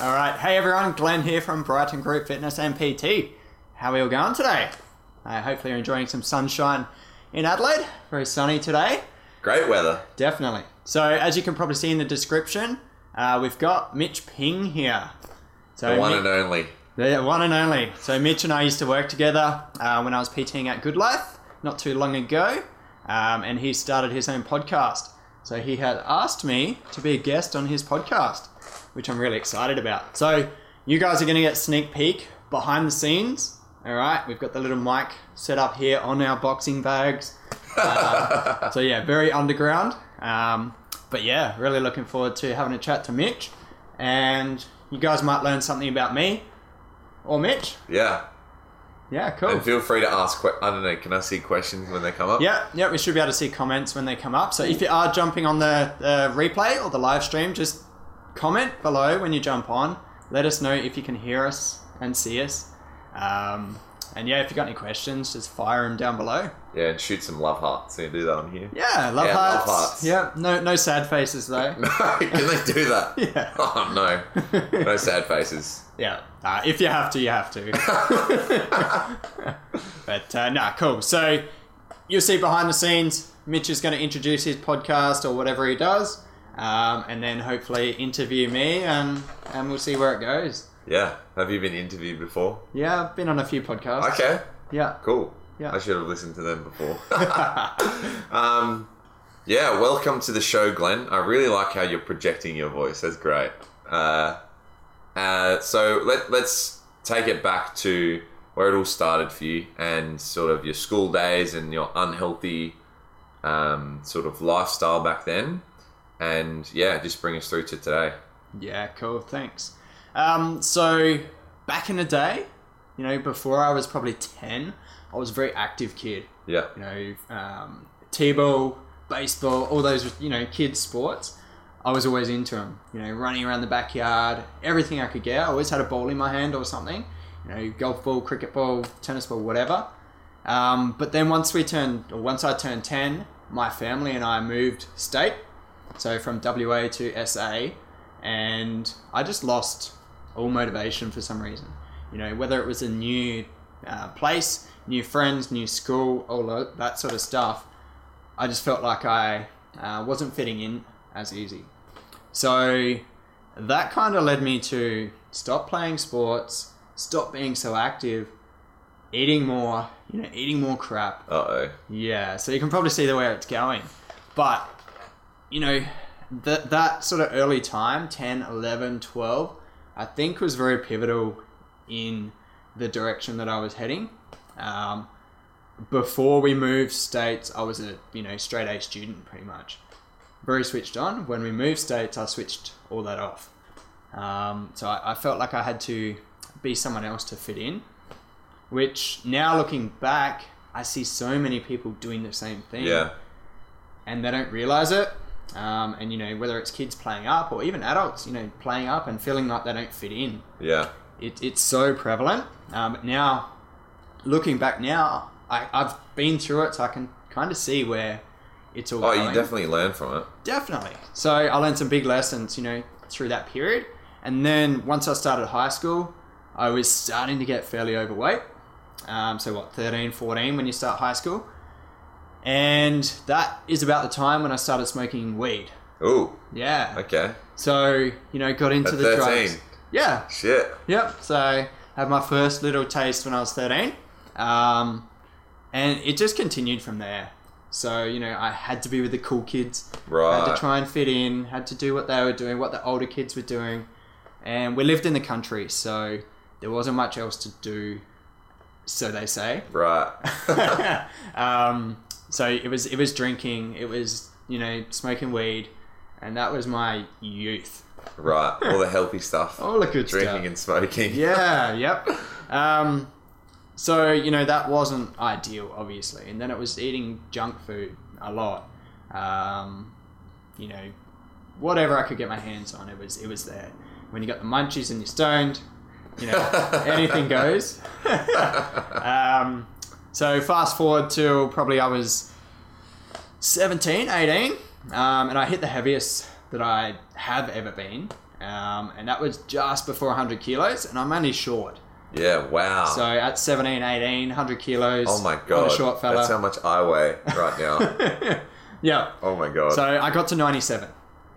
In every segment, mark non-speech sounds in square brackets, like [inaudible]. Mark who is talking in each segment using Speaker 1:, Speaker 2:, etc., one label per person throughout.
Speaker 1: All right. Hey, everyone. Glenn here from Brighton Group Fitness and PT. How are you all going today? Uh, hopefully, you're enjoying some sunshine in Adelaide. Very sunny today.
Speaker 2: Great weather.
Speaker 1: Definitely. So, as you can probably see in the description, uh, we've got Mitch Ping here. So
Speaker 2: The one
Speaker 1: Mi-
Speaker 2: and only.
Speaker 1: the one and only. So Mitch and I used to work together uh, when I was PTing at Good Life not too long ago, um, and he started his own podcast. So he had asked me to be a guest on his podcast, which I'm really excited about. So you guys are going to get sneak peek behind the scenes. All right, we've got the little mic set up here on our boxing bags. Uh, so yeah, very underground. Um, but yeah, really looking forward to having a chat to Mitch, and you guys might learn something about me or Mitch.
Speaker 2: Yeah.
Speaker 1: Yeah, cool.
Speaker 2: And feel free to ask. Que- I don't know. Can I see questions when they come up?
Speaker 1: Oh. Yeah, yeah, we should be able to see comments when they come up. So if you are jumping on the uh, replay or the live stream, just comment below when you jump on. Let us know if you can hear us and see us. Um, and yeah, if you got any questions, just fire them down below.
Speaker 2: Yeah. And shoot some love hearts. You can do that on here.
Speaker 1: Yeah, love
Speaker 2: Yeah, love
Speaker 1: hearts.
Speaker 2: hearts.
Speaker 1: Yeah, no, no sad faces though.
Speaker 2: [laughs] No. [laughs] Can they do that?
Speaker 1: [laughs] Yeah.
Speaker 2: Oh no.
Speaker 1: [laughs]
Speaker 2: No sad faces.
Speaker 1: Yeah. Uh, if you have to, you have to. but uh, nah, cool. So you'll see behind the scenes, Mitch is going to introduce his podcast or whatever he does, um, and then hopefully interview me, and and we'll see where it goes.
Speaker 2: Yeah. Have you been interviewed before?
Speaker 1: Yeah, I've been on a few podcasts.
Speaker 2: Okay.
Speaker 1: Yeah.
Speaker 2: Cool.
Speaker 1: Yeah.
Speaker 2: I should have listened to them
Speaker 1: [laughs]
Speaker 2: before. [laughs] um, yeah. Welcome to the show, Glenn. I really like how you're projecting your voice. That's great. Uh, uh, so let, let's take it back to where it all started for you and sort of your school days and your unhealthy um, sort of lifestyle back then. And yeah, just bring us through to today.
Speaker 1: Yeah, cool. Thanks. Um, so back in the day, you know, before I was probably ten, I was a very active kid.
Speaker 2: Yeah.
Speaker 1: you know, um, t-ball, baseball, all those, you know, kids sports. I was always into them, you know, running around the backyard, everything I could get. I always had a ball in my hand or something, you know, golf ball, cricket ball, tennis ball, whatever. Um, but then once we turned, or once I turned 10, my family and I moved state, so from WA to SA, and I just lost all motivation for some reason. You know, whether it was a new uh, place, new friends, new school, all of that sort of stuff, I just felt like I uh, wasn't fitting in as easy. So that kind of led me to stop playing sports, stop being so active, eating more, you know, eating more crap,
Speaker 2: Uh oh.
Speaker 1: yeah, so you can probably see the way it's going. But, you know, that that sort of early time, 10, 11, 12, I think was very pivotal in the direction that I was heading. Um, before we moved states, I was a, you know, straight A student pretty much. Very switched on. When we moved states, I switched all that off. Um, so I, I felt like I had to be someone else to fit in which now looking back, I see so many people doing the same thing.
Speaker 2: Yeah.
Speaker 1: And they don't realize it. Um, and, you know, whether it's kids playing up or even adults, you know, playing up and feeling like they don't fit in.
Speaker 2: Yeah.
Speaker 1: It, it's so prevalent. Um, but now, looking back now, I, I've been through it, so I can kind of see where it's all
Speaker 2: Oh,
Speaker 1: going.
Speaker 2: you definitely learn from it.
Speaker 1: Definitely. So I learned some big lessons, you know, through that period. And then once I started high school, I was starting to get fairly overweight. Um, so, what, 13, 14 when you start high school? And that is about the time when I started smoking weed.
Speaker 2: Ooh.
Speaker 1: Yeah.
Speaker 2: Okay.
Speaker 1: So, you know, got into
Speaker 2: At
Speaker 1: the
Speaker 2: 13.
Speaker 1: drugs. Yeah.
Speaker 2: Shit.
Speaker 1: Yep. So I had my first little taste when I was 13. Um, and it just continued from there. So, you know, I had to be with the cool kids. Had
Speaker 2: Right.
Speaker 1: to try and fit in, had to do what they were doing, what the older kids were doing. And we lived in the country, so there wasn't much else to do, so they say. [laughs]
Speaker 2: Right. [laughs]
Speaker 1: um, so it was it was drinking, it was, you know, smoking weed, and that was my youth.
Speaker 2: Right, all the healthy stuff.
Speaker 1: All the good
Speaker 2: Drinking
Speaker 1: stuff.
Speaker 2: and smoking.
Speaker 1: Yeah, yep. Um, so, you know, that wasn't ideal, obviously. And then it was eating junk food a lot. Um, you know, whatever I could get my hands on, it was, it was there. When you got the munchies and you're stoned, you know, anything goes. um, so, fast forward to probably I was 17, 18, um, and I hit the heaviest that I have ever been. um, and that was just before 100 kilos, and I'm only short.
Speaker 2: [laughs] Yeah, wow.
Speaker 1: So at 17, 18, 100 kilos.
Speaker 2: Ah. oh my
Speaker 1: I'm
Speaker 2: god.
Speaker 1: a short [laughs]
Speaker 2: That's how
Speaker 1: fella.
Speaker 2: much I weigh
Speaker 1: [laughs]
Speaker 2: right now.
Speaker 1: yeah.
Speaker 2: oh my god.
Speaker 1: So I got to 97,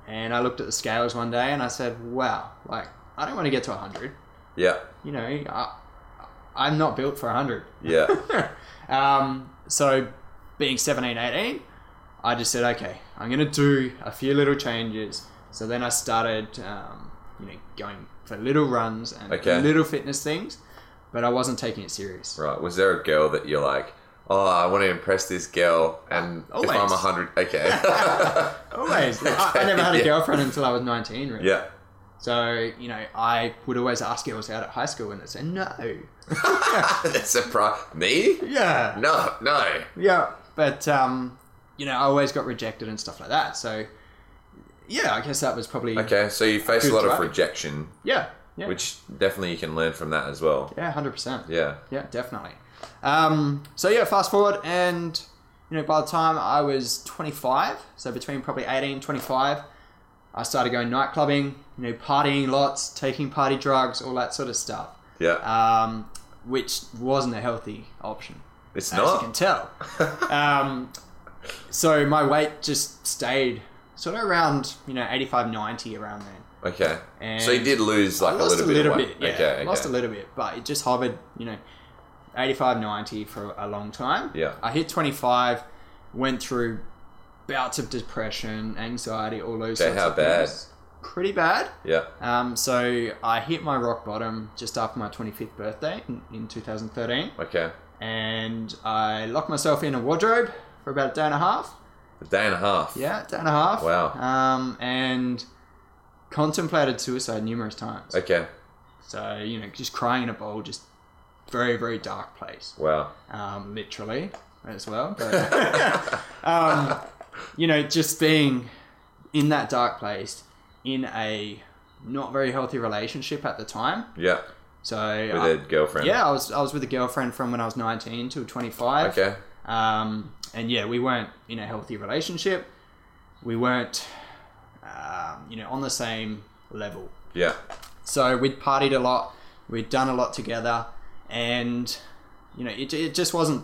Speaker 1: and I looked at the scales one day, and I said, "Wow, like I don't want to get to 100.
Speaker 2: yeah.
Speaker 1: You know, I, I'm not built for 100."
Speaker 2: Yeah.
Speaker 1: um, so being 17, 18, I just said, okay, I'm going to do a few little changes. So then I started, um, you know, going for little runs and
Speaker 2: Okay.
Speaker 1: little fitness things, but I wasn't taking it serious.
Speaker 2: Right. Was there a girl that you're like, oh, I want to impress this girl, and if I'm
Speaker 1: Always.
Speaker 2: 100,
Speaker 1: [laughs]
Speaker 2: okay.
Speaker 1: Always. I, I never had a
Speaker 2: Yeah.
Speaker 1: girlfriend until I was 19, really.
Speaker 2: yeah. [laughs]
Speaker 1: So, you know, I would always ask girls out at high school and they'd say, no.
Speaker 2: That's a pro. Me?
Speaker 1: Yeah.
Speaker 2: No, no.
Speaker 1: Yeah, but um, you know, I always got rejected and stuff like that. So yeah, I guess that was probably
Speaker 2: Okay, so you face a
Speaker 1: Good
Speaker 2: lot of
Speaker 1: try.
Speaker 2: rejection,
Speaker 1: yeah, yeah,
Speaker 2: which definitely you can learn from that as well.
Speaker 1: yeah, hundred percent,
Speaker 2: Yeah.
Speaker 1: yeah, definitely. Um, so yeah, fast forward, and you know, by the time I was twenty five, so between probably 18, 25, I started going night clubbing, you know, partying lots, taking party drugs, all that sort of stuff,
Speaker 2: Yeah.
Speaker 1: um, which wasn't a healthy option.
Speaker 2: it's
Speaker 1: as you can
Speaker 2: not. [laughs]
Speaker 1: tell. um, so my weight just stayed sort of around, you know, 85, 90 around then.
Speaker 2: Okay.
Speaker 1: And
Speaker 2: So you did lose like
Speaker 1: I
Speaker 2: a
Speaker 1: lost
Speaker 2: little bit. of weight.
Speaker 1: bit, yeah.
Speaker 2: Okay. okay.
Speaker 1: Lost a little bit, but it just hovered, you know, 85, 90 for a long time.
Speaker 2: Yeah.
Speaker 1: I hit 25, went through bouts of depression, anxiety, all those
Speaker 2: Okay,
Speaker 1: sorts
Speaker 2: how
Speaker 1: of
Speaker 2: bad?
Speaker 1: things. Pretty bad.
Speaker 2: yeah.
Speaker 1: Um, so I hit my rock bottom just after my 25th birthday in, in 2013
Speaker 2: Okay.
Speaker 1: and I locked myself in a wardrobe for about a day and a half.
Speaker 2: A day and a half.
Speaker 1: Yeah, day and a half.
Speaker 2: Wow.
Speaker 1: Um, and contemplated suicide numerous times.
Speaker 2: Okay.
Speaker 1: So you know, just crying in a bowl, just very very dark place,
Speaker 2: Wow.
Speaker 1: um, literally as well.
Speaker 2: [laughs]
Speaker 1: But um, you know, just being in that dark place in a not very healthy relationship at the time.
Speaker 2: Yeah.
Speaker 1: So
Speaker 2: With
Speaker 1: I-
Speaker 2: a girlfriend.
Speaker 1: Uh, yeah, I was I was with a girlfriend from when I was nineteen till twenty five.
Speaker 2: Okay.
Speaker 1: Um, and yeah, we weren't in a healthy relationship. We weren't, um, you know, on the same level.
Speaker 2: Yeah.
Speaker 1: So we'd partied a lot. We'd done a lot together, and you know, it, it just wasn't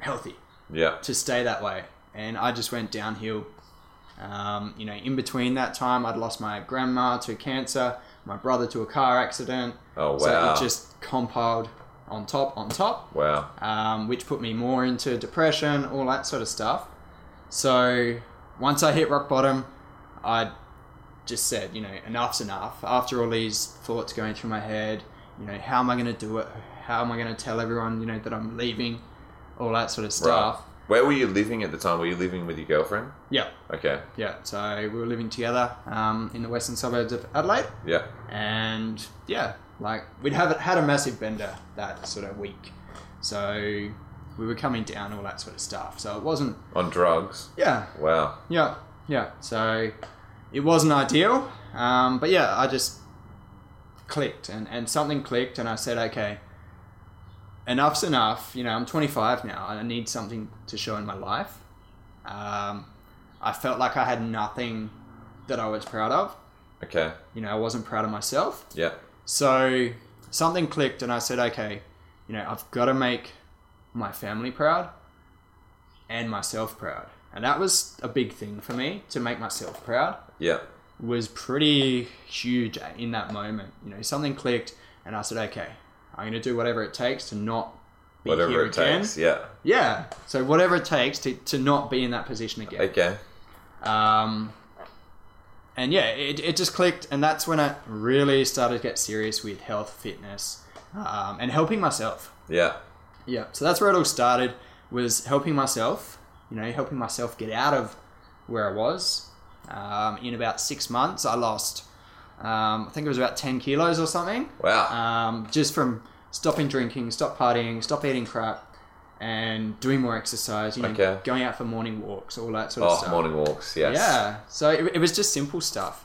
Speaker 1: healthy
Speaker 2: Yeah.
Speaker 1: to stay that way. And I just went downhill. Um, you know, in between that time, I'd lost my grandma to cancer, my brother to a car accident.
Speaker 2: Oh wow.
Speaker 1: So it just compiled on top, on top
Speaker 2: wow.
Speaker 1: um, which put me more into depression, all that sort of stuff. So once I hit rock bottom, I just said, you know, enough's enough. After all these thoughts going through my head, you know, how am I going to do it? How am I going to tell everyone, you know, that I'm leaving? All that sort of
Speaker 2: Right.
Speaker 1: stuff.
Speaker 2: Where were you living at the time? Were you living with your girlfriend?
Speaker 1: Yeah,
Speaker 2: Okay.
Speaker 1: yeah. So we were living together um, in the western suburbs of Adelaide,
Speaker 2: Yeah.
Speaker 1: and yeah, like we'd have had a massive bender that sort of week. So we were coming down, all that sort of stuff. So it wasn't
Speaker 2: On drugs.
Speaker 1: Yeah,
Speaker 2: Wow.
Speaker 1: yeah, yeah. So it wasn't ideal, um, but yeah, I just clicked and, and something clicked, and I said, okay, enough's enough. You know, I'm 25 now, and I need something to show in my life. Um, I felt like I had nothing that I was proud of.
Speaker 2: Okay.
Speaker 1: You know, I wasn't proud of myself.
Speaker 2: Yeah.
Speaker 1: So something clicked, and I said, okay, you know, I've got to make my family proud and myself proud. And that was a big thing for me to make myself proud
Speaker 2: Yeah.
Speaker 1: was pretty huge in that moment. You know, something clicked, and I said, okay, I'm going to do whatever it takes to not be
Speaker 2: Whatever
Speaker 1: here
Speaker 2: it
Speaker 1: again.
Speaker 2: takes. Yeah.
Speaker 1: Yeah. So whatever it takes to, to not be in that position again.
Speaker 2: Okay.
Speaker 1: Um, and yeah, it, it just clicked, and that's when I really started to get serious with health, fitness, um, and helping myself.
Speaker 2: Yeah.
Speaker 1: Yeah, so that's where it all started was helping myself. You know, helping myself get out of where I was. Um, in about six months, I lost, um, I think it was about ten kilos or something,
Speaker 2: Wow.
Speaker 1: um, just from stopping drinking, stop partying, stop eating crap. And doing more exercise, you know,
Speaker 2: Okay.
Speaker 1: going out for morning walks, all that sort of
Speaker 2: oh,
Speaker 1: stuff.
Speaker 2: morning walks. Yes.
Speaker 1: Yeah. So it, it was just simple stuff.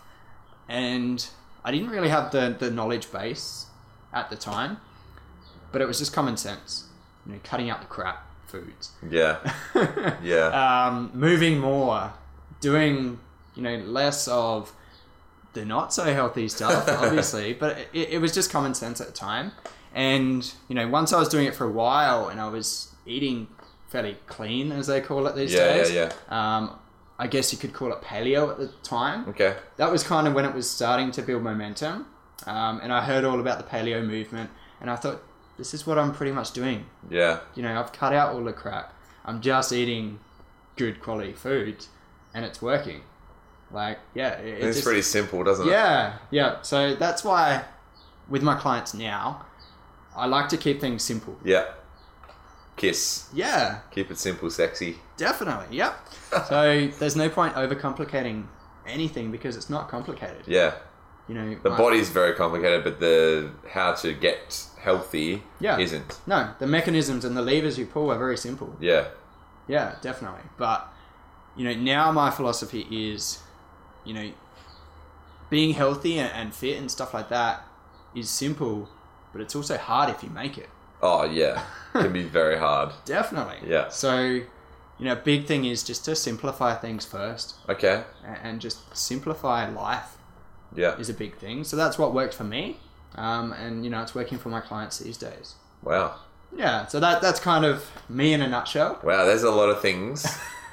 Speaker 1: And I didn't really have the, the knowledge base at the time, but it was just common sense. You know, cutting out the crap
Speaker 2: [laughs]
Speaker 1: foods,
Speaker 2: Yeah. Yeah.
Speaker 1: [laughs] Uh, um, moving more, doing, you know, less of the not so healthy stuff,
Speaker 2: [laughs]
Speaker 1: obviously, but it, it was just common sense at the time. And, you know, once I was doing it for a while and I was eating fairly clean, as they call it these
Speaker 2: Yeah, yeah,
Speaker 1: days, Um, I guess you could call it paleo at the time
Speaker 2: Okay.
Speaker 1: that was kind of when it was starting to build momentum. Um, and I heard all about the paleo movement, and I thought, this is what I'm pretty much doing.
Speaker 2: Yeah.
Speaker 1: You know, I've cut out all the crap. I'm just eating good quality food, and it's working. Like, yeah, it, it
Speaker 2: It's
Speaker 1: just-
Speaker 2: pretty simple, doesn't it?
Speaker 1: yeah, yeah. So that's why, with my clients now, I like to keep things simple.
Speaker 2: Yeah. Kiss.
Speaker 1: Yeah,
Speaker 2: Keep it simple, sexy.
Speaker 1: definitely.
Speaker 2: [laughs]
Speaker 1: Yep. so there's no point overcomplicating anything because it's not complicated.
Speaker 2: Yeah.
Speaker 1: You know,
Speaker 2: The
Speaker 1: my-
Speaker 2: body's very complicated, but the how to get healthy
Speaker 1: Yeah.
Speaker 2: isn't.
Speaker 1: No, the mechanisms and the levers you pull are very simple.
Speaker 2: Yeah.
Speaker 1: Yeah, definitely. But you know, now my philosophy is, you know, being healthy and, and fit and stuff like that is simple, but it's also hard if you make it.
Speaker 2: Oh
Speaker 1: [laughs]
Speaker 2: yeah. Can be very hard.
Speaker 1: Definitely.
Speaker 2: Yeah.
Speaker 1: So, you know, big thing is just to simplify things first,
Speaker 2: Okay.
Speaker 1: and, and just simplify life
Speaker 2: Yeah.
Speaker 1: is a big thing. So that's what worked for me, um, and you know, it's working for my clients these days.
Speaker 2: Wow.
Speaker 1: Yeah. So that that's kind of me in a nutshell.
Speaker 2: Wow, there's a lot
Speaker 1: [laughs]
Speaker 2: of things.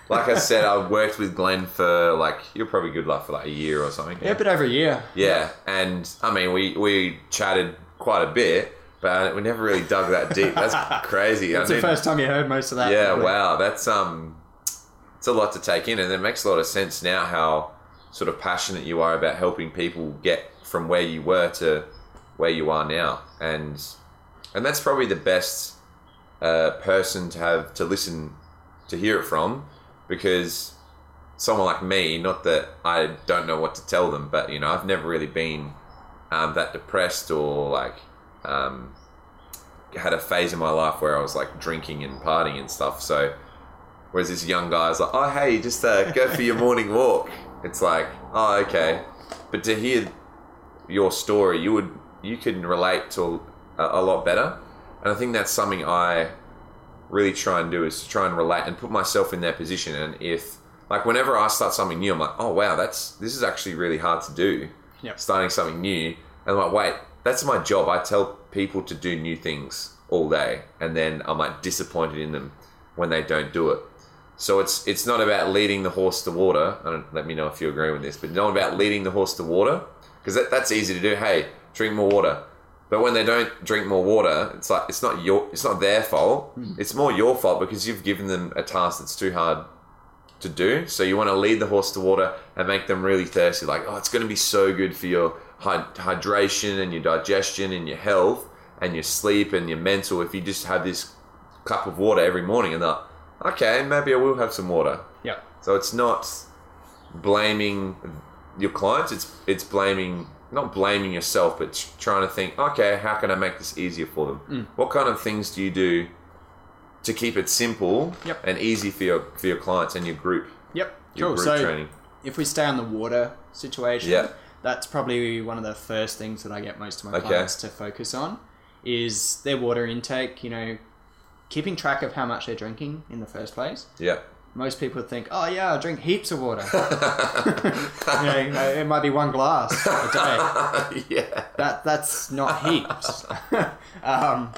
Speaker 2: Like I said, I worked with Glenn for like you're probably good luck for like a year or something.
Speaker 1: Yeah, but over a year.
Speaker 2: Yeah, and I mean we we chatted quite a bit, but we never really dug that deep. That's
Speaker 1: [laughs]
Speaker 2: crazy.
Speaker 1: That's
Speaker 2: I
Speaker 1: the
Speaker 2: mean,
Speaker 1: first time you heard most of that.
Speaker 2: yeah,
Speaker 1: probably.
Speaker 2: wow, that's um, it's a lot to take in, and it makes a lot of sense now how sort of passionate you are about helping people get from where you were to where you are now, and and that's probably the best uh, person to have to listen to hear it from because someone like me, not that I don't know what to tell them, but you know, I've never really been um, that depressed or like um, had a phase in my life where I was like drinking and partying and stuff. So, whereas this young guy's like, oh, hey, just uh, go for your morning walk. It's like, oh, okay. But to hear your story, you would you can relate to a, a lot better, and I think that's something I really try and do is to try and relate and put myself in their position. And if like whenever I start something new, I'm like, oh wow, that's this is actually really hard to do.
Speaker 1: Yep.
Speaker 2: Starting something new, and I'm like, wait, that's my job. I tell people to do new things all day, and then I'm like disappointed in them when they don't do it. So it's it's not about leading the horse to water. I don't, let me know if you agree with this, but not about leading the horse to water because that, that's easy to do. Hey, drink more water. But when they don't drink more water, it's like it's not your it's not their fault. It's more your fault because you've given them a task that's too hard to do. So you want to lead the horse to water and make them really thirsty. Like, oh, it's going to be so good for your hy- hydration and your digestion and your health and your sleep and your mental if you just have this cup of water every morning. And they're like, okay, maybe I will have some water.
Speaker 1: Yep.
Speaker 2: So it's not blaming your clients. It's it's blaming not blaming yourself, but tr- trying to think, okay, how can I make this easier for them? What kind of things do you do to keep it simple
Speaker 1: Yep.
Speaker 2: and easy for your for your clients and your group
Speaker 1: Yep.
Speaker 2: your
Speaker 1: Cool.
Speaker 2: group
Speaker 1: So
Speaker 2: training?
Speaker 1: if we stay on the water situation,
Speaker 2: Yeah.
Speaker 1: that's probably one of the first things that I get most of my
Speaker 2: Okay.
Speaker 1: clients to focus on is their water intake, you know, keeping track of how much they're drinking in the first place. [laughs]
Speaker 2: Yeah,
Speaker 1: Most people think, oh yeah, I drink heaps of water. [laughs] you know, it might be one glass a day.
Speaker 2: yeah,
Speaker 1: that that's not heaps.
Speaker 2: [laughs]
Speaker 1: um,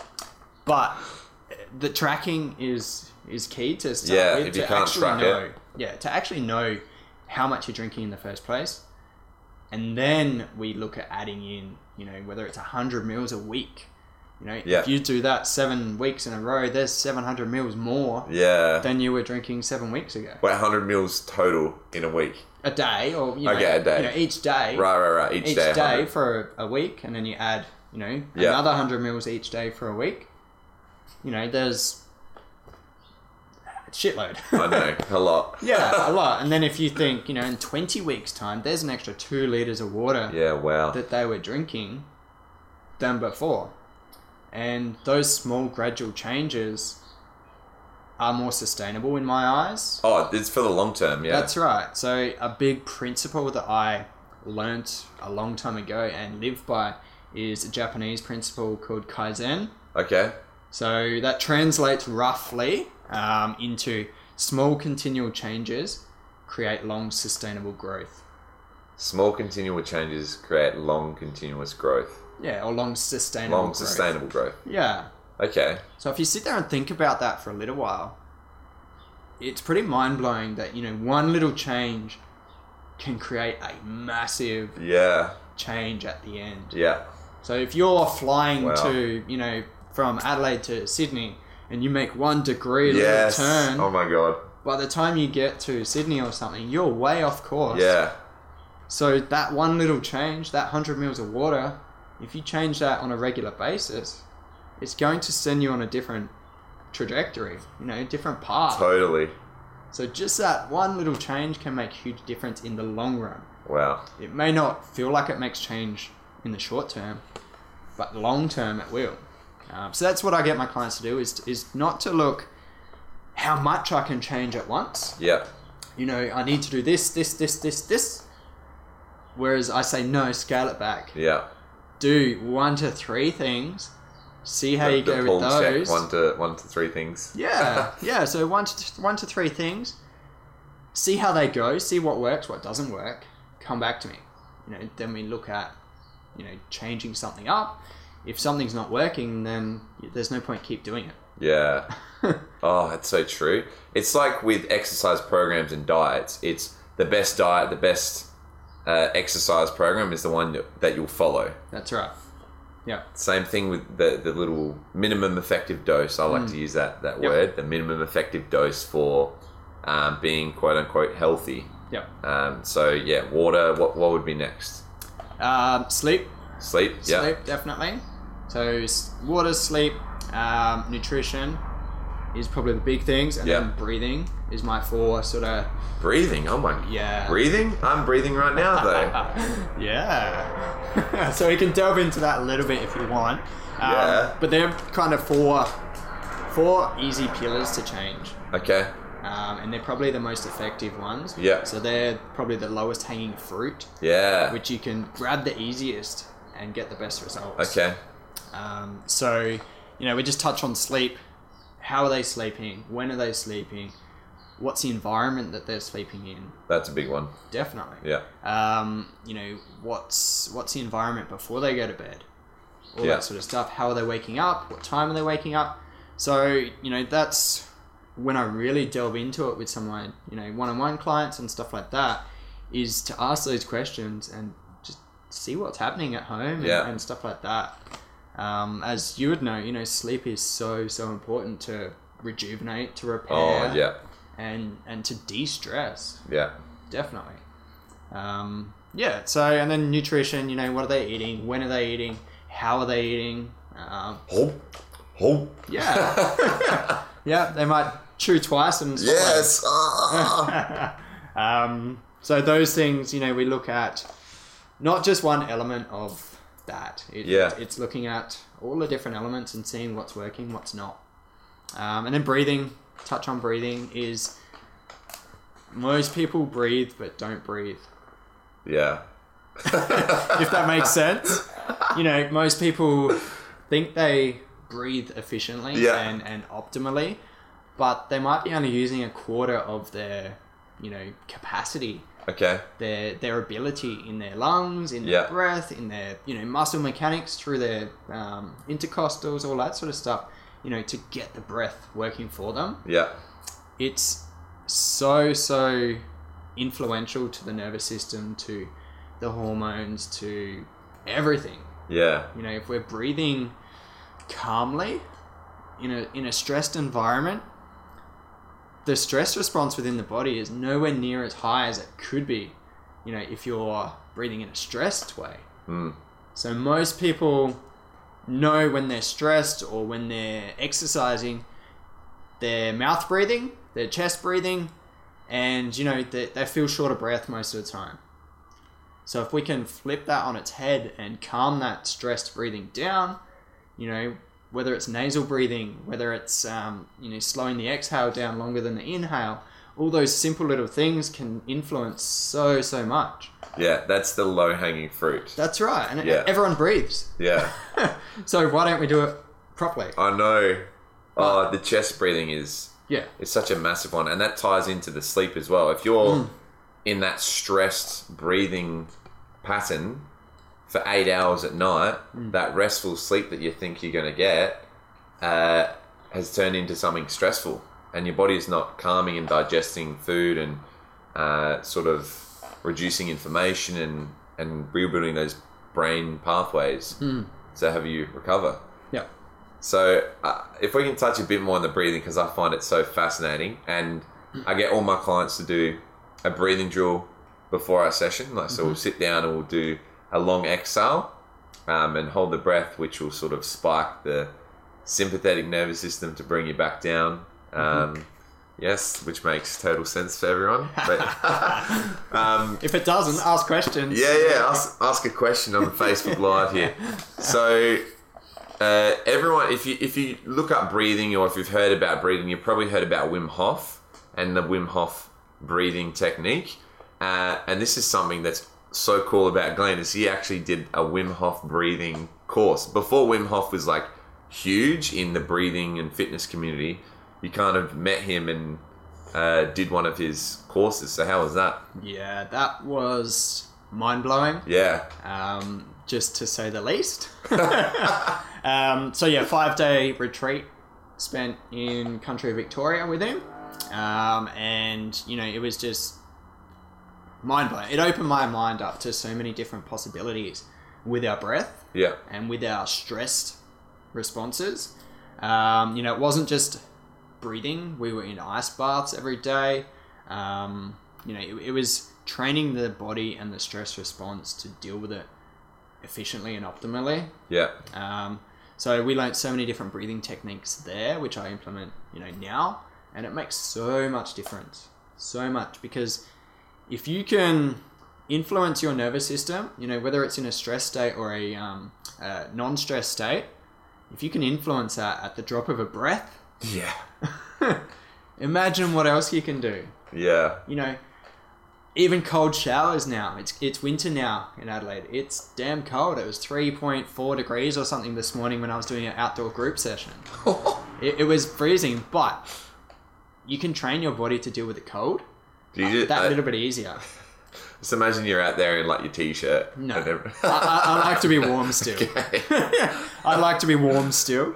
Speaker 1: but the tracking is is key to start
Speaker 2: Yeah,
Speaker 1: with,
Speaker 2: if you
Speaker 1: to
Speaker 2: can't
Speaker 1: actually
Speaker 2: track it.
Speaker 1: know, yeah, to actually know how much you're drinking in the first place, and then we look at adding in, you know, whether it's hundred meals a week. You know,
Speaker 2: Yeah.
Speaker 1: if you do that seven weeks in a row, there's 700 meals more
Speaker 2: yeah.
Speaker 1: than you were drinking seven weeks ago.
Speaker 2: Wait, hundred meals total in a week.
Speaker 1: A day, or you know,
Speaker 2: Okay, a day.
Speaker 1: You know, each day,
Speaker 2: Right, right, right. Each,
Speaker 1: each
Speaker 2: day,
Speaker 1: day,
Speaker 2: 100.
Speaker 1: for a week, and then you add, you know,
Speaker 2: Yeah.
Speaker 1: another 100 mils each day for a week. You know, there's a shitload.
Speaker 2: [laughs] I know a lot.
Speaker 1: [laughs] yeah, a lot. And then if you think, you know, in 20 weeks' time, there's an extra two litres of water
Speaker 2: [laughs] Yeah, wow.
Speaker 1: that they were drinking than before. And those small, gradual changes are more sustainable in my eyes.
Speaker 2: Oh, it's for the long term. Yeah,
Speaker 1: That's right. So a big principle that I learnt a long time ago and live by is a Japanese principle called kaizen.
Speaker 2: okay.
Speaker 1: So that translates roughly um, into small continual changes create long sustainable growth.
Speaker 2: Small continual changes create long continuous growth,
Speaker 1: Yeah, or long sustainable.
Speaker 2: long
Speaker 1: growth.
Speaker 2: sustainable growth.
Speaker 1: Yeah.
Speaker 2: Okay.
Speaker 1: So if you sit there and think about that for a little while, it's pretty mind blowing that you know one little change can create a massive
Speaker 2: Yeah.
Speaker 1: change at the end.
Speaker 2: Yeah.
Speaker 1: So if you're flying
Speaker 2: Wow.
Speaker 1: to you know from Adelaide to Sydney and you make one degree
Speaker 2: Yes.
Speaker 1: little turn,
Speaker 2: Oh my god.
Speaker 1: by the time you get to Sydney or something, you're way off course.
Speaker 2: Yeah.
Speaker 1: So that one little change, that 100 mils of water, if you change that on a regular basis, it's going to send you on a different trajectory, you know, different path.
Speaker 2: Totally.
Speaker 1: So just that one little change can make huge difference in the long run.
Speaker 2: Wow.
Speaker 1: It may not feel like it makes change in the short term, but long term it will. Um, so that's what I get my clients to do is is not to look how much I can change at once,
Speaker 2: Yeah.
Speaker 1: you know, I need to do this, this, this, this, this. Whereas I say, no, scale it back.
Speaker 2: Yeah.
Speaker 1: Do one to three things, see how you go with
Speaker 2: palm check,
Speaker 1: those.
Speaker 2: one to one to three things. Uh,
Speaker 1: Yeah, yeah. So one to, one to three things, see how they go, see what works, what doesn't work, come back to me. You know, then we look at, you know, changing something up. If something's not working, then there's no point keep doing it. [laughs]
Speaker 2: Yeah. oh, that's so true. It's like with exercise programs and diets. It's the best diet, the best uh, exercise program is the one that- that you'll follow.
Speaker 1: That's right. Yeah.
Speaker 2: Same thing with the, the little minimum effective dose. I like to use that, that
Speaker 1: Mm. Yep.
Speaker 2: word, the minimum effective dose for um, being quote unquote healthy.
Speaker 1: Yeah.
Speaker 2: Um, so, yeah, water. What, what would be next?
Speaker 1: Um, sleep.
Speaker 2: Sleep? Yeah.
Speaker 1: Sleep, definitely. So s- water, sleep, um, nutrition is probably the big things, and
Speaker 2: Yeah.
Speaker 1: then breathing is my four sort of
Speaker 2: Breathing. Oh my.
Speaker 1: yeah.
Speaker 2: Breathing? I'm breathing right now, though.
Speaker 1: [laughs] yeah. [laughs] so we can delve into that a little bit if you want. Um,
Speaker 2: Yeah.
Speaker 1: But they're kind of four four easy pillars to change.
Speaker 2: okay.
Speaker 1: Um, and they're probably the most effective ones.
Speaker 2: Yeah.
Speaker 1: So they're probably the lowest hanging fruit,
Speaker 2: Yeah.
Speaker 1: which you can grab the easiest and get the best results.
Speaker 2: okay.
Speaker 1: Um, so, you know, we just touch on sleep. How are they sleeping? When are they sleeping? What's the environment that they're sleeping in?
Speaker 2: That's a big one.
Speaker 1: Definitely.
Speaker 2: Yeah.
Speaker 1: Um, you know, what's what's the environment before they go to bed? All
Speaker 2: Yeah.
Speaker 1: that sort of stuff. How are they waking up? What time are they waking up? So, you know, that's when I really delve into it with some of my, you know, one-on-one clients and stuff like that, is to ask those questions and just see what's happening at home and,
Speaker 2: Yeah.
Speaker 1: and stuff like that. Um, as you would know, you know, sleep is so so important to rejuvenate, to repair,
Speaker 2: Oh, yeah.
Speaker 1: and and to de-stress,
Speaker 2: Yeah.
Speaker 1: definitely. Um, yeah. So and then nutrition, you know, what are they eating? When are they eating? How are they eating? Um,
Speaker 2: Ho. Ho.
Speaker 1: Yeah. yeah, they might chew twice and swallow.
Speaker 2: yes.
Speaker 1: [laughs]
Speaker 2: Ah.
Speaker 1: um, so those things, you know, we look at not just one element of that. It,
Speaker 2: Yeah.
Speaker 1: It's looking at all the different elements and seeing what's working, what's not. Um, and then breathing, touch on breathing is most people breathe but don't breathe.
Speaker 2: yeah. [laughs]
Speaker 1: If that makes sense. You know, most people think they breathe efficiently
Speaker 2: Yeah.
Speaker 1: and, and optimally, but they might be only using a quarter of their, you know, capacity
Speaker 2: Okay.
Speaker 1: their their ability in their lungs, in
Speaker 2: Yeah.
Speaker 1: their breath, in their you know muscle mechanics through their um, intercostals, all that sort of stuff. You know, to get the breath working for them,
Speaker 2: Yeah.
Speaker 1: it's so so influential to the nervous system, to the hormones, to everything.
Speaker 2: Yeah.
Speaker 1: You know, if we're breathing calmly in a in a stressed environment, the stress response within the body is nowhere near as high as it could be. You know, if you're breathing in a stressed way.
Speaker 2: Mm.
Speaker 1: So most people know when they're stressed or when they're exercising, their mouth breathing, their chest breathing, and you know they, they feel short of breath most of the time. So if we can flip that on its head and calm that stressed breathing down, you know whether it's nasal breathing, whether it's um, you know slowing the exhale down longer than the inhale, all those simple little things can influence so so much.
Speaker 2: Yeah. That's the low hanging fruit.
Speaker 1: That's right, and
Speaker 2: Yeah.
Speaker 1: everyone breathes.
Speaker 2: Yeah.
Speaker 1: so why don't we do it properly?
Speaker 2: I [laughs] know. Oh, the chest breathing is
Speaker 1: Yeah.
Speaker 2: is such a massive one, and that ties into the sleep as well. If you're in that stressed breathing pattern for eight hours at night, that restful sleep that you think you're going to get uh, has turned into something stressful, and your body is not calming and digesting food and uh, sort of reducing information and and rebuilding those brain pathways to have you recover.
Speaker 1: Yeah.
Speaker 2: So, uh, if we can touch a bit more on the breathing, because I find it so fascinating, and I get all my clients to do a breathing drill before our session. Like, so we'll sit down and we'll do a long exhale um, and hold the breath, which will sort of spike the sympathetic nervous system to bring you back down. Um, Yes, which makes total sense for everyone. But um,
Speaker 1: If it doesn't, ask questions.
Speaker 2: yeah, yeah. Ask, ask a question on the Facebook Live here. So, uh, everyone, if you if you look up breathing or if you've heard about breathing, you've probably heard about Wim Hof and the Wim Hof breathing technique. Uh, and this is something that's so cool about Glenn is he actually did a Wim Hof breathing course before Wim Hof was like huge in the breathing and fitness community. You kind of met him and uh, did one of his courses. So how was that?
Speaker 1: Yeah, that was mind blowing.
Speaker 2: Yeah,
Speaker 1: um, just to say the least. [laughs] um, so yeah, five day retreat spent in country Victoria with him, um, and you know it was just mind blowing. It opened my mind up to so many different possibilities with our breath
Speaker 2: yeah,
Speaker 1: and with our stressed responses. Um, you know, it wasn't just breathing. We were in ice baths every day. Um, you know, it, it was training the body and the stress response to deal with it efficiently and optimally.
Speaker 2: yeah.
Speaker 1: Um, so we learnt so many different breathing techniques there, which I implement, you know, now, and it makes so much difference, so much because if you can influence your nervous system, you know, whether it's in a stress state or a, um, a non-stress state, if you can influence that at the drop of a breath,
Speaker 2: Yeah.
Speaker 1: imagine what else you can do. [laughs]
Speaker 2: Yeah.
Speaker 1: You know, even cold showers now. It's it's winter now in Adelaide. It's damn cold. It was 3.4 degrees or something this morning when I was doing an outdoor group session. It, it was freezing, but you can train your body to deal with the cold
Speaker 2: Do you just,
Speaker 1: that
Speaker 2: I-
Speaker 1: little bit easier.
Speaker 2: just imagine you're out there in like your t-shirt.
Speaker 1: No.
Speaker 2: and every-
Speaker 1: I, I, I like to be warm still. [laughs] I like to be warm still.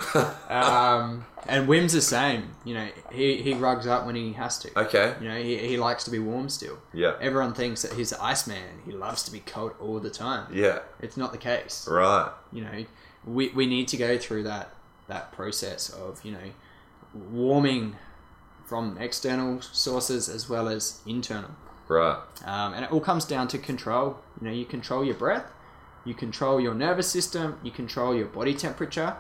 Speaker 1: Um, and Wim's the same. You know, he, he rugs up when he has to.
Speaker 2: [laughs] okay.
Speaker 1: You know, he, he likes to be warm still.
Speaker 2: Yeah.
Speaker 1: Everyone thinks that he's the Iceman and he loves to be cold all the time.
Speaker 2: Yeah.
Speaker 1: It's not the case.
Speaker 2: Right.
Speaker 1: You know, we, we need to go through that, that process of, you know, warming from external sources as well as internal.
Speaker 2: Right.
Speaker 1: Um, and it all comes down to control. You know, you control your breath, you control your nervous system, you control your body temperature,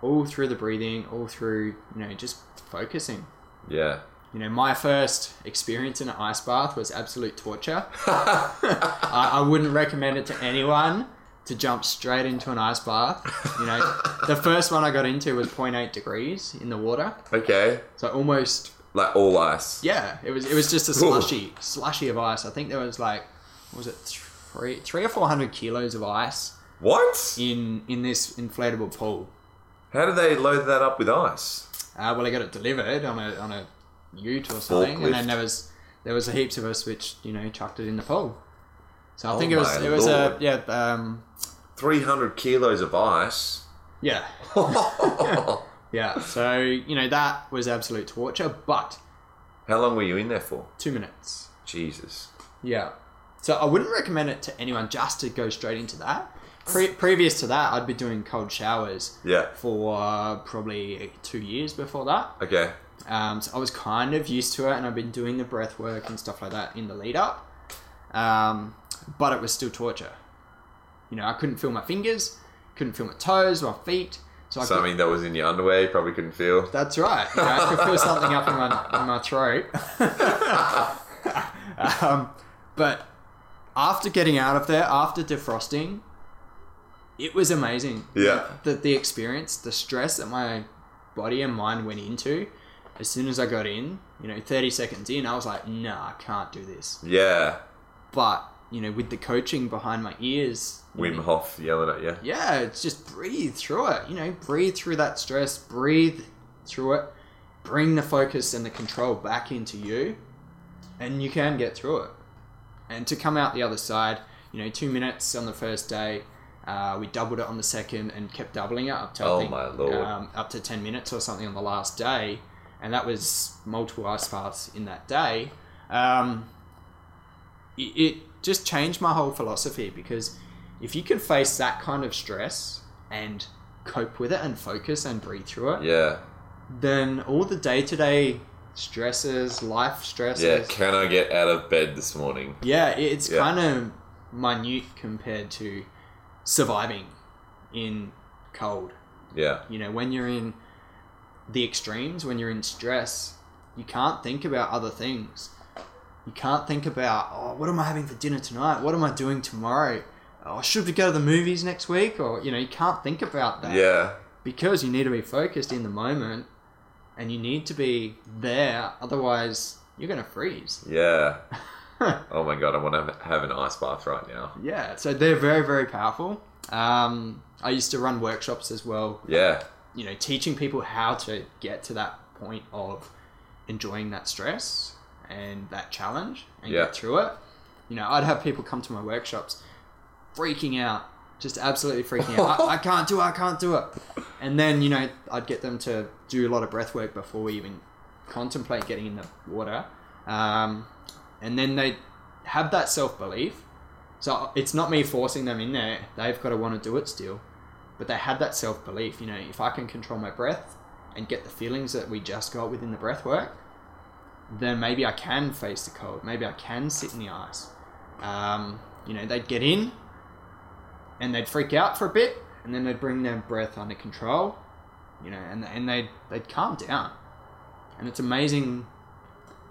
Speaker 1: all through the breathing, all through, you know, just focusing.
Speaker 2: Yeah.
Speaker 1: You know, my first experience in an ice bath was absolute torture. I, I wouldn't recommend it to anyone to jump straight into an ice bath. You know, the first one I got into was 0.8 degrees in the water.
Speaker 2: Okay.
Speaker 1: So almost,
Speaker 2: Like all ice.
Speaker 1: yeah, it was it was just a slushy, slushy of ice. I think there was like, what was it three, three or four hundred kilos of ice
Speaker 2: What?
Speaker 1: in in this inflatable pool.
Speaker 2: How do they load that up with ice?
Speaker 1: Uh, well, I got it delivered on a on a ute or something, and
Speaker 2: Forklift.
Speaker 1: then there was there was heaps of us which you know chucked it in the pool. So I
Speaker 2: Oh
Speaker 1: think it was
Speaker 2: my
Speaker 1: it was a
Speaker 2: lord.
Speaker 1: yeah um,
Speaker 2: Three hundred kilos
Speaker 1: [laughs]
Speaker 2: of ice.
Speaker 1: yeah
Speaker 2: How
Speaker 1: yeah. So you know that was absolute torture, but
Speaker 2: long were you in there for?
Speaker 1: two minutes.
Speaker 2: Jesus.
Speaker 1: Yeah. So I wouldn't recommend it to anyone just to go straight into that. Pre- previous to that, I'd be doing cold showers
Speaker 2: Yeah.
Speaker 1: for uh, probably two years before that.
Speaker 2: Okay.
Speaker 1: Um, so I was kind of used to it, and I've been doing the breath work and stuff like that in the lead up. Um, but it was still torture. You know, I couldn't feel my fingers, couldn't feel my toes, my feet. So I could,
Speaker 2: Something that was in your underwear you probably couldn't feel.
Speaker 1: that's right. You know, [laughs] I could feel something up in my in my [laughs] throat. um, but after getting out of there, after defrosting, it was amazing.
Speaker 2: Yeah.
Speaker 1: The, the experience, the stress that my body and mind went into. As soon as I got in, you know, 30 seconds in, I was like, nah, I can't do this.
Speaker 2: Yeah.
Speaker 1: But, you know, with the coaching behind my ears, you know,
Speaker 2: Wim Hof yelling at you.
Speaker 1: yeah, it's just breathe through it. You know, breathe through that stress, breathe through it, bring the focus and the control back into you, and you can get through it. And to come out the other side, you know, two minutes on the first day. Uh, we doubled it on the second and kept doubling it up to I
Speaker 2: Oh
Speaker 1: think,
Speaker 2: my lord.
Speaker 1: Um, up to ten minutes or something on the last day, and that was multiple ice baths in that day. Um, it, it just changed my whole philosophy because if you can face that kind of stress and cope with it and focus and breathe through it,
Speaker 2: Yeah.
Speaker 1: then all the day to day stresses, life stresses,
Speaker 2: Yeah. Can I get out of bed this morning?
Speaker 1: yeah, it- it's
Speaker 2: Yeah.
Speaker 1: kind of minute compared to surviving in cold.
Speaker 2: Yeah.
Speaker 1: You know, when you're in the extremes, when you're in stress, you can't think about other things. You can't think about, oh, what am I having for dinner tonight? What am I doing tomorrow? Oh, should we go to the movies next week? Or, you know, you can't think about that
Speaker 2: Yeah.
Speaker 1: because you need to be focused in the moment and you need to be there. Otherwise, you're going to freeze. [laughs]
Speaker 2: Yeah. oh my god, I want to have an ice bath right now.
Speaker 1: Yeah, so they're very, very powerful. Um, I used to run workshops as well,
Speaker 2: Yeah.
Speaker 1: you know, teaching people how to get to that point of enjoying that stress and that challenge and
Speaker 2: Yeah.
Speaker 1: get through it. You know, I'd have people come to my workshops freaking out, just absolutely freaking out. I, I can't do it, I can't do it. And then, you know, I'd get them to do a lot of breath work before we even contemplate getting in the water. Um, and then they have that self belief. So it's not me forcing them in there. They've got to want to do it still. But they had that self belief, you know, if I can control my breath and get the feelings that we just got within the breath work, then maybe I can face the cold. Maybe I can sit in the ice. Um, you know, they'd get in and they'd freak out for a bit and then they'd bring their breath under control, you know, and, and they'd, they'd calm down. And it's amazing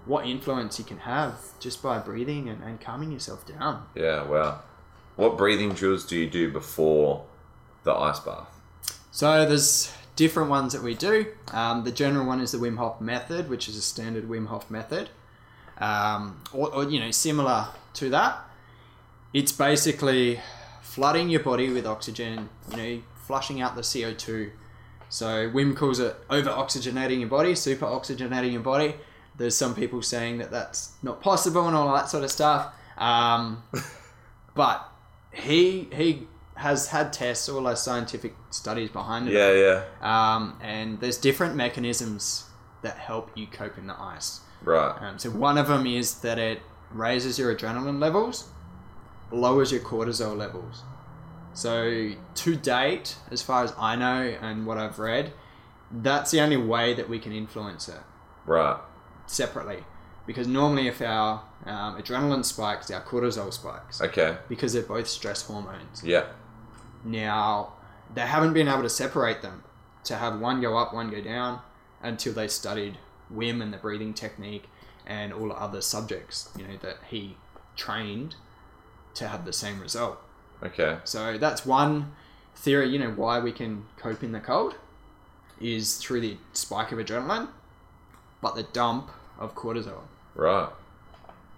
Speaker 1: what influence you can have just by breathing and, and calming yourself down.
Speaker 2: Yeah. Wow. What breathing drills do you do before the ice bath?
Speaker 1: So there's different ones that we do. Um, the general one is the Wim Hof method, which is a standard Wim Hof method, um, or, or you know similar to that. It's basically flooding your body with oxygen. You know, flushing out the CO two. So Wim calls it over oxygenating your body, super oxygenating your body. There's some people saying that that's not possible and all that sort of stuff. Um, but he he has had tests, all those scientific studies behind it.
Speaker 2: Yeah. Yeah.
Speaker 1: Um, and there's different mechanisms that help you cope in the ice.
Speaker 2: Right.
Speaker 1: Um, so one of them is that it raises your adrenaline levels, lowers your cortisol levels. So to date, as far as I know and what I've read, that's the only way that we can influence it
Speaker 2: Right.
Speaker 1: separately. Because normally, if our um, adrenaline spikes, our cortisol spikes
Speaker 2: Okay.
Speaker 1: because they're both stress hormones.
Speaker 2: Yeah.
Speaker 1: Now, they haven't been able to separate them to have one go up, one go down until they studied Wim and the breathing technique and all the other subjects, you know, that he trained to have the same result.
Speaker 2: Okay.
Speaker 1: So that's one theory, you know, why we can cope in the cold is through the spike of adrenaline, but the dump of cortisol.
Speaker 2: Right.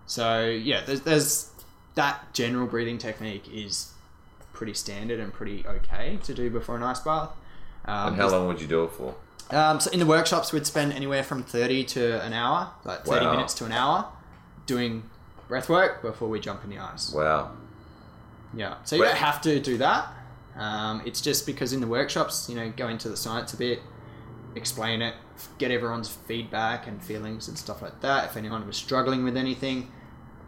Speaker 1: So yeah, there's, there's that general breathing technique is pretty standard and pretty okay to do before an ice bath. Um,
Speaker 2: And how long would you do it for?
Speaker 1: um, so in the workshops, we'd spend anywhere from thirty to an hour, like thirty
Speaker 2: Wow.
Speaker 1: minutes to an hour, doing breath work before we jump in the ice.
Speaker 2: Wow.
Speaker 1: Yeah, so you
Speaker 2: Well-
Speaker 1: don't have to do that. Um, it's just because in the workshops, you know, go into the science a bit, explain it, get everyone's feedback and feelings and stuff like that. If anyone was struggling with anything,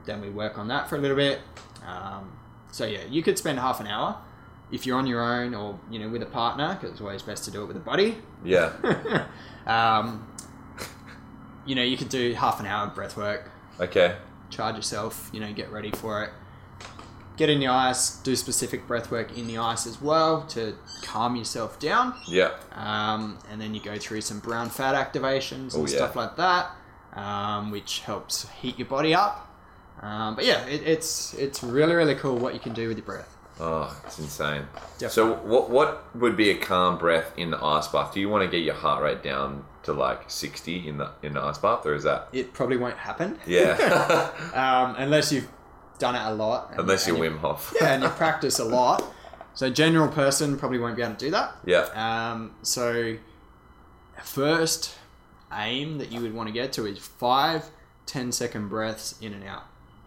Speaker 1: then we work on that for a little bit. Um, so yeah, you could spend half an hour if you're on your own or you know with a partner, because it's always best to do it with a buddy. [laughs]
Speaker 2: Yeah.
Speaker 1: um, you know, you could do half an hour of breath work,
Speaker 2: Okay.
Speaker 1: charge yourself, you know, get ready for it. Get in the ice, do specific breath work in the ice as well to calm yourself down.
Speaker 2: Yeah.
Speaker 1: Um, and then you go through some brown fat activations and
Speaker 2: Oh, yeah.
Speaker 1: stuff like that, um, which helps heat your body up. Um, but yeah, it, it's it's really really cool what you can do with your breath.
Speaker 2: Oh, it's insane.
Speaker 1: Definitely.
Speaker 2: So, what what would be a calm breath in the ice bath? Do you want to get your heart rate down to like sixty in the in the ice bath, or is that
Speaker 1: It probably won't happen. [laughs]
Speaker 2: yeah? [laughs]
Speaker 1: Um, unless you've done it a lot. and-
Speaker 2: Unless
Speaker 1: and
Speaker 2: you're
Speaker 1: you-
Speaker 2: Wim Hof.
Speaker 1: Yeah, and you practice a lot. So general person probably won't be able to do that.
Speaker 2: Yeah.
Speaker 1: Um, so, first aim that you would want to get to is five, 10 second breaths in and out.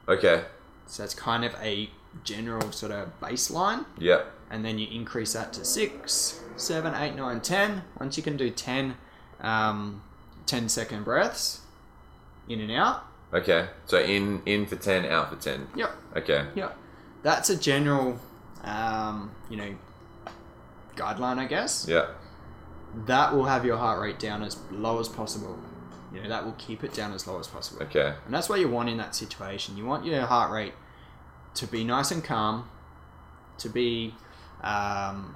Speaker 2: Okay.
Speaker 1: So that's kind of a general sort of baseline.
Speaker 2: Yep.
Speaker 1: And then you increase that to six, seven, eight, nine, ten. Once you can do 10, um, 10 second breaths in and out.
Speaker 2: Okay. So in in for ten, out for ten.
Speaker 1: Yep.
Speaker 2: Okay.
Speaker 1: Yep. That's a general, um, you know, guideline, I guess.
Speaker 2: Yeah.
Speaker 1: That will have your heart rate down as low as possible. You know, that will keep it down as low as possible.
Speaker 2: Okay.
Speaker 1: And that's what you want in that situation. You want your heart rate to be nice and calm, to be um,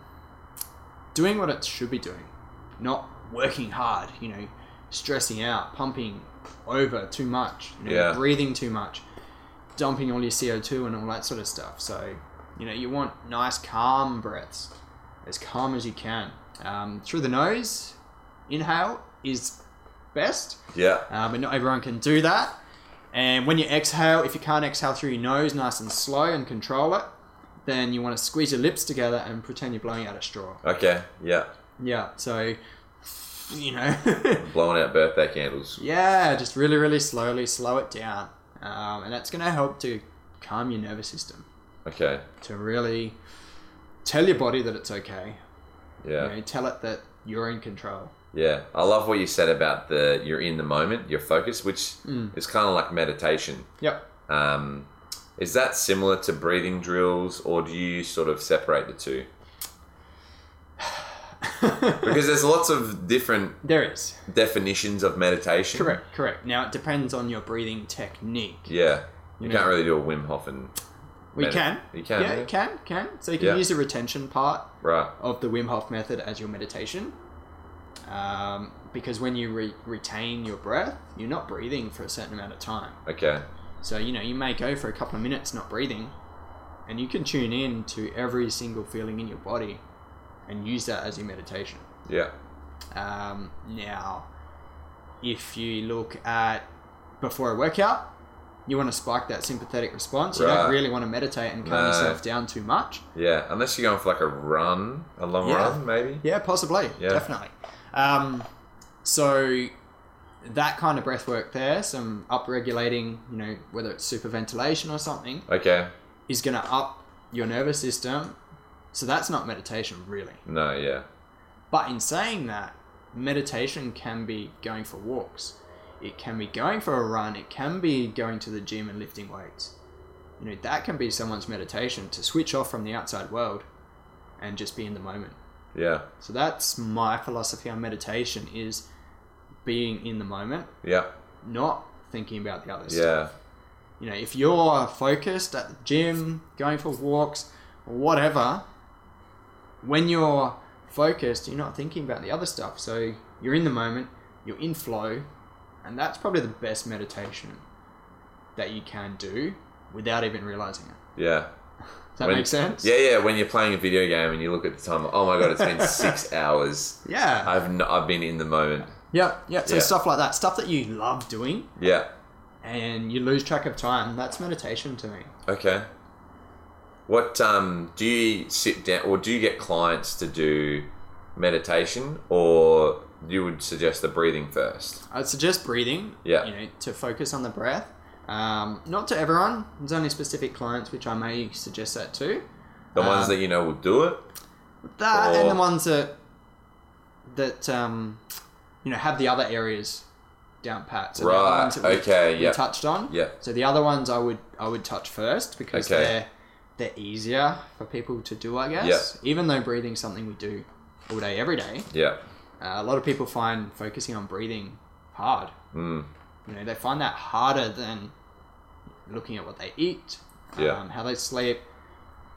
Speaker 1: doing what it should be doing, not working hard, you know, stressing out, pumping over too much, you know,
Speaker 2: Yeah.
Speaker 1: breathing too much, dumping all your CO2 and all that sort of stuff. So, you know, you want nice, calm breaths, as calm as you can. Um, through the nose, inhale is best
Speaker 2: Yeah.
Speaker 1: uh, but not everyone can do that. And when you exhale, if you can't exhale through your nose nice and slow and control it, then you want to squeeze your lips together and pretend you're blowing out a straw.
Speaker 2: Okay. Yeah.
Speaker 1: Yeah, so, you know, [laughs]
Speaker 2: Blowing out birthday candles.
Speaker 1: yeah, just really, really slowly slow it down. Um, and that's going to help to calm your nervous system,
Speaker 2: Okay.
Speaker 1: to really tell your body that it's okay. You
Speaker 2: Yeah.
Speaker 1: know, tell it that you're in control.
Speaker 2: Yeah. I love what you said about the you're in the moment, you're focused, which
Speaker 1: Hmm.
Speaker 2: is kind of like meditation.
Speaker 1: Yep.
Speaker 2: Um, is that similar to breathing drills, or do you sort of separate the two? Because there's lots of different
Speaker 1: [laughs] there is.
Speaker 2: definitions of meditation.
Speaker 1: Correct, correct. Now, it depends on your breathing technique.
Speaker 2: Yeah. You
Speaker 1: Yeah.
Speaker 2: can't really do a Wim Hof and
Speaker 1: We
Speaker 2: Medi-
Speaker 1: can.
Speaker 2: You can,
Speaker 1: Yeah,
Speaker 2: yeah.
Speaker 1: you can, can. So you can
Speaker 2: Yeah.
Speaker 1: use the retention part
Speaker 2: right.
Speaker 1: of the Wim Hof method as your meditation. Um, because when you re- retain your breath, you're not breathing for a certain amount of time.
Speaker 2: Okay.
Speaker 1: So, you know, you may go for a couple of minutes not breathing, and you can tune in to every single feeling in your body and use that as your meditation.
Speaker 2: Yeah.
Speaker 1: Um, now, if you look at before a workout, you want to spike that sympathetic response. You
Speaker 2: Right.
Speaker 1: don't really want to meditate and calm
Speaker 2: No.
Speaker 1: yourself down too much.
Speaker 2: Yeah. Unless you're going for like a run, a long
Speaker 1: Yeah.
Speaker 2: run, maybe.
Speaker 1: Yeah, possibly.
Speaker 2: Yeah.
Speaker 1: Definitely. Um, so that kind of breath work there, some upregulating, you know, whether it's superventilation or something,
Speaker 2: Okay.
Speaker 1: is going to up your nervous system. So that's not meditation, really.
Speaker 2: No. Yeah.
Speaker 1: But in saying that, meditation can be going for walks. It can be going for a run. It can be going to the gym and lifting weights. You know, that can be someone's meditation to switch off from the outside world and just be in the moment.
Speaker 2: Yeah.
Speaker 1: So that's my philosophy on meditation is being in the moment,
Speaker 2: Yeah.
Speaker 1: not thinking about the others.
Speaker 2: Yeah.
Speaker 1: You know, if you're focused at the gym, going for walks, whatever, when you're focused, you're not thinking about the other stuff. So you're in the moment, you're in flow, and that's probably the best meditation that you can do without even realizing it.
Speaker 2: Yeah.
Speaker 1: Does that
Speaker 2: When-
Speaker 1: make sense?
Speaker 2: Yeah, yeah. When you're playing a video game and you look at the time, oh my god,
Speaker 1: [laughs]
Speaker 2: it's been six hours.
Speaker 1: Yeah.
Speaker 2: I've n- I've been in the moment.
Speaker 1: Yep, yep. So
Speaker 2: Yeah.
Speaker 1: stuff like that, stuff that you love doing,
Speaker 2: Yeah.
Speaker 1: and you lose track of time. That's meditation to me.
Speaker 2: Okay. What um do you sit down or do you get clients to do meditation or you would suggest the breathing first?
Speaker 1: I'd suggest breathing.
Speaker 2: Yeah.
Speaker 1: You know, to focus on the breath. Um, not to everyone. There's only specific clients which I may suggest that to.
Speaker 2: The ones
Speaker 1: Um,
Speaker 2: that you know will do it.
Speaker 1: That
Speaker 2: Or-
Speaker 1: and the ones that that um, you know have the other areas down pat. So the other
Speaker 2: Right,
Speaker 1: ones that we-
Speaker 2: okay,
Speaker 1: we
Speaker 2: yeah.
Speaker 1: Touched on.
Speaker 2: Yeah.
Speaker 1: So the other ones I would I would touch first because
Speaker 2: Okay.
Speaker 1: they're they're easier for people to do, I guess. Even though breathing's something we do all day, every day.
Speaker 2: Yeah.
Speaker 1: Uh, a lot of people find focusing on breathing hard.
Speaker 2: Mm.
Speaker 1: You know, they find that harder than looking at what they eat,
Speaker 2: Yeah.
Speaker 1: um, how they sleep,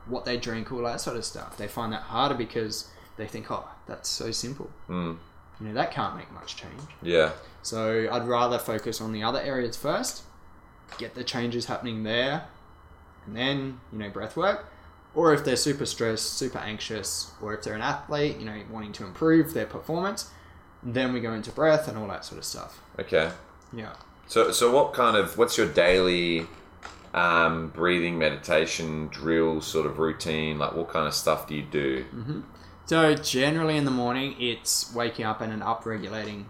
Speaker 1: what they drink, all that sort of stuff. They find that harder because they think, oh, that's so simple.
Speaker 2: Mm.
Speaker 1: You know, that can't make much change.
Speaker 2: Yeah.
Speaker 1: So I'd rather focus on the other areas first, get the changes happening there, and then, you know, breath work. Or if they're super stressed, super anxious, or if they're an athlete, you know, wanting to improve their performance, then we go into breath and all that sort of stuff.
Speaker 2: Okay.
Speaker 1: Yeah.
Speaker 2: So so what kind of what's your daily um, breathing meditation drill sort of routine? Like what kind of stuff do you do?
Speaker 1: Mm-hmm. So generally in the morning, it's waking up and an upregulating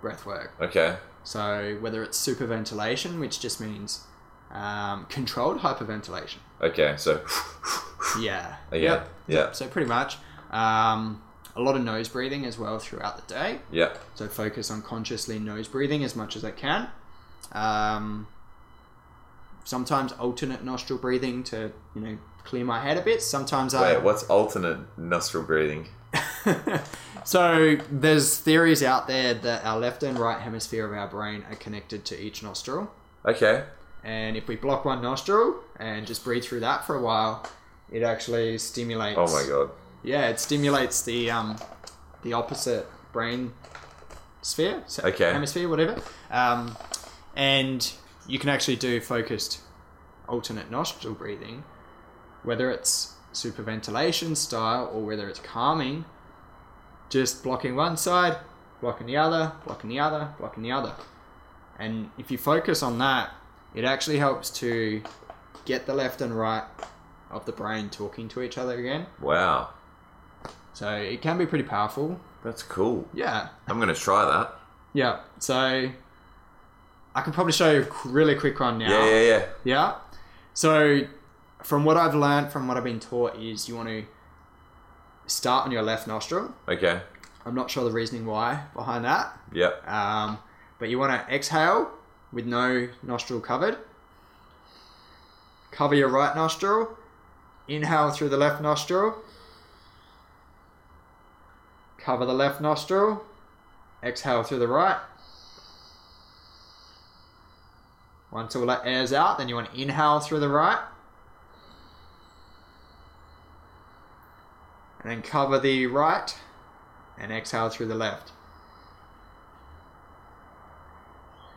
Speaker 1: breath work.
Speaker 2: Okay.
Speaker 1: So whether it's superventilation, which just means um, controlled hyperventilation.
Speaker 2: Okay, so [laughs]
Speaker 1: Yeah.
Speaker 2: yeah,
Speaker 1: Yep.
Speaker 2: yeah,
Speaker 1: So pretty much, um, a lot of nose breathing as well throughout the day.
Speaker 2: yeah,
Speaker 1: So focus on consciously nose breathing as much as I can. Um, sometimes alternate nostril breathing to you know clear my head a bit. Sometimes I
Speaker 2: Wait, what's alternate nostril breathing?
Speaker 1: [laughs] so there's theories out there that our left and right hemisphere of our brain are connected to each nostril.
Speaker 2: Okay,
Speaker 1: And if we block one nostril and just breathe through that for a while, it actually stimulates.
Speaker 2: oh my god,
Speaker 1: Yeah, it stimulates the um, the opposite brain sphere, so
Speaker 2: Okay.
Speaker 1: hemisphere, whatever. Um, and you can actually do focused alternate nostril breathing, whether it's superventilation style or whether it's calming. Just blocking one side, blocking the other, blocking the other, blocking the other. And if you focus on that, it actually helps to get the left and right of the brain talking to each other again.
Speaker 2: wow,
Speaker 1: So it can be pretty powerful.
Speaker 2: that's cool.
Speaker 1: Yeah.
Speaker 2: I'm gonna try that.
Speaker 1: Yeah. So I can probably show you a qu- really quick one now.
Speaker 2: Yeah, yeah, yeah.
Speaker 1: Yeah. So from what I've learned, from what I've been taught, is you want to start on your left nostril.
Speaker 2: Okay,
Speaker 1: I'm not sure the reasoning why behind that.
Speaker 2: yep,
Speaker 1: Um, but you want to exhale with no nostril covered. Cover your right nostril. Inhale through the left nostril. Cover the left nostril. Exhale through the right. Once all that air's out, then you want to inhale through the right. And then cover the right and exhale through the left.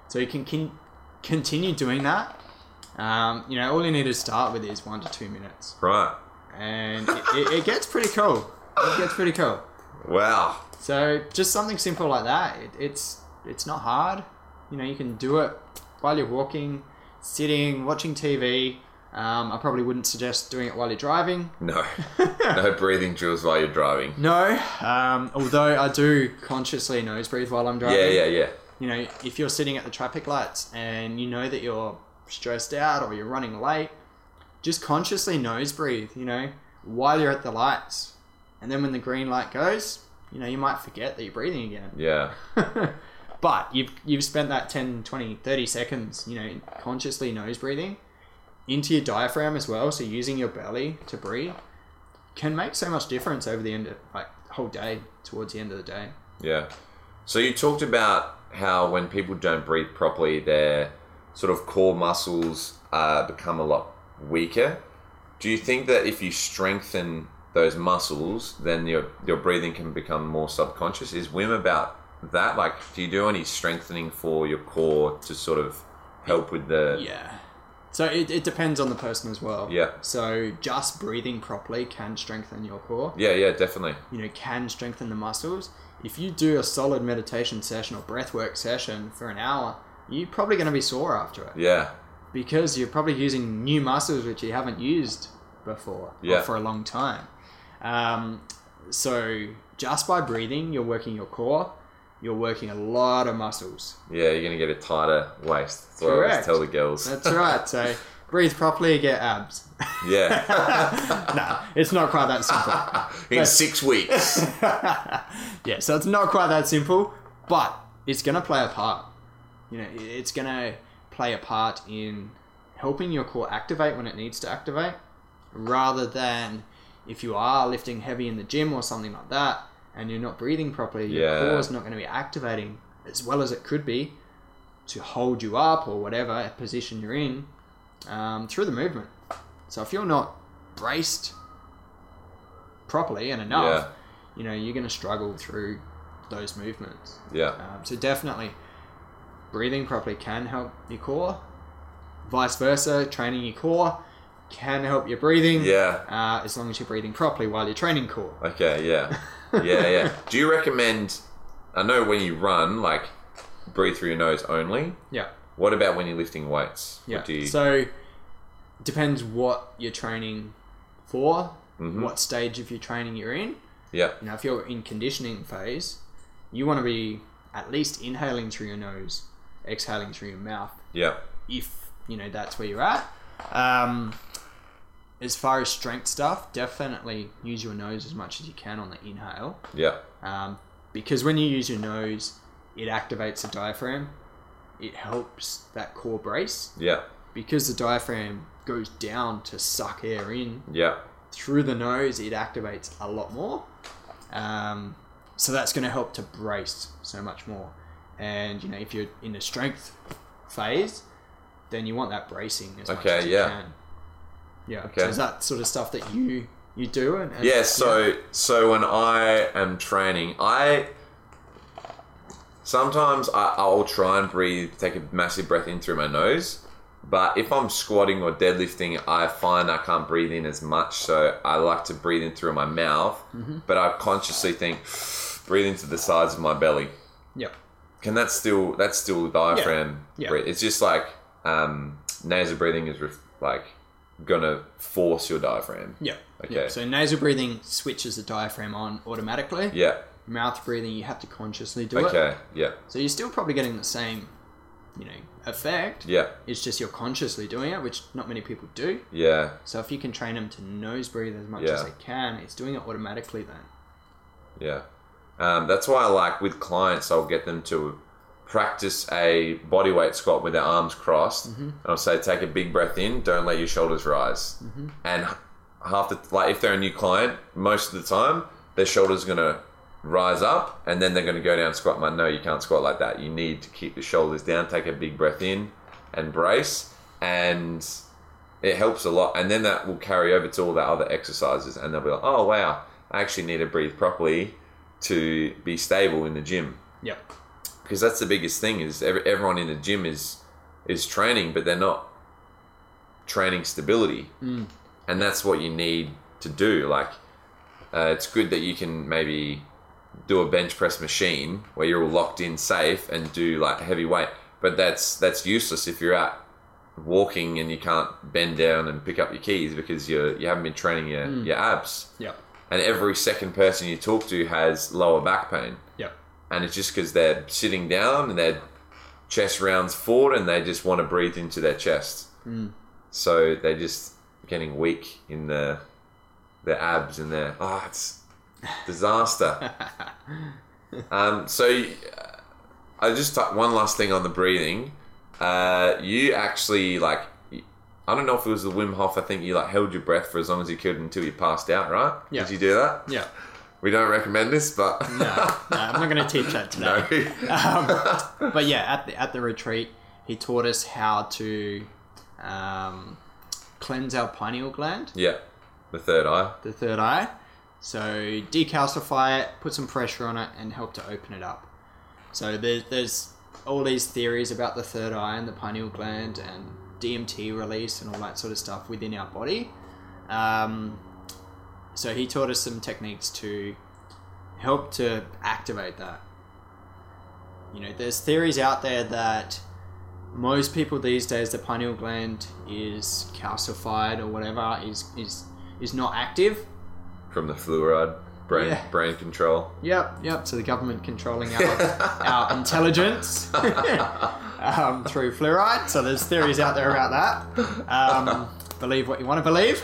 Speaker 1: So you can con- continue doing that. Um, you know, all you need to start with is one to two minutes,
Speaker 2: right.
Speaker 1: and it, it, it gets pretty cool. It gets pretty cool.
Speaker 2: Wow,
Speaker 1: So just something simple like that. It, it's it's not hard. You know, you can do it while you're walking, sitting, watching TV. Um, I probably wouldn't suggest doing it while you're driving. [laughs]
Speaker 2: no, [laughs] no breathing drills while you're driving.
Speaker 1: No, um, although I do consciously nose breathe while I'm driving.
Speaker 2: Yeah, yeah, yeah.
Speaker 1: you know, if you're sitting at the traffic lights and you know that you're stressed out or you're running late, just consciously nose breathe, you know, while you're at the lights. And then when the green light goes, you know, you might forget that you're breathing again. [laughs]
Speaker 2: Yeah,
Speaker 1: but you've, you've spent that 10, 20, 30 seconds, you know, consciously nose breathing into your diaphragm as well. So using your belly to breathe can make so much difference over the end of like whole day towards the end of the day.
Speaker 2: yeah. So you talked about how when people don't breathe properly, their sort of core muscles uh, become a lot weaker. Do you think that if you strengthen those muscles, then your your breathing can become more subconscious? Is Wim about that? Like, do you do any strengthening for your core to sort of help with the?
Speaker 1: Yeah. So it, it depends on the person as well.
Speaker 2: Yeah.
Speaker 1: So just breathing properly can strengthen your core,
Speaker 2: Yeah, yeah, definitely.
Speaker 1: you know, can strengthen the muscles. If you do a solid meditation session or breathwork session for an hour, you're probably going to be sore after it
Speaker 2: Yeah,
Speaker 1: because you're probably using new muscles which you haven't used before
Speaker 2: Yeah.
Speaker 1: or for a long time. Um, so just by breathing, you're working your core, you're working a lot of muscles.
Speaker 2: yeah. You're gonna get a tighter waist. That's what I always
Speaker 1: Correct.
Speaker 2: tell the girls. [laughs]
Speaker 1: That's right. So breathe properly, get abs.
Speaker 2: yeah.
Speaker 1: [laughs] nah, it's not quite that simple.
Speaker 2: [laughs] In six weeks.
Speaker 1: yeah, so it's not quite that simple, but it's gonna play a part. You know, i- it's gonna play a part in helping your core activate when it needs to activate, rather than if you are lifting heavy in the gym or something like that, and you're not breathing properly, your
Speaker 2: Yeah.
Speaker 1: core's not gonna be activating as well as it could be to hold you up or whatever position you're in um, through the movement. So if you're not braced properly and enough,
Speaker 2: Yeah.
Speaker 1: you know you're going to struggle through those movements.
Speaker 2: Yeah.
Speaker 1: Um, so definitely, breathing properly can help your core. Vice versa, training your core can help your breathing.
Speaker 2: Yeah.
Speaker 1: Uh, as long as you're breathing properly while you're training core.
Speaker 2: Okay, yeah.
Speaker 1: [laughs]
Speaker 2: Yeah, yeah. Do you recommend I know when you run, like breathe through your nose only.
Speaker 1: Yeah.
Speaker 2: What about when you're lifting weights?
Speaker 1: Yeah.
Speaker 2: What do you
Speaker 1: So depends what you're training for,
Speaker 2: Mm-hmm.
Speaker 1: what stage of your training you're in.
Speaker 2: Yeah.
Speaker 1: You know, if you're in conditioning phase, you want to be at least inhaling through your nose, exhaling through your mouth,
Speaker 2: Yeah.
Speaker 1: if you know that's where you're at. Um, as far as strength stuff, definitely use your nose as much as you can on the inhale,
Speaker 2: Yeah.
Speaker 1: um, because when you use your nose, it activates the diaphragm. It helps that core brace
Speaker 2: Yeah.
Speaker 1: because the diaphragm goes down to suck air in
Speaker 2: Yeah.
Speaker 1: through the nose, it activates a lot more. Um, so that's going to help to brace so much more. And you know, if you're in the strength phase, then you want that bracing as much
Speaker 2: Okay,
Speaker 1: as you
Speaker 2: yeah.
Speaker 1: can. Yeah.
Speaker 2: Okay.
Speaker 1: So is that sort of stuff that you you do? And, and
Speaker 2: Yeah, so so when I am training, I sometimes I, I'll try and breathe, take a massive breath in through my nose. But if I'm squatting or deadlifting, I find I can't breathe in as much. So I like to breathe in through my mouth,
Speaker 1: Mm-hmm.
Speaker 2: but I consciously think breathe into the sides of my belly.
Speaker 1: Yep.
Speaker 2: Can that still that's still diaphragm?
Speaker 1: Yeah.
Speaker 2: breath? It's just like um, nasal breathing is ref- like gonna force your diaphragm.
Speaker 1: Yep.
Speaker 2: Okay.
Speaker 1: Yep. So nasal breathing switches the diaphragm on automatically.
Speaker 2: Yeah.
Speaker 1: Mouth breathing, you have to consciously do it.
Speaker 2: Okay. Yeah.
Speaker 1: So you're still probably getting the same, you know, effect.
Speaker 2: Yeah.
Speaker 1: It's just you're consciously doing it, which not many people do.
Speaker 2: Yeah,
Speaker 1: So if you can train them to nose breathe as much
Speaker 2: Yeah.
Speaker 1: as they can, it's doing it automatically then.
Speaker 2: yeah. Um, that's why I like with clients, I'll get them to practice a body weight squat with their arms crossed,
Speaker 1: Mm-hmm.
Speaker 2: and I'll say, take a big breath in, don't let your shoulders rise. And h- half the like, if they're a new client, most of the time their shoulders gonna rise up, and then they're gonna go down and squat. I'm like, no, you can't squat like that. You need to keep the shoulders down, take a big breath in, and brace, and it helps a lot and then that will carry over to all the other exercises and they'll be like oh wow i actually need to breathe properly to be stable in the gym
Speaker 1: Yep.
Speaker 2: because that's the biggest thing is ev everyone in the gym is is training but they're not training stability and that's what you need to do like uh, it's good that you can maybe do a bench press machine where you're all locked in safe and do like heavy weight but that's that's useless if you're out walking and you can't bend down and pick up your keys because you you haven't been training your, your abs
Speaker 1: Yep.
Speaker 2: and every second person you talk to has lower back pain
Speaker 1: Yep.
Speaker 2: and it's just because they're sitting down and their chest rounds forward and they just want to breathe into their chest. So they're just getting weak in the their abs and their oh, it's
Speaker 1: [laughs]
Speaker 2: disaster. um, so you- I just t- one last thing on the breathing. Uh, you actually like I don't know if it was the Wim Hof. I think you like held your breath for as long as you could until you passed out, right?
Speaker 1: Yeah.
Speaker 2: Did you do that?
Speaker 1: [laughs] Yep.
Speaker 2: We don't recommend this, but
Speaker 1: No, [laughs] no, I'm not going to teach that today.
Speaker 2: [laughs] no.
Speaker 1: Um, [laughs] but yeah, at the, at the retreat, he taught us how to um, cleanse our pineal gland,
Speaker 2: [laughs] Yeah, the third eye.
Speaker 1: the third eye. So decalcify it, put some pressure on it, and help to open it up. So there's, there's all these theories about the third eye and the pineal gland and DMT release and all that sort of stuff within our body. Um, so he taught us some techniques to help to activate that. You know, there's theories out there that most people these days the pineal gland is calcified or whatever is is is not active.
Speaker 2: from the fluoride brain
Speaker 1: Yeah.
Speaker 2: brain control.
Speaker 1: Yep, yep. So the government controlling [laughs] our, our intelligence [laughs] um, through fluoride. So there's theories out there about that. Um, believe what you want to [laughs] believe.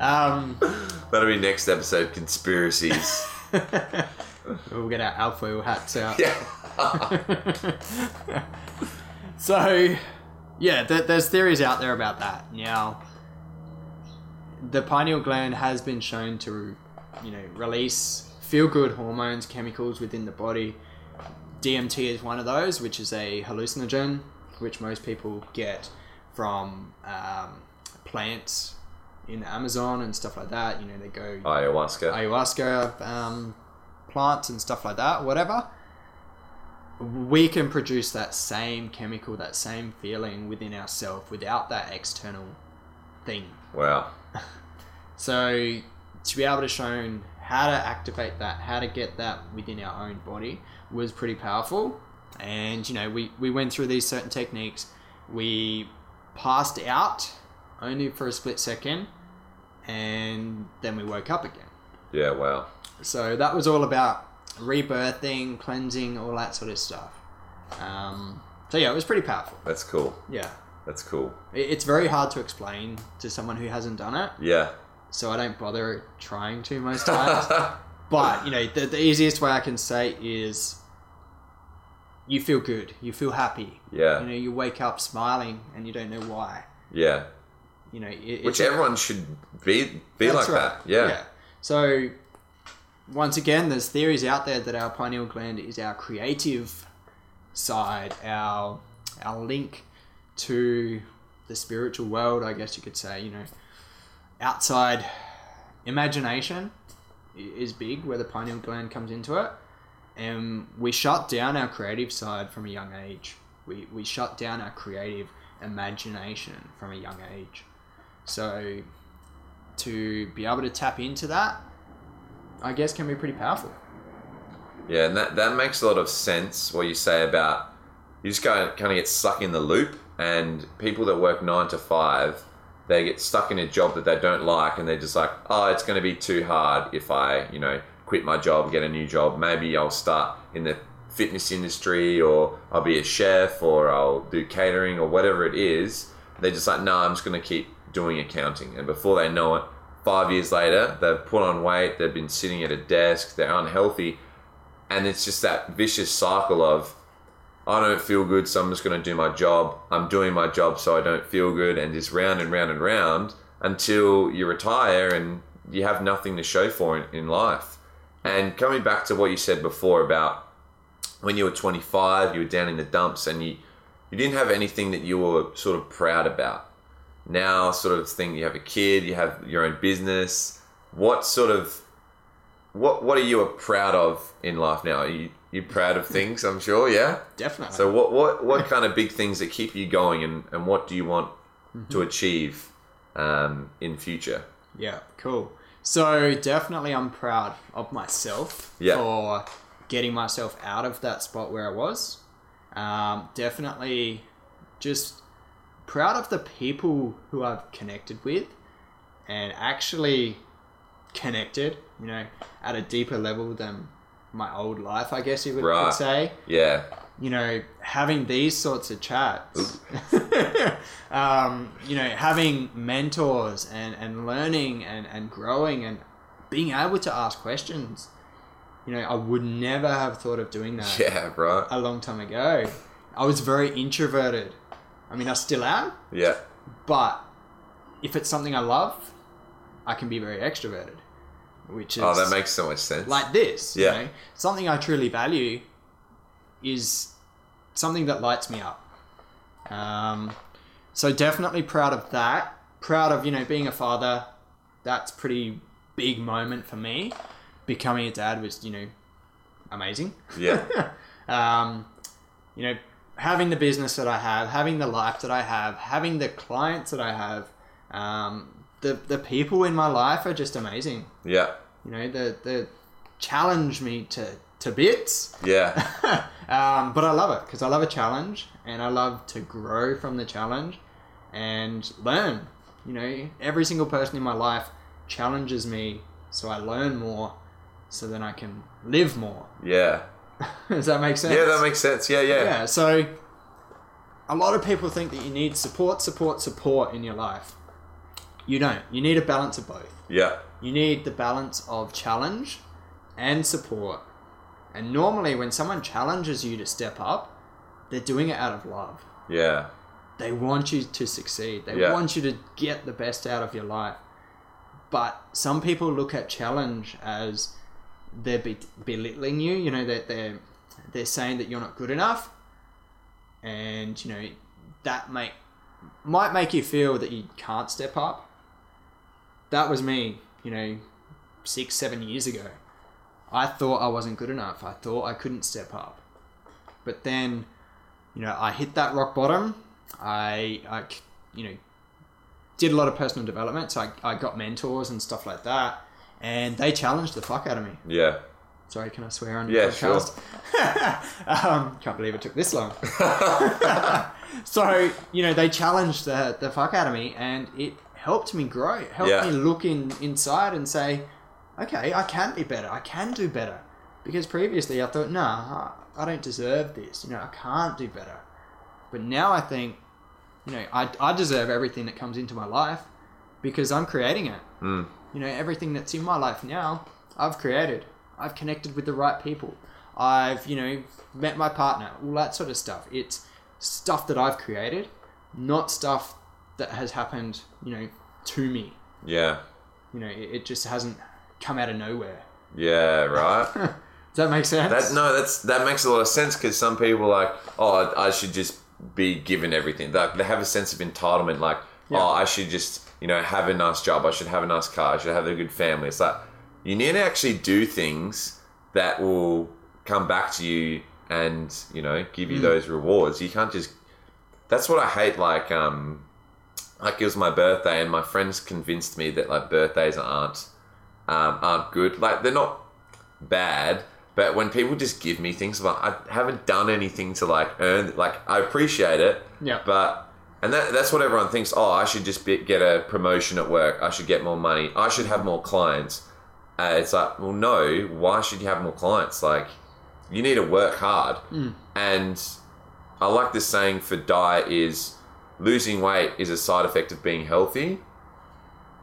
Speaker 1: um, [laughs]
Speaker 2: That'll be next episode. Conspiracies. [laughs]
Speaker 1: we'll get our alpha hats out.
Speaker 2: yeah.
Speaker 1: [laughs] So, yeah, there, there's theories out there about that. Now, the pineal gland has been shown to, you know, release feel good hormones, chemicals within the body. DMT is one of those, which is a hallucinogen, which most people get from um, plants in the Amazon and stuff like that. You know, they go
Speaker 2: Ayahuasca.
Speaker 1: ayahuasca um, plants and stuff like that, whatever, we can produce that same chemical, that same feeling within ourselves without that external thing.
Speaker 2: wow.
Speaker 1: So to be able to show how to activate that, how to get that within our own body was pretty powerful. And you know, we, we went through these certain techniques. We passed out only for a split second and then we woke up again.
Speaker 2: Yeah. Wow.
Speaker 1: So that was all about rebirthing, cleansing, all that sort of stuff. Um, So yeah, it was pretty powerful.
Speaker 2: That's cool.
Speaker 1: Yeah,
Speaker 2: That's cool.
Speaker 1: It- it's very hard to explain to someone who hasn't done it,
Speaker 2: Yeah.
Speaker 1: so I don't bother trying to most times. But you know, the, the easiest way I can say is, you feel good, you feel happy. You
Speaker 2: [laughs] yeah.
Speaker 1: know, you wake up smiling and you don't know why.
Speaker 2: Yeah.
Speaker 1: You know, it, it's
Speaker 2: Which everyone should be be
Speaker 1: That's
Speaker 2: like
Speaker 1: right.
Speaker 2: that. Yeah.
Speaker 1: So once again, there's theories out there that our pineal gland is our creative side, our our link to the spiritual world, I guess you could say, you know, outside imagination i- is big where the pineal gland comes into it. And we shut down our creative side from a young age. We, we shut down our creative imagination from a young age. So to be able to tap into that, I guess can be pretty powerful.
Speaker 2: Yeah, and that, that makes a lot of sense what you say about you just kind of, kind of get stuck in the loop, and people that work nine to five, they get stuck in a job that they don't like, and they're just like, oh, it's going to be too hard if I, you know, quit my job, get a new job. Maybe I'll start in the fitness industry, or I'll be a chef, or I'll do catering, or whatever it is. They're just like, no, I'm just going to keep doing accounting. And before they know it, five years later, they've put on weight, they've been sitting at a desk, they're unhealthy and it's just that vicious cycle of I don't feel good, so I'm just going to do my job. I'm doing my job, so I don't feel good, and just round and round and round until you retire and you have nothing to show for in, in life. And coming back to what you said before about when you were 25, you were down in the dumps, and you you didn't have anything that you were sort of proud about. Now, sort of thing, you have a kid, you have your own business. What sort of what what are you proud of in life now? Are you you proud of things? I'm sure, yeah.
Speaker 1: Definitely.
Speaker 2: So what what what kind of big things that keep you going, and and what do you want to achieve um, in future?
Speaker 1: yeah, cool. So definitely, I'm proud of myself
Speaker 2: Yeah.
Speaker 1: for getting myself out of that spot where I was. Um, definitely, just proud of the people who I've connected with and actually connected. You know, at a deeper level than my old life, I guess you would,
Speaker 2: Right.
Speaker 1: could say.
Speaker 2: Yeah,
Speaker 1: you know, having these sorts of chats, [laughs] um, you know, having mentors and, and learning and, and growing and being able to ask questions, you know, I would never have thought of doing that
Speaker 2: [laughs] yeah, right.
Speaker 1: a long time ago. I was very introverted. I mean, I still am,
Speaker 2: Yeah,
Speaker 1: but if it's something I love, I can be very extroverted, which is
Speaker 2: oh, that makes so much sense.
Speaker 1: like this.
Speaker 2: Yeah.
Speaker 1: You know? Something I truly value is something that lights me up. Um, so definitely proud of that. Proud of, you know, being a father. That's pretty big moment for me. Becoming a dad was, you know, amazing.
Speaker 2: [laughs] yeah,
Speaker 1: Um, you know, having the business that I have, having the life that I have, having the clients that I have, um, the, the people in my life are just amazing
Speaker 2: yeah,
Speaker 1: you know, the the challenge me to to
Speaker 2: [laughs]
Speaker 1: bits.
Speaker 2: yeah,
Speaker 1: um, but I love it because I love a challenge and I love to grow from the challenge and learn. You know, every single person in my life challenges me, so I learn more, so then I can live more. [laughs]
Speaker 2: yeah,
Speaker 1: Does that make sense?
Speaker 2: yeah. That makes sense. Yeah, yeah,
Speaker 1: yeah. So a lot of people think that you need support, support, support in your life. You don't. You need a balance of both.
Speaker 2: yeah,
Speaker 1: You need the balance of challenge and support. And normally, when someone challenges you to step up, they're doing it out of love.
Speaker 2: yeah,
Speaker 1: They want you to succeed, they
Speaker 2: Yeah.
Speaker 1: want you to get the best out of your life. But some people look at challenge as they're be- belittling you, you know, that they're, they're saying that you're not good enough. And, you know, that might, might make you feel that you can't step up that was me, you know, six, seven years ago. I thought I wasn't good enough. I thought I couldn't step up. But then, you know, I hit that rock bottom. I, I c- you know, did a lot of personal development. So I, I got mentors and stuff like that. And they challenged the fuck out of me.
Speaker 2: yeah.
Speaker 1: Sorry, can I swear on
Speaker 2: Yeah,
Speaker 1: your podcast? [laughs] um, can't believe it took this long. [laughs] so, you know, they challenged the, the fuck out of me and it helped me grow. It helped
Speaker 2: Yeah.
Speaker 1: me look in, inside and say, okay, I can be better. I can do better. Because previously I thought, nah, I I don't deserve this. You know, I can't do better. But now I think, you know, I, I deserve everything that comes into my life because I'm creating it.
Speaker 2: Mm.
Speaker 1: You know, everything that's in my life now, I've created. I've connected with the right people. I've, you know, met my partner, all that sort of stuff. It's stuff that I've created, not stuff that has happened, you know, to me.
Speaker 2: [laughs] Yeah.
Speaker 1: You know, it, it just hasn't come out of nowhere.
Speaker 2: Yeah. Right.
Speaker 1: Does that make sense?
Speaker 2: That no, that's that makes a lot of sense because some people are like, oh, I, I should just be given everything. Like they have a sense of entitlement. Like,
Speaker 1: Yeah.
Speaker 2: oh, I should just you know have a nice job. I should have a nice car. I should have a good family. It's like you need to actually do things that will come back to you and you know give you those rewards. You can't just. That's what I hate. Like, um, like it was my birthday, and my friends convinced me that like birthdays aren't um, aren't good. Like they're not bad, but when people just give me things, like I haven't done anything to like earn. Like I appreciate it,
Speaker 1: Yeah.
Speaker 2: but and that, that's what everyone thinks. Oh, I should just be, get a promotion at work. I should get more money. I should have more clients. Uh, it's like, well, no. Why should you have more clients? Like, you need to work hard. And I like this saying for diet is losing weight is a side effect of being healthy.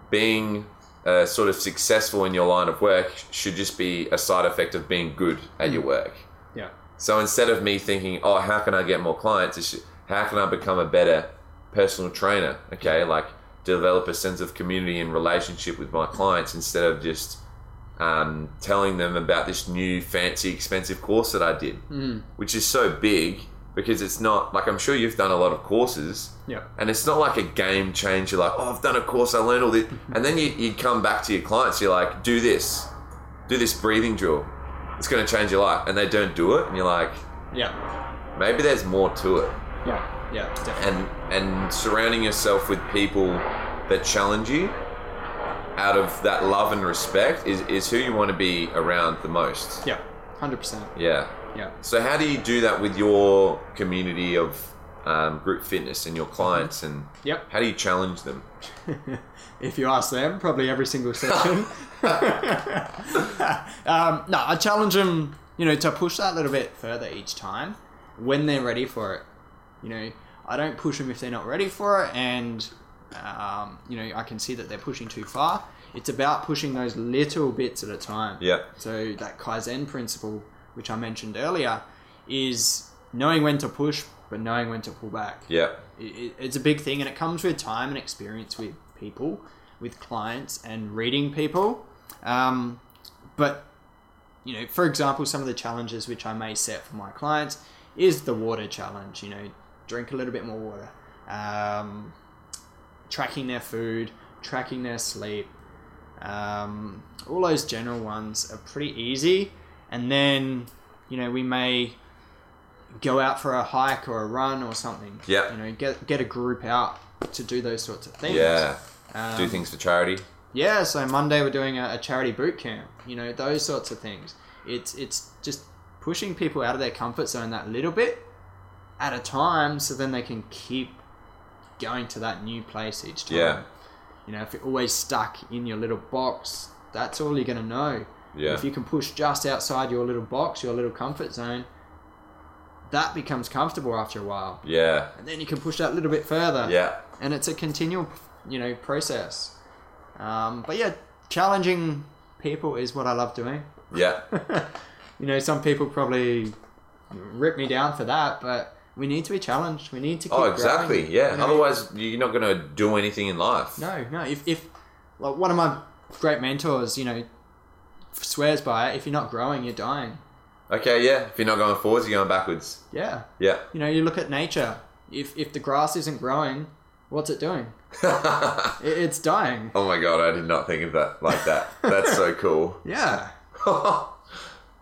Speaker 2: Being uh, sort of successful in your line of work should just be a side effect of being good at your work.
Speaker 1: yeah.
Speaker 2: So instead of me thinking, oh, how can I get more clients? It's how can I become a better personal trainer? Okay, like develop a sense of community and relationship with my clients instead of just um, telling them about this new fancy expensive course that I did,
Speaker 1: Mm.
Speaker 2: which is so big because it's not like I'm sure you've done a lot of courses.
Speaker 1: Yeah.
Speaker 2: And it's not like a game change. You're like, oh, I've done a course, I learned all this. And then you, you come back to your clients, you're like, do this, do this breathing drill. It's going to change your life. And they don't do it. And you're like,
Speaker 1: Yeah.
Speaker 2: maybe there's more to it.
Speaker 1: Yeah. Yeah. Definitely.
Speaker 2: And, and surrounding yourself with people that challenge you out of that love and respect is, is who you want to be around the most.
Speaker 1: Yeah. Hundred percent.
Speaker 2: Yeah.
Speaker 1: Yeah.
Speaker 2: So, how do you do that with your community of um, group fitness and your clients? And
Speaker 1: Yep.
Speaker 2: how do you challenge them?
Speaker 1: [laughs] if you ask them, probably every single session. [laughs] um, no, I challenge them, you know, to push that a little bit further each time when they're ready for it. You know, I don't push them if they're not ready for it, and um, you know, I can see that they're pushing too far. It's about pushing those little bits at a time.
Speaker 2: Yeah.
Speaker 1: So that Kaizen principle, which I mentioned earlier, is knowing when to push but knowing when to pull back
Speaker 2: Yeah.
Speaker 1: it, it's a big thing and it comes with time and experience with people with clients and reading people um, but you know for example some of the challenges which i may set for my clients is the water challenge you know drink a little bit more water um, tracking their food tracking their sleep um, all those general ones are pretty easy and then you know we may go out for a hike or a run or something
Speaker 2: Yeah.
Speaker 1: you know get get a group out to do those sorts of things
Speaker 2: Yeah.
Speaker 1: um,
Speaker 2: do things for charity.
Speaker 1: yeah so monday we're doing a, a charity boot camp you know those sorts of things it's it's just pushing people out of their comfort zone that little bit at a time so then they can keep going to that new place each time
Speaker 2: Yeah.
Speaker 1: you know if you're always stuck in your little box that's all you're going to know
Speaker 2: Yeah.
Speaker 1: if you can push just outside your little box your little comfort zone that becomes comfortable after a while
Speaker 2: yeah.
Speaker 1: and then you can push that little bit further
Speaker 2: Yeah.
Speaker 1: and it's a continual you know process um, but yeah challenging people is what i love doing [laughs]
Speaker 2: Yeah.
Speaker 1: you know some people probably rip me down for that but we need to be challenged we need to keep
Speaker 2: Oh, exactly.
Speaker 1: growing,
Speaker 2: Yeah.
Speaker 1: you know?
Speaker 2: Otherwise, you're not going to do anything in life.
Speaker 1: no no if, if like one of my great mentors you know swears by it if you're not growing you're dying
Speaker 2: Okay. Yeah. If you're not going forwards, you're going backwards.
Speaker 1: yeah
Speaker 2: Yeah. [laughs]
Speaker 1: you know you look at nature if if the grass isn't growing what's it doing
Speaker 2: oh
Speaker 1: it, it's dying
Speaker 2: my god, I did not think of that like that. That's
Speaker 1: [laughs]
Speaker 2: so cool. [laughs]
Speaker 1: yeah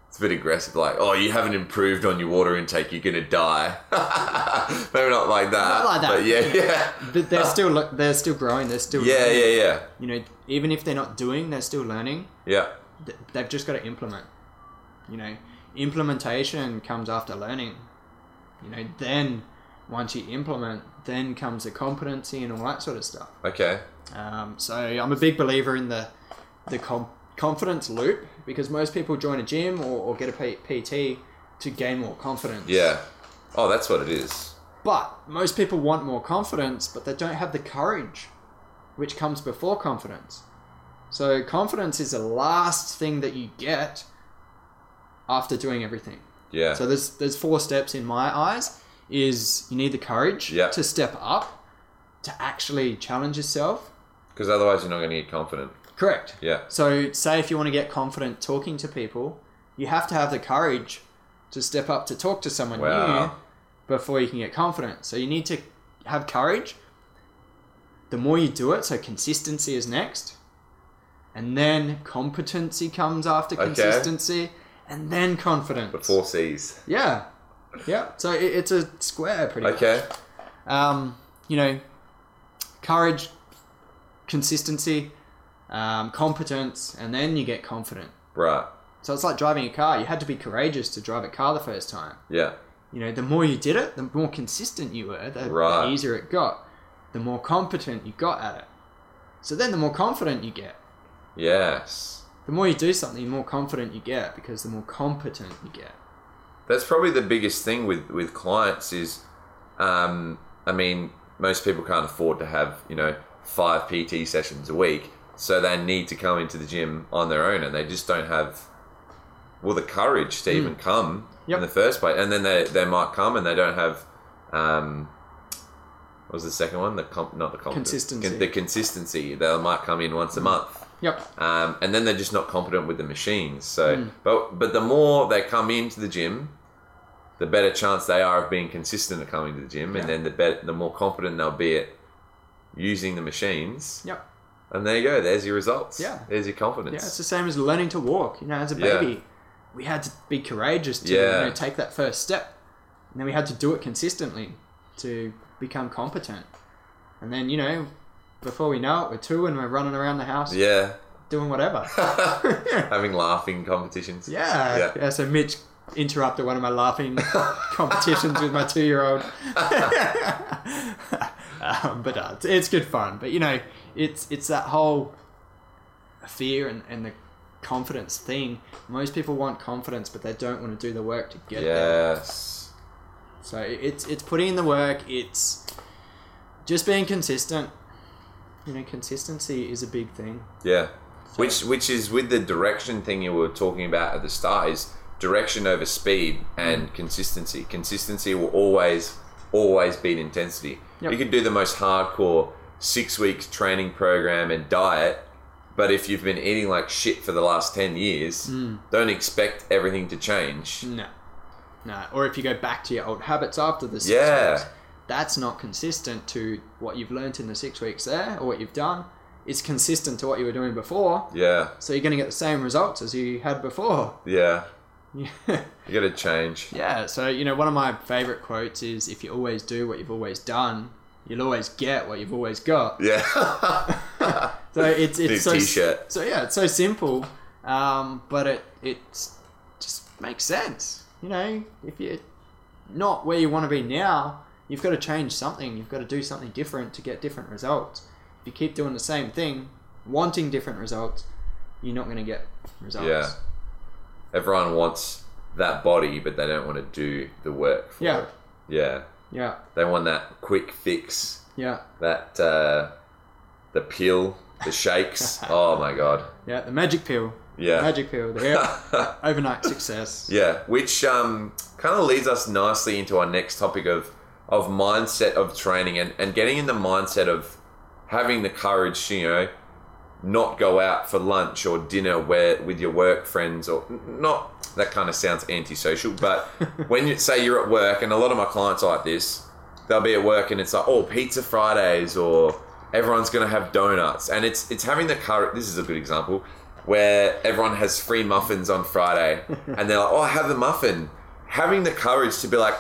Speaker 2: it's a bit aggressive. Like, oh, you haven't improved on your water intake, you're going to die. [laughs] Maybe not like that.
Speaker 1: Not like that.
Speaker 2: But yeah. Yeah.
Speaker 1: But they're still lo- they're still growing. They're still
Speaker 2: Ah. Yeah.
Speaker 1: learning.
Speaker 2: Yeah. Yeah.
Speaker 1: You know, even if they're not doing, they're still learning.
Speaker 2: Yeah.
Speaker 1: Th- They've just got to implement. You know, implementation comes after learning. You know, then once you implement, then comes the competency and all that sort of stuff.
Speaker 2: Okay.
Speaker 1: Um, so I'm a big believer in the the com- confidence loop because most people join a gym or, or get a P- PT to gain more confidence.
Speaker 2: Yeah. Oh, that's what it is.
Speaker 1: But most people want more confidence, but they don't have the courage, which comes before confidence. So confidence is the last thing that you get after doing everything.
Speaker 2: Yeah.
Speaker 1: So there's there's four steps in my eyes. Is you need the courage
Speaker 2: Yeah.
Speaker 1: to step up, to actually challenge yourself.
Speaker 2: Because otherwise, you're not going to get confident.
Speaker 1: Correct.
Speaker 2: Yeah.
Speaker 1: So say if you want to get confident talking to people, you have to have the courage to step up to talk to someone
Speaker 2: Wow.
Speaker 1: new before you can get confident. So you need to have courage. The more you do it, so consistency is next. And then competency comes after
Speaker 2: Okay.
Speaker 1: consistency. And then confidence.
Speaker 2: The four C's.
Speaker 1: Yeah. Yeah. So it, it's a square pretty much.
Speaker 2: Okay.
Speaker 1: Um, you know, courage, consistency, um, competence, and then you get confident.
Speaker 2: Right.
Speaker 1: So it's like driving a car. You had to be courageous to drive a car the first time.
Speaker 2: Yeah.
Speaker 1: You know, the more you did it, the more consistent you were, the,
Speaker 2: Right.
Speaker 1: the easier it got, the more competent you got at it. So then the more confident you get.
Speaker 2: Yes.
Speaker 1: The more you do something, the more confident you get because the more competent you get.
Speaker 2: That's probably the biggest thing with with clients is, um, I mean, most people can't afford to have you know five PT sessions a week, so they need to come into the gym on their own, and they just don't have, well, the courage to even come
Speaker 1: Hmm. Yep.
Speaker 2: in the first place, and then they they might come and they don't have, um, what was the second one? The comp, not the comp,
Speaker 1: Consistency.
Speaker 2: the consistency. They might come in once a month
Speaker 1: Yep.
Speaker 2: um, and then they're just not competent with the machines. So,
Speaker 1: Hmm.
Speaker 2: but but the more they come into the gym, the better chance they are of being consistent at coming to the gym, and
Speaker 1: Yeah.
Speaker 2: then the bet the more competent they'll be at using the machines.
Speaker 1: Yep.
Speaker 2: And there you go. There's your results.
Speaker 1: Yeah.
Speaker 2: There's
Speaker 1: Yeah,
Speaker 2: your
Speaker 1: it's
Speaker 2: confidence.
Speaker 1: the same as learning to walk. You know, as a
Speaker 2: Yeah.
Speaker 1: baby, we had to be courageous to
Speaker 2: Yeah.
Speaker 1: you know, take that first step, and then we had to do it consistently to become competent. And then you know, before we know it, we're two and we're running around the house
Speaker 2: Yeah. [laughs]
Speaker 1: doing whatever.
Speaker 2: Having laughing competitions.
Speaker 1: yeah.
Speaker 2: Yeah.
Speaker 1: yeah, So Mitch interrupted one of my laughing [laughs] competitions with my two-year-old. [laughs] um, but uh, it's, it's good fun. But you know, it's it's that whole fear and, and the confidence thing. Most people want confidence, but they don't want to do the work to get there.
Speaker 2: Yes.
Speaker 1: So it's it's putting in the work. It's just being consistent. You know, consistency is a big thing.
Speaker 2: Yeah. Which which is with the direction thing you were talking about at the start is direction over speed
Speaker 1: Mm.
Speaker 2: and consistency. Consistency will always always beat intensity.
Speaker 1: Yep.
Speaker 2: You can do the most hardcore six weeks training program and diet, but if you've been eating like shit for the last ten years,
Speaker 1: Mm.
Speaker 2: don't expect everything to change.
Speaker 1: No. No. Or if you go back to your old habits after the six
Speaker 2: Yeah.
Speaker 1: weeks, that's not consistent to what you've learnt in the six weeks there or what you've done. It's consistent to what you were doing before.
Speaker 2: Yeah.
Speaker 1: So you're going to get the same results as you had before. [laughs]
Speaker 2: Yeah.
Speaker 1: Yeah.
Speaker 2: You gotta change.
Speaker 1: yeah. So, you know, one of my favorite quotes is if you always do what you've always done, you'll always get what you've always got.
Speaker 2: Yeah. [laughs]
Speaker 1: So it's, it's so,
Speaker 2: t-shirt.
Speaker 1: so yeah, it's so simple, um, but it it just makes sense. You know, if you're not where you want to be now, you've got to change something. You've got to do something different to get different results. If you keep doing the same thing, wanting different results, you're not going to get results.
Speaker 2: yeah. Everyone wants that body, but they don't want to do the work for
Speaker 1: Yeah.
Speaker 2: it. Yeah.
Speaker 1: yeah,
Speaker 2: They want that quick fix,
Speaker 1: yeah,
Speaker 2: that uh, the pill, the shakes. oh my god.
Speaker 1: yeah. The magic pill,
Speaker 2: Yeah.
Speaker 1: magic pill.
Speaker 2: [laughs]
Speaker 1: The overnight success.
Speaker 2: yeah, which um, kind of leads us nicely into our next topic of of mindset of training and, and getting in the mindset of having the courage, to, you know, not go out for lunch or dinner where with your work friends or n- not that kind of sounds antisocial, but when you say you're at work and a lot of my clients are like this, they'll be at work and it's like, oh, pizza Fridays or everyone's gonna have donuts. And it's it's having the courage this is a good example, where everyone has free muffins on Friday and they're like, Oh, I have the muffin. Having the courage to be like,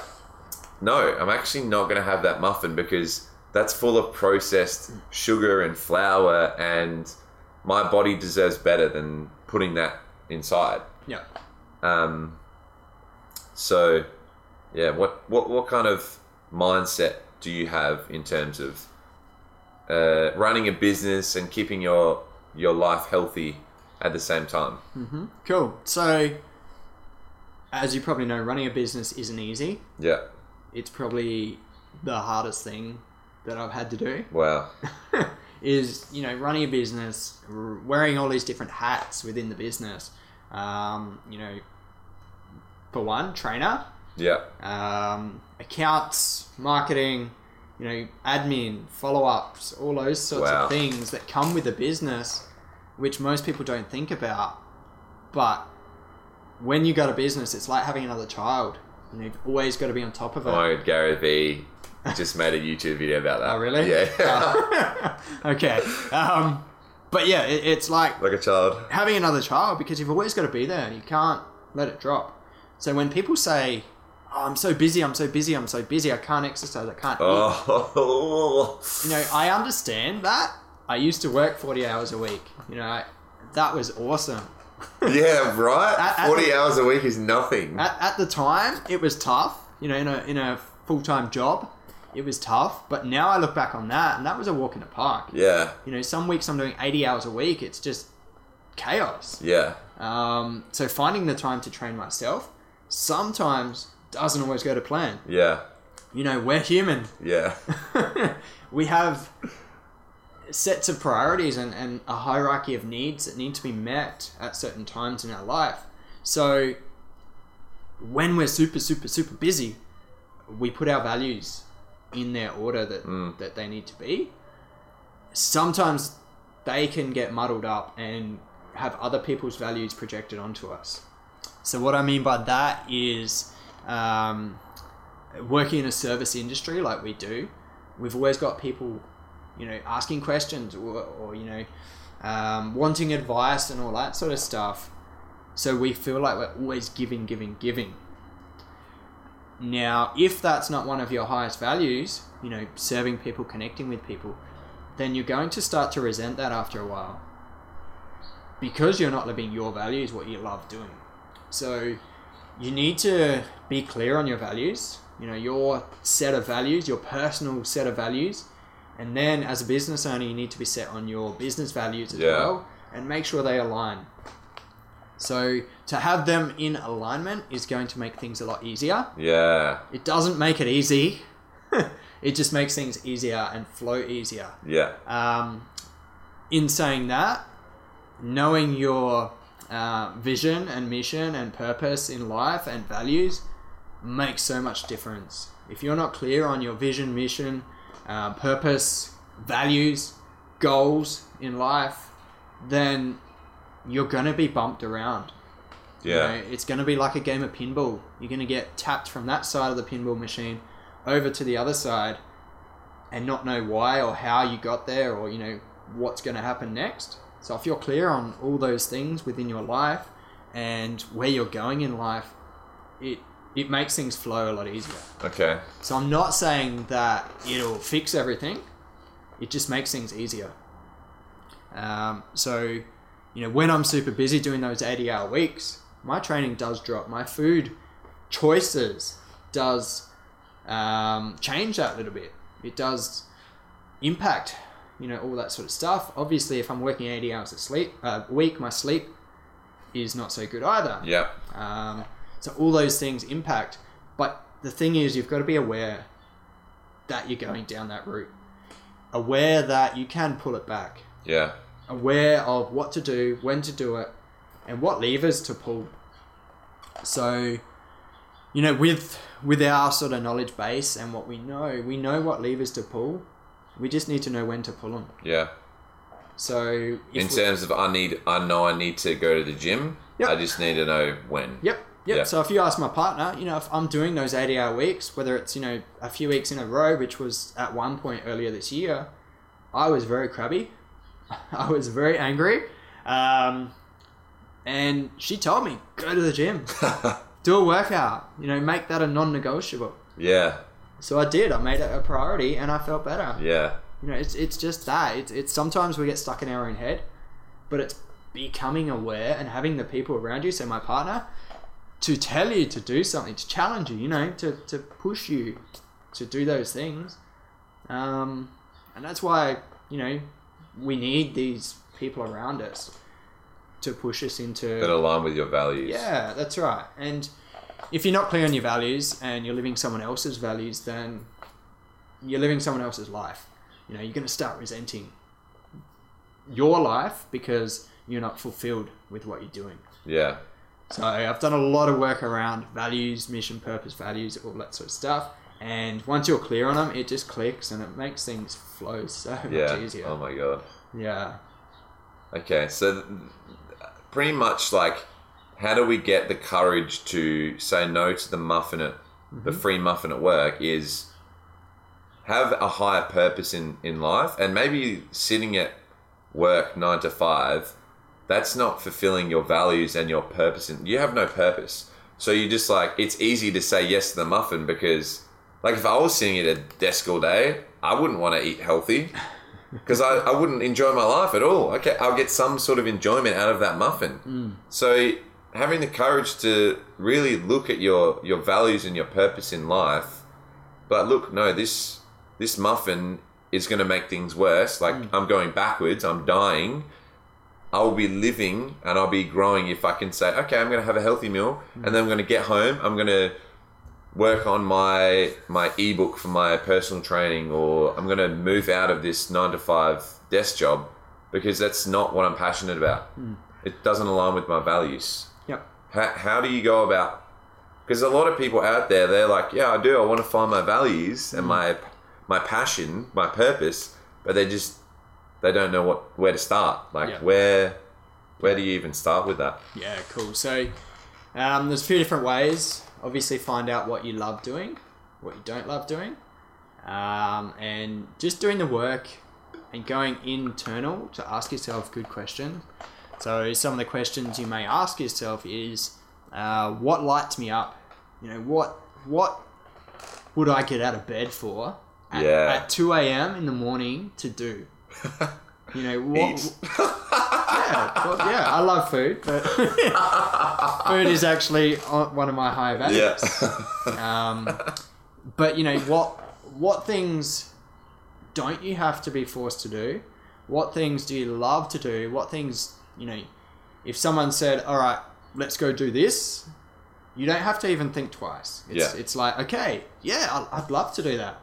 Speaker 2: no, I'm actually not going to have that muffin because that's full of processed sugar and flour, and my body deserves better than putting that inside.
Speaker 1: Yeah.
Speaker 2: Um, so, yeah, what, what, what kind of mindset do you have in terms of uh, running a business and keeping your, your life healthy at the same time?
Speaker 1: Mm-hmm. Cool. So, as you probably know, running a business isn't easy.
Speaker 2: Yeah,
Speaker 1: it's probably the hardest thing that I've had to do
Speaker 2: Wow.
Speaker 1: is you know running a business, r- wearing all these different hats within the business. Um, you know, for one, trainer,
Speaker 2: Yeah. [laughs]
Speaker 1: um, accounts, marketing, you know, admin, follow ups, all those sorts
Speaker 2: Wow.
Speaker 1: of things that come with a business, which most people don't think about. But when you got a business, it's like having another child. You know, you've always got to be on top of it.
Speaker 2: My Gary Vee just made a YouTube video about that.
Speaker 1: Oh, really?
Speaker 2: Yeah.
Speaker 1: [laughs] Oh. okay. Um, but yeah, it, it's like
Speaker 2: like a child.
Speaker 1: having another child because you've always got to be there. You can't let it drop. So when people say, oh, "I'm so busy, I'm so busy, I'm so busy, I can't exercise, I can't," eat,"
Speaker 2: Oh.
Speaker 1: you know, I understand that. I used to work forty hours a week. You know, I, that was awesome.
Speaker 2: [laughs] Yeah, right?
Speaker 1: At- at
Speaker 2: 40
Speaker 1: the-
Speaker 2: hours a week is nothing.
Speaker 1: At, at the time, it was tough. You know, in a in a full time job, it was tough. But now I look back on that, and that was a walk in the park.
Speaker 2: yeah.
Speaker 1: You know, some weeks I'm doing 80 hours a week. It's just chaos.
Speaker 2: Yeah.
Speaker 1: Um, so finding the time to train myself sometimes doesn't always go to plan.
Speaker 2: Yeah.
Speaker 1: You know, we're human. [laughs]
Speaker 2: Yeah.
Speaker 1: we have sets of priorities and, and a hierarchy of needs that need to be met at certain times in our life. So when we're super, super, super busy, we put our values in their order that,
Speaker 2: Mm,
Speaker 1: that they need to be. Mm. Sometimes they can get muddled up and have other people's values projected onto us. So, what I mean by that is um, working in a service industry like we do, we've always got people, you know, asking questions or, or you know, um, wanting advice and all that sort of stuff. So we feel like we're always giving, giving, giving. Now, if that's not one of your highest values, you know, serving people, connecting with people, then you're going to start to resent that after a while because you're not living your values, what you love doing. So you need to be clear on your values, you know, your set of values, your personal set of values. And then as a business owner, you need to be set on your business values as
Speaker 2: Yeah.
Speaker 1: well and make sure they align. So to have them in alignment is going to make things a lot easier.
Speaker 2: Yeah.
Speaker 1: It doesn't make it easy. [laughs] it just makes things easier and flow easier.
Speaker 2: Yeah.
Speaker 1: Um, in saying that, knowing your uh, vision and mission and purpose in life and values makes so much difference. If you're not clear on your vision, mission, uh, purpose, values, goals in life, then you're going to be bumped around. You
Speaker 2: Yeah.
Speaker 1: know, it's going to be like a game of pinball. You're going to get tapped from that side of the pinball machine over to the other side and not know why or how you got there or, you know, what's going to happen next. So if you're clear on all those things within your life and where you're going in life, it it makes things flow a lot easier.
Speaker 2: Okay.
Speaker 1: So I'm not saying that it'll fix everything. It just makes things easier. Um, so, you know, when I'm super busy doing those 80 hour weeks, my training does drop. My food choices does um, change that a little bit. It does impact, you know, all that sort of stuff. Obviously, if I'm working 80 hours of sleep uh, a week, my sleep is not so good either.
Speaker 2: Yeah.
Speaker 1: Um, so all those things impact. But the thing is, you've got to be aware that you're going down that route. Aware that you can pull it back.
Speaker 2: Yeah.
Speaker 1: Aware of what to do, when to do it, and what levers to pull. So, you know, with with our sort of knowledge base and what we know, we know what levers to pull. We just need to know when to pull them.
Speaker 2: Yeah.
Speaker 1: So, if
Speaker 2: In
Speaker 1: we-
Speaker 2: terms of I need, I know I need to go to the gym.
Speaker 1: Yep.
Speaker 2: I just need to know when.
Speaker 1: Yep. Yep.
Speaker 2: Yeah.
Speaker 1: So if you ask my partner, you know, if I'm doing those 80 hour weeks, whether it's, you know, a few weeks in a row, which was at one point earlier this year, I was very crabby. [laughs] I was very angry. Um, and she told me, go to the gym, do a workout, you know, make that a non negotiable.
Speaker 2: [laughs] Yeah.
Speaker 1: So I did. I made it a priority and I felt better.
Speaker 2: Yeah.
Speaker 1: You know, it's, it's just that. It's, it's sometimes we get stuck in our own head, but it's becoming aware and having the people around you, so my partner, to tell you to do something, to challenge you, you know, to, to push you to do those things. Um, and that's why, you know, we need these people around us to push us into.
Speaker 2: That align with your values.
Speaker 1: Yeah, that's right. And if you're not clear on your values and you're living someone else's values, then you're living someone else's life. You know, you're going to start resenting your life because you're not fulfilled with what you're doing.
Speaker 2: Yeah.
Speaker 1: So I've done a lot of work around values, mission, purpose, values, all that sort of stuff. And once you're clear on them, it just clicks and it makes things flow so
Speaker 2: Yeah.
Speaker 1: much easier.
Speaker 2: Oh my god.
Speaker 1: yeah.
Speaker 2: Okay, so th- pretty much like, how do we get the courage to say no to the muffin at the free muffin at work? Is have a higher purpose in in life, and maybe sitting at work nine to five, that's not fulfilling your values and your purpose. And you have no purpose, so you just like it's easy to say yes to the muffin because, like, if I was sitting at a desk all day, I wouldn't want to eat healthy because I, I wouldn't enjoy my life at all. Okay, I'll get some sort of enjoyment out of that muffin. So having the courage to really look at your your values and your purpose in life, but look, no, this this muffin is going to make things worse. Like I'm going backwards. I'm dying. I'll be living and I'll be growing if I can say, okay, I'm going to have a healthy meal, and then I'm going to get home. I'm going to work on my my ebook for my personal training or I'm going to move out of this 9 to 5 desk job because that's not what I'm passionate about. It doesn't align with my values.
Speaker 1: Yep.
Speaker 2: How, how do you go about because a lot of people out there they're like, yeah, I do. I want to find my values and my my passion, my purpose, but they just they don't know what where to start. Like
Speaker 1: Yeah.
Speaker 2: where where do you even start with that?
Speaker 1: Yeah, cool. So um, there's a few different ways. Obviously, find out what you love doing, what you don't love doing, um, and just doing the work and going internal to ask yourself good questions. So some of the questions you may ask yourself is, uh, what lights me up? You know, what what would I get out of bed for at,
Speaker 2: Yeah.
Speaker 1: at 2 a.m. in the morning to do? You know, what,
Speaker 2: Eat. [laughs]
Speaker 1: yeah, well, yeah, I love food, but food is actually on- one of my high
Speaker 2: Yeah.
Speaker 1: values. Um, but you know what? What things don't you have to be forced to do? What things do you love to do? What things you know? If someone said, "All right, let's go do this," you don't have to even think twice. It's,
Speaker 2: Yeah.
Speaker 1: it's like, okay, yeah, I- I'd love to do that.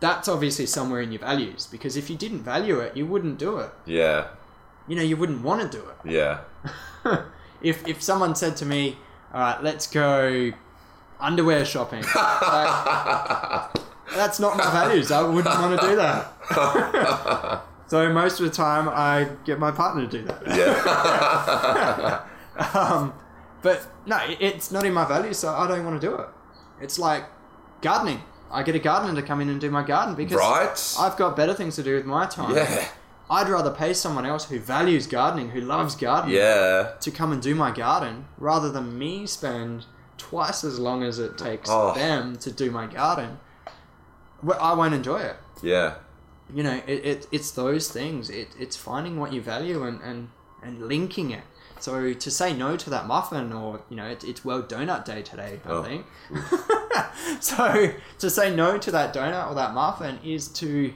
Speaker 1: That's obviously somewhere in your values because if you didn't value it, you wouldn't do it
Speaker 2: [laughs] yeah.
Speaker 1: you know, you wouldn't want to do
Speaker 2: Yeah.
Speaker 1: it. if if someone said to me, "All right, let's go underwear shopping," like, that's not my values. I wouldn't want to do that.
Speaker 2: [laughs]
Speaker 1: so most of the time, I get my partner to do that.
Speaker 2: Yeah.
Speaker 1: [laughs] Um, but no, it- it's not in my values, so I don't want to do it. It's like gardening. I get a gardener to come in and do my garden because
Speaker 2: right?
Speaker 1: I've got better things to do with my time.
Speaker 2: yeah.
Speaker 1: I'd rather pay someone else who values gardening, who loves gardening,
Speaker 2: Yeah.
Speaker 1: to come and do my garden rather than me spend twice as long as it takes
Speaker 2: Oh.
Speaker 1: them to do my garden. Well, I won't enjoy it.
Speaker 2: Yeah.
Speaker 1: You know, it, it, it's those things. It, it's finding what you value and, and, and linking it. So to say no to that muffin, or you know, it, it's World Donut Day today. I
Speaker 2: Oh.
Speaker 1: think. [laughs] so to say no to that donut or that muffin is to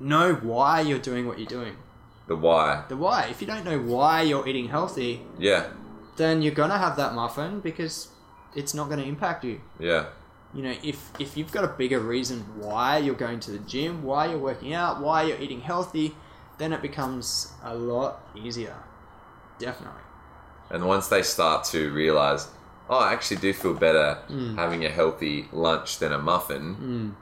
Speaker 1: know why you're doing what you're doing.
Speaker 2: The why.
Speaker 1: The why. If you don't know why you're eating healthy,
Speaker 2: Yeah.
Speaker 1: then you're gonna have that muffin because it's not gonna impact you.
Speaker 2: Yeah.
Speaker 1: You know, if if you've got a bigger reason why you're going to the gym, why you're working out, why you're eating healthy, then it becomes a lot easier. Definitely.
Speaker 2: And once they start to realize, oh, I actually do feel better
Speaker 1: Hmm.
Speaker 2: having a healthy lunch than a muffin,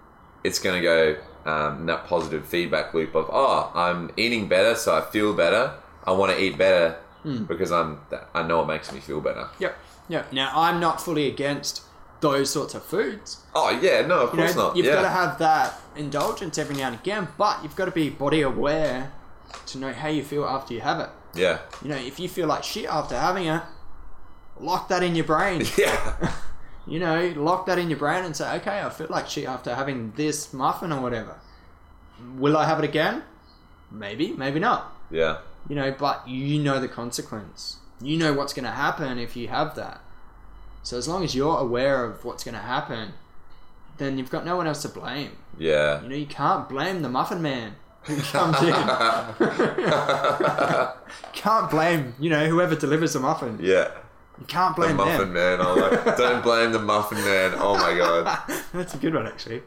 Speaker 2: it's going to go um, in that positive feedback loop of, oh, I'm eating better, so I feel better. I want to eat better
Speaker 1: Hmm.
Speaker 2: because I'm. I know it makes me feel better.
Speaker 1: Yep. Yep. Now I'm not fully against those sorts of foods.
Speaker 2: Oh yeah, no, of
Speaker 1: You know,
Speaker 2: course not.
Speaker 1: you've
Speaker 2: yeah,
Speaker 1: got to have that indulgence every now and again, but you've got to be body aware to know how you feel after you have it.
Speaker 2: yeah, [laughs]
Speaker 1: You know, if you feel like shit after having it, lock that in your brain.
Speaker 2: yeah,
Speaker 1: you know, lock that in your brain and say, okay, I feel like shit after having this muffin or whatever. Will I have it again? Maybe, maybe not.
Speaker 2: yeah,
Speaker 1: You know, but you know the consequence. You know what's going to happen if you have that. So as long as you're aware of what's going to happen, then you've got no one else to blame.
Speaker 2: yeah.
Speaker 1: [laughs]
Speaker 2: [laughs]
Speaker 1: You know, you can't blame the muffin man who comes [laughs] in. can't blame, you know, whoever delivers the muffin.
Speaker 2: yeah.
Speaker 1: You can't blame
Speaker 2: the
Speaker 1: them.
Speaker 2: Muffin Man. I'm like, don't blame the Muffin Man. Oh my god.
Speaker 1: [laughs] That's a good one, actually.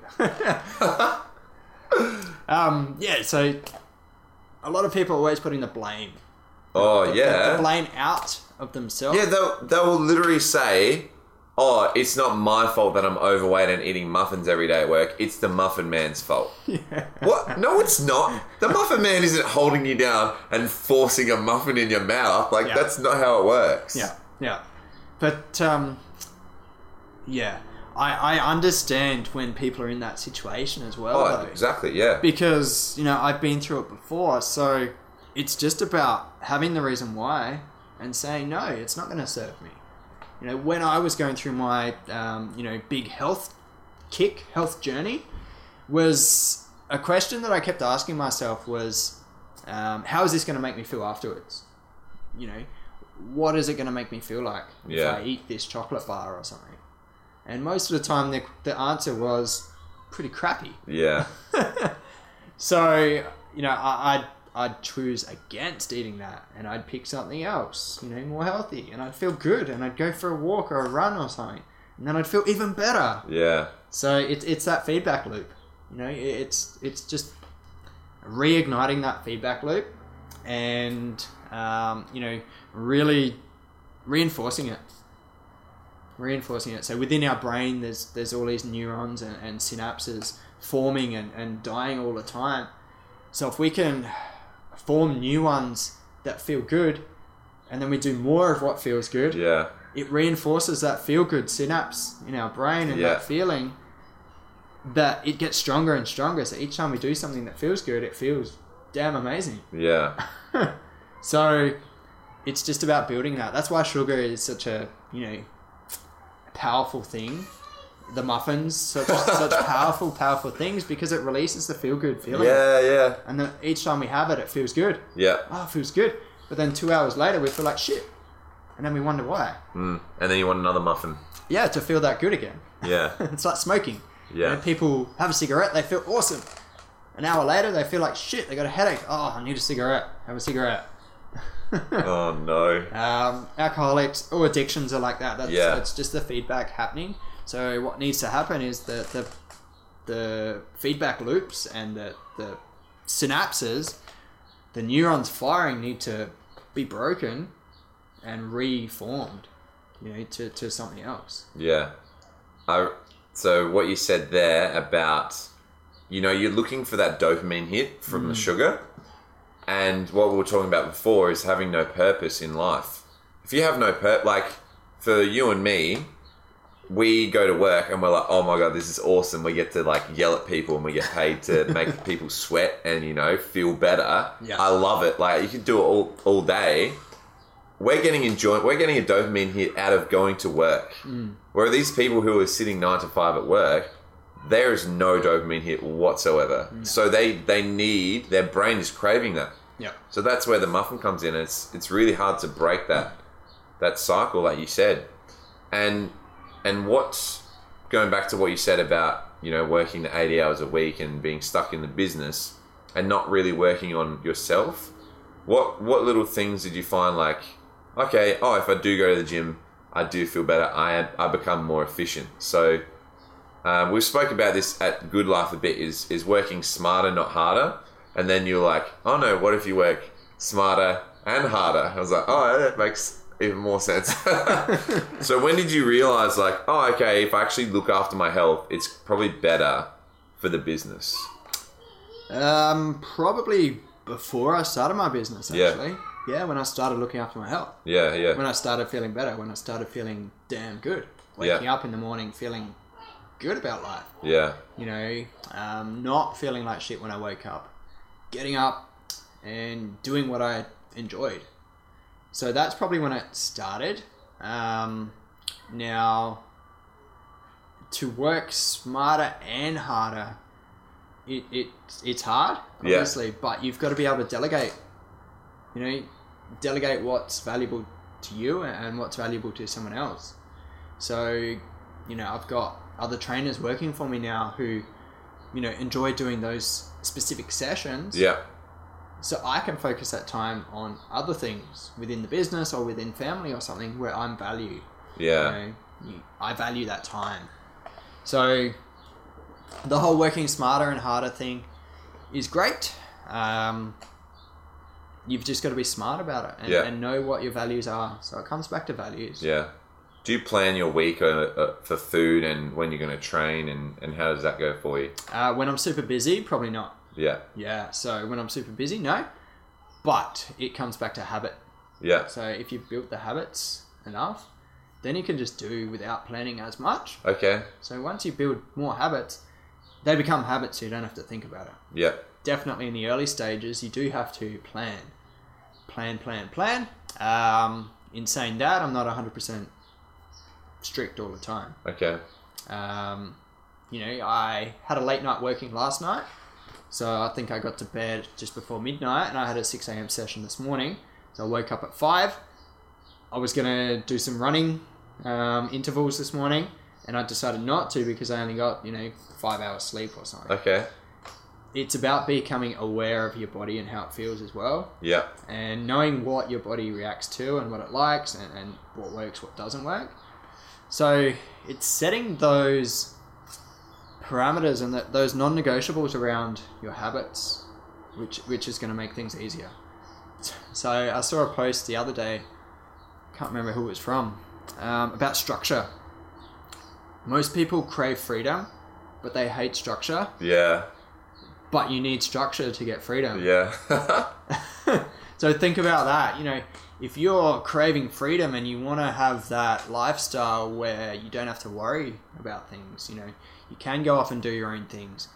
Speaker 1: um, yeah, so a lot of people are always putting the blame,
Speaker 2: Oh
Speaker 1: the
Speaker 2: yeah.
Speaker 1: blame out of themselves.
Speaker 2: Yeah, they'll they'll literally say, "Oh, it's not my fault that I'm overweight and eating muffins every day at work. It's the Muffin Man's fault."
Speaker 1: [laughs] Yeah.
Speaker 2: What? No, it's not. The Muffin Man isn't holding you down and forcing a muffin in your mouth. Like
Speaker 1: Yeah.
Speaker 2: that's not how it works.
Speaker 1: Yeah, yeah. But um, yeah, I, I understand when people are in that situation as well,
Speaker 2: Oh,
Speaker 1: though,
Speaker 2: exactly. Yeah.
Speaker 1: because you know I've been through it before. So it's just about having the reason why and saying no, it's not going to serve me. You know, when I was going through my um, you know big health kick, health journey, was a question that I kept asking myself was, um, how is this going to make me feel afterwards? You know, what is it going to make me feel like
Speaker 2: Yeah.
Speaker 1: if I eat this chocolate bar or something? And most of the time, the, the answer was pretty crappy.
Speaker 2: Yeah.
Speaker 1: So you know, I, I'd I'd choose against eating that, and I'd pick something else, you know, more healthy, and I'd feel good, and I'd go for a walk or a run or something, and then I'd feel even better.
Speaker 2: Yeah.
Speaker 1: So it's it's that feedback loop, you know, it- it's it's just reigniting that feedback loop, and um, you know, really reinforcing it. Reinforcing it. So within our brain, there's there's all these neurons and, and synapses forming and, and dying all the time. So if we can form new ones that feel good, and then we do more of what feels good,
Speaker 2: Yeah.
Speaker 1: it reinforces that feel good synapse in our brain and
Speaker 2: Yeah.
Speaker 1: that feeling that it gets stronger and stronger. So each time we do something that feels good, it feels damn amazing.
Speaker 2: Yeah.
Speaker 1: So it's just about building that. That's why sugar is such a, you know, powerful thing. The muffins,
Speaker 2: [laughs]
Speaker 1: such, such powerful, powerful things because it releases the feel good feeling.
Speaker 2: Yeah. Yeah.
Speaker 1: And then each time we have it, it feels good.
Speaker 2: Yeah.
Speaker 1: Oh, it feels good. But then two hours later, we feel like shit. And then we wonder why.
Speaker 2: Mm. And then you want another muffin.
Speaker 1: Yeah, to feel that good again. [laughs]
Speaker 2: Yeah.
Speaker 1: it's like smoking.
Speaker 2: Yeah.
Speaker 1: You know, people have a cigarette, they feel awesome. An hour later, they feel like shit. They got a headache. Oh, I need a cigarette. Have a cigarette.
Speaker 2: oh no.
Speaker 1: um, alcoholics or addictions are like that. That's,
Speaker 2: Yeah.
Speaker 1: that's just the feedback happening. So what needs to happen is the the, the feedback loops and the, the synapses, the neurons firing need to be broken and reformed, you know, to, to something else.
Speaker 2: Yeah. I, so what you said there about, you know, you're looking for that dopamine hit from the sugar, and what we were talking about before is having no purpose in life. If you have no pur, like for you and me, we go to work and we're like, oh my god, this is awesome. We get to like yell at people and we get paid to make people sweat and you know feel better.
Speaker 1: Yeah.
Speaker 2: I love it. Like you could do it all all day. We're getting enjoy. We're getting a dopamine hit out of going to work. Where these people who are sitting nine to five at work, there is no dopamine hit whatsoever. So they they need their brain is craving that.
Speaker 1: Yeah.
Speaker 2: So that's where the muffin comes in. It's it's really hard to break that that cycle, like you said, and and what's going back to what you said about you know working the eighty hours a week and being stuck in the business and not really working on yourself. What what little things did you find like? Okay, oh, if I do go to the gym, I do feel better. I I become more efficient. So. Um, we've spoke about this at Good Life a bit. Is is working smarter, not harder? And then you're like, oh no, what if you work smarter and harder? I was like, oh, that makes even more sense. [laughs] so when did you realize like, oh, okay, if I actually look after my health, it's probably better for the business?
Speaker 1: Um, probably before I started my business,
Speaker 2: Yeah.
Speaker 1: actually. Yeah. when I started looking after my health,
Speaker 2: Yeah,
Speaker 1: when
Speaker 2: yeah,
Speaker 1: I started feeling better, when I started feeling damn good,
Speaker 2: Yeah.
Speaker 1: waking up in the morning feeling good about life,
Speaker 2: yeah,
Speaker 1: you know, um, not feeling like shit when I woke up, getting up and doing what I enjoyed. So that's probably when it started. Um, now, to work smarter and harder, it, it it's hard,
Speaker 2: Yeah.
Speaker 1: obviously, but you've got to be able to delegate. You know, delegate what's valuable to you and what's valuable to someone else. So, you know, I've got other trainers working for me now who, you know, enjoy doing those specific sessions.
Speaker 2: yeah,
Speaker 1: so I can focus that time on other things within the business or within family or something where I'm valued.
Speaker 2: Yeah.
Speaker 1: You know, you- I value that time. So the whole working smarter and harder thing is great. Um, you've just got to be smart about it and,
Speaker 2: Yeah.
Speaker 1: and know what your values are. So it comes back to values.
Speaker 2: Yeah. Do you plan your week uh, uh, for food and when you're going to train and, and how does that go for you?
Speaker 1: Uh, when I'm super busy, probably not.
Speaker 2: Yeah.
Speaker 1: Yeah. So when I'm super busy, no. But it comes back to habit.
Speaker 2: Yeah.
Speaker 1: So if you've built the habits enough, then you can just do without planning as much.
Speaker 2: Okay.
Speaker 1: So once you build more habits, they become habits, so you don't have to think about it.
Speaker 2: Yeah.
Speaker 1: Definitely in the early stages, you do have to plan. Plan, plan, plan. Um, in saying that, I'm not 100% strict all the time.
Speaker 2: Okay.
Speaker 1: Um, you know, I had a late night working last night, so I think I got to bed just before midnight, and I had a 6 a.m. session this morning. So I woke up at 5. I was going to do some running um, intervals this morning, and I decided not to because I only got, you know, five hours sleep or something.
Speaker 2: Okay.
Speaker 1: It's about becoming aware of your body and how it feels as well,
Speaker 2: Yeah.
Speaker 1: and knowing what your body reacts to and what it likes and, and what works, what doesn't work. So it's setting those parameters and that those non-negotiables around your habits, which which is going to make things easier. So I saw a post the other day, can't remember who it was from, um, about structure. Most people crave freedom, but they hate structure.
Speaker 2: Yeah.
Speaker 1: But you need structure to get freedom.
Speaker 2: Yeah. [laughs]
Speaker 1: so think about that. You know, if you're craving freedom and you want to have that lifestyle where you don't have to worry about things, you know, you can go off and do your own things.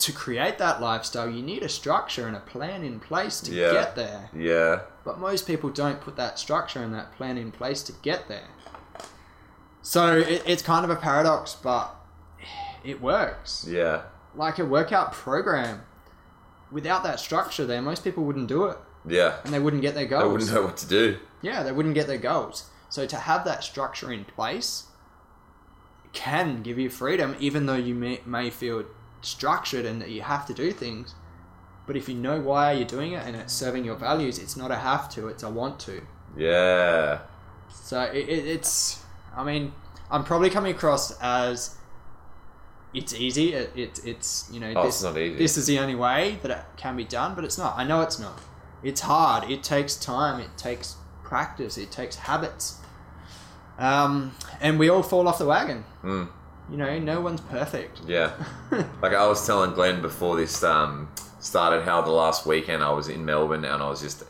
Speaker 1: To create that lifestyle, you need a structure and a plan in place to
Speaker 2: Yeah.
Speaker 1: get there.
Speaker 2: yeah.
Speaker 1: But most people don't put that structure and that plan in place to get there. So it, it's kind of a paradox, but it works
Speaker 2: Yeah.
Speaker 1: like a workout program. Without that structure, there, most people wouldn't do it
Speaker 2: Yeah.
Speaker 1: and they wouldn't get their
Speaker 2: I
Speaker 1: goals.
Speaker 2: wouldn't know what to do.
Speaker 1: Yeah, they wouldn't get their goals. So to have that structure in place can give you freedom, even though you may, may feel structured and that you have to do things. But if you know why you're doing it and it's serving your values, it's not a have to, it's a want to.
Speaker 2: Yeah.
Speaker 1: So it, it, it's, I mean, I'm probably coming across as it's easy. It, it, it's you know
Speaker 2: Oh,
Speaker 1: this,
Speaker 2: it's not easy.
Speaker 1: this is the only way that it can be done, but it's not. I know it's not. It's hard. It takes time. It takes practice. It takes habits. Um, and we all fall off the wagon.
Speaker 2: Mm.
Speaker 1: You know, no one's perfect. [laughs]
Speaker 2: Yeah. Like I was telling Glenn before this um, started, how the last weekend I was in Melbourne and I was just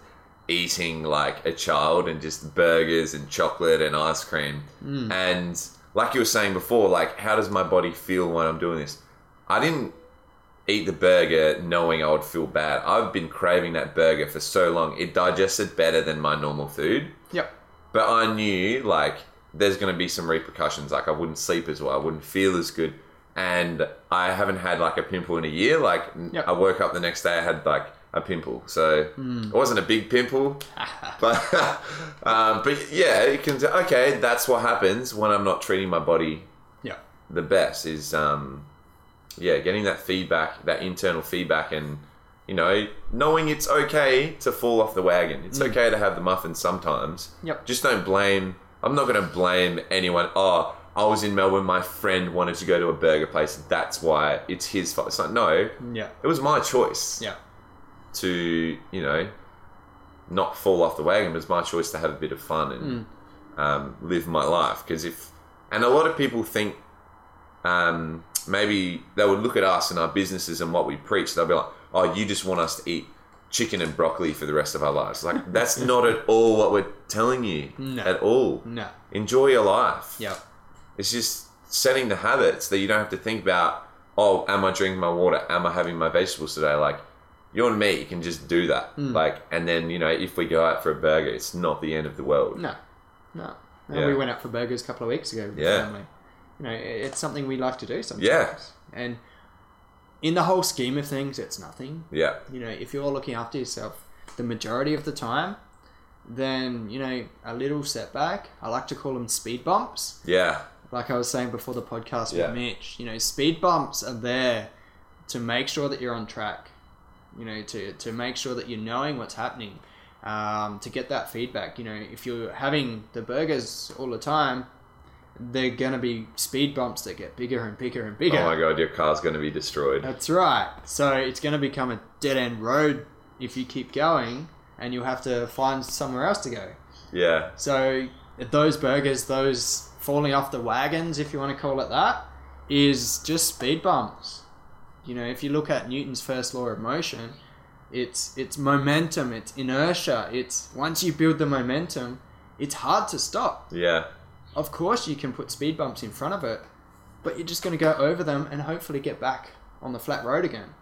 Speaker 2: eating like a child and just burgers and chocolate and ice cream.
Speaker 1: Hmm.
Speaker 2: And like you were saying before, like how does my body feel when I'm doing this? I didn't eat the burger knowing I would feel bad. I've been craving that burger for so long. It digested better than my normal food.
Speaker 1: yep.
Speaker 2: But I knew like there's going to be some repercussions. Like I wouldn't sleep as well. I wouldn't feel as good. And I haven't had like a pimple in a year. Like n-
Speaker 1: Yep.
Speaker 2: I woke up the next day, I had like a pimple. So it wasn't a big pimple, but [laughs] um, but yeah, you can. T- okay, that's what happens when I'm not treating my body
Speaker 1: Yep.
Speaker 2: the best. Is um, yeah, getting that feedback, that internal feedback, and you know, knowing it's okay to fall off the wagon. It's okay to have the muffins sometimes.
Speaker 1: Mm. Yep.
Speaker 2: Just don't blame. I'm not going to blame anyone. Oh, I was in Melbourne. My friend wanted to go to a burger place. That's why it's his fault. It's like no,
Speaker 1: Yeah.
Speaker 2: it was my choice
Speaker 1: Yeah.
Speaker 2: to you know not fall off the wagon. It was my choice to have a bit of fun
Speaker 1: Mm.
Speaker 2: and
Speaker 1: Hmm.
Speaker 2: um, live my life. Because if and a lot of people think um, maybe they would look at us and our businesses and what we preach. They'll be like, "Oh, you just want us to eat." Chicken and broccoli for the rest of our
Speaker 1: [laughs]
Speaker 2: lives. Like that's not at all what we're telling you
Speaker 1: No.
Speaker 2: at all
Speaker 1: No.
Speaker 2: enjoy your life.
Speaker 1: Yep.
Speaker 2: It's just setting the habits that you don't have to think about, oh, am I drinking my water? Am I having my vegetables today? Like, you and me can just do that.
Speaker 1: Mm.
Speaker 2: Like, and then, you know, if we go out for a burger, it's not the end of the world.
Speaker 1: No, no. No,
Speaker 2: Yeah.
Speaker 1: We went out for burgers a couple of weeks ago with
Speaker 2: Yeah.
Speaker 1: the family. You know, i- it's something we like to do sometimes.
Speaker 2: Yeah.
Speaker 1: And in the whole scheme of things, it's nothing.
Speaker 2: Yeah.
Speaker 1: You know, if you're looking after yourself the majority of the time, then, you know, a little setback, I like to call them speed bumps.
Speaker 2: Yeah.
Speaker 1: Like I was saying before the podcast
Speaker 2: Yeah.
Speaker 1: with Mitch, you know, speed bumps are there to make sure that you're on track. you know, to, to make sure that you're knowing what's happening, um, to get that feedback. You know, if you're having the burgers all the time, they're going to be speed bumps that get bigger and bigger and [laughs] bigger.
Speaker 2: Oh my god, your car's going to be destroyed.
Speaker 1: That's right. So it's going to become a dead end road if you keep going and you'll have to find somewhere else to go.
Speaker 2: Yeah.
Speaker 1: So those burgers, those falling off the wagons, if you want to call it that, is just speed bumps. You know, if you look at Newton's first law of motion, it's it's momentum, it's inertia. It's once you build the momentum, it's hard to stop.
Speaker 2: Yeah.
Speaker 1: Of course, you can put speed bumps in front of it, but you're just going to go over them and hopefully get back on the flat road again.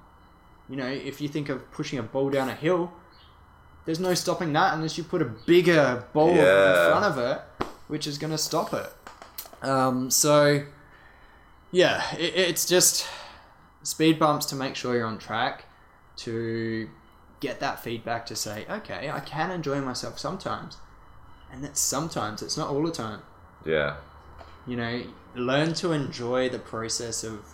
Speaker 1: You know, if you think of pushing a ball down a hill, there's no stopping that unless you put a bigger ball
Speaker 2: Yeah.
Speaker 1: in front of it, which is going to stop it. Um, so, yeah, it, it's just speed bumps to make sure you're on track, to get that feedback to say, okay, I can enjoy myself sometimes. And that's sometimes, it's not all the time
Speaker 2: Yeah.
Speaker 1: you know learn to enjoy the process of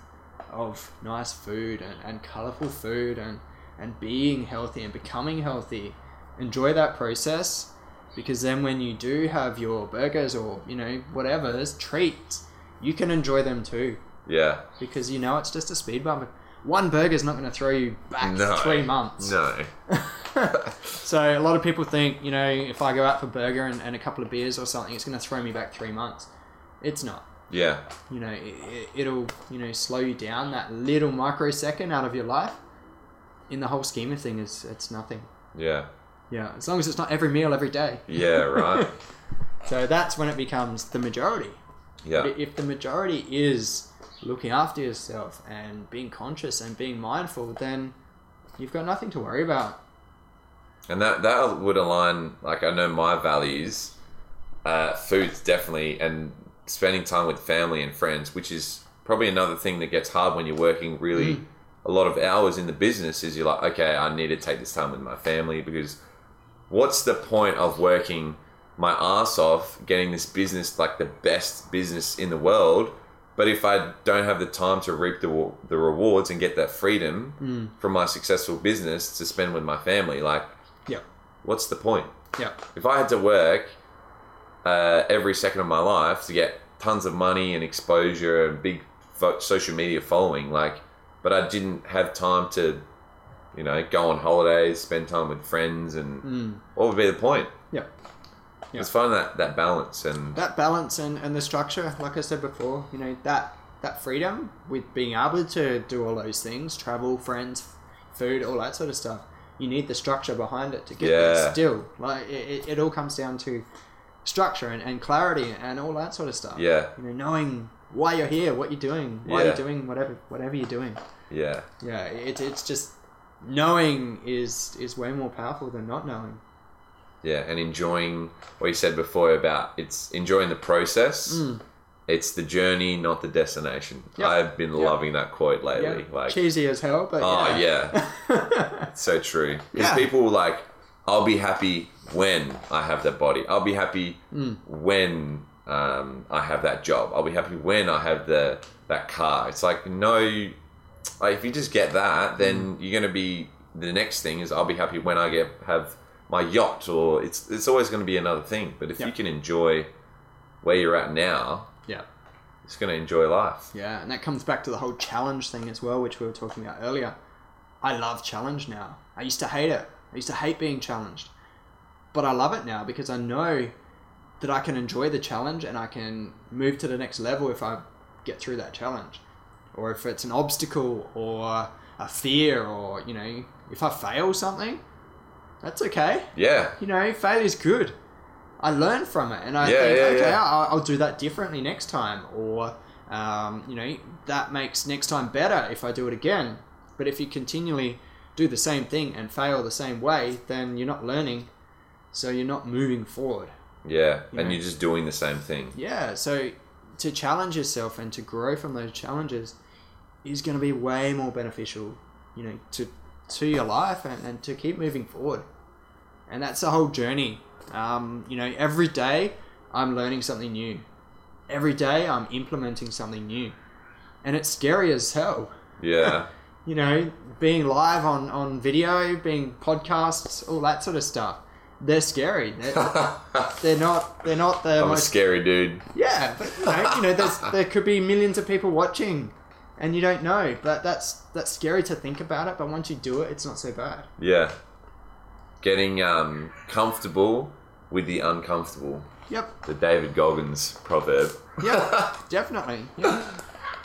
Speaker 1: of nice food and, and colorful food and and being healthy and becoming healthy enjoy that process because then when you do have your burgers or you know whatever's treats you can enjoy them too
Speaker 2: Yeah.
Speaker 1: because you know it's just a speed bump one burger's not going to throw you back
Speaker 2: No.
Speaker 1: three months
Speaker 2: No.
Speaker 1: so a lot of people think, you know, if I go out for burger and, and a couple of beers or something, it's going to throw me back three months. It's not.
Speaker 2: Yeah.
Speaker 1: You know, it, it, it'll you know slow you down that little microsecond out of your life. In the whole scheme of things, it's nothing.
Speaker 2: Yeah.
Speaker 1: Yeah, as long as it's not every meal every day.
Speaker 2: Yeah, right.
Speaker 1: So that's when it becomes the majority.
Speaker 2: Yeah.
Speaker 1: But if the majority is looking after yourself and being conscious and being mindful, then you've got nothing to worry about.
Speaker 2: And that that would align like I know my values. Uh food's definitely and spending time with family and friends, which is probably another thing that gets hard when you're working really a lot of hours in the business is you're like, okay, I need to take this time with my family because what's the point of working my ass off getting this business like the best business in the world but if i don't have the time to reap the, wa- the rewards and get that freedom from my successful business to spend with my family like
Speaker 1: Yep.
Speaker 2: what's the point
Speaker 1: Yep.
Speaker 2: if i had to work uh, every second of my life to get tons of money and exposure and big fo- social media following like but i didn't have time to you know go on holidays spend time with friends and
Speaker 1: Mm.
Speaker 2: what would be the point
Speaker 1: Yep. Yeah.
Speaker 2: Let's find that, that balance and
Speaker 1: that balance and, and the structure, like I said before, you know, that that freedom with being able to do all those things, travel, friends, food, all that sort of stuff. You need the structure behind it to get
Speaker 2: Yeah.
Speaker 1: there still. Like it, it, it all comes down to structure and, and clarity and all that sort of stuff.
Speaker 2: yeah,
Speaker 1: You know, knowing why you're here, what you're doing, why
Speaker 2: Yeah.
Speaker 1: you're doing whatever whatever you're doing.
Speaker 2: yeah,
Speaker 1: Yeah, it, it's just knowing is is way more powerful than not knowing.
Speaker 2: yeah, and enjoying what you said before about it's enjoying the process. It's the journey, not the destination.
Speaker 1: Yep.
Speaker 2: I've been
Speaker 1: Yep.
Speaker 2: loving that quote lately.
Speaker 1: Yeah.
Speaker 2: Like,
Speaker 1: Cheesy as hell, but
Speaker 2: oh
Speaker 1: yeah.
Speaker 2: yeah, it's so true. Because
Speaker 1: Yeah.
Speaker 2: people like, I'll be happy when I have that body. I'll be happy
Speaker 1: Hmm.
Speaker 2: when um, I have that job. I'll be happy when I have the that car. It's like no, like if you just get that, then
Speaker 1: Hmm.
Speaker 2: you're gonna be the next thing is I'll be happy when I get have my yacht or it's it's always gonna be another thing. But if
Speaker 1: Yeah.
Speaker 2: you can enjoy where you're at now,
Speaker 1: [laughs] yeah.
Speaker 2: it's gonna enjoy life.
Speaker 1: Yeah, and that comes back to the whole challenge thing as well, which we were talking about earlier. I love challenge now. I used to hate it. I used to hate being challenged. But I love it now because I know that I can enjoy the challenge and I can move to the next level if I get through that challenge. Or if it's an obstacle or a fear or, you know, if I fail something, that's okay
Speaker 2: Yeah,
Speaker 1: you know, failure's good. I learn from it, and I
Speaker 2: Yeah,
Speaker 1: think,
Speaker 2: yeah,
Speaker 1: okay,
Speaker 2: yeah.
Speaker 1: I'll, I'll do that differently next time, or um, you know, that makes next time better if I do it again. But if you continually do the same thing and fail the same way, then you're not learning, so you're not moving forward.
Speaker 2: yeah,
Speaker 1: You know.
Speaker 2: and you're just doing the same thing.
Speaker 1: Yeah, so to challenge yourself and to grow from those challenges is going to be way more beneficial, you know, to to your life and, and to keep moving forward. And that's the whole journey. Um, you know, every day I'm learning something new. Every day I'm implementing something new. And it's scary as hell.
Speaker 2: Yeah,
Speaker 1: you know, being live on, on video, being podcasts, all that sort of stuff. They're scary. They're,
Speaker 2: [laughs]
Speaker 1: they're not. They're not the
Speaker 2: I'm a
Speaker 1: most.
Speaker 2: scary dude.
Speaker 1: Yeah, but you know, you know there's, there could be millions of people watching, and you don't know. But that's that's scary to think about it. But once you do it, it's not so bad.
Speaker 2: Yeah. Getting um, comfortable with the uncomfortable.
Speaker 1: Yep.
Speaker 2: The David Goggins proverb.
Speaker 1: Yep. definitely. Yeah.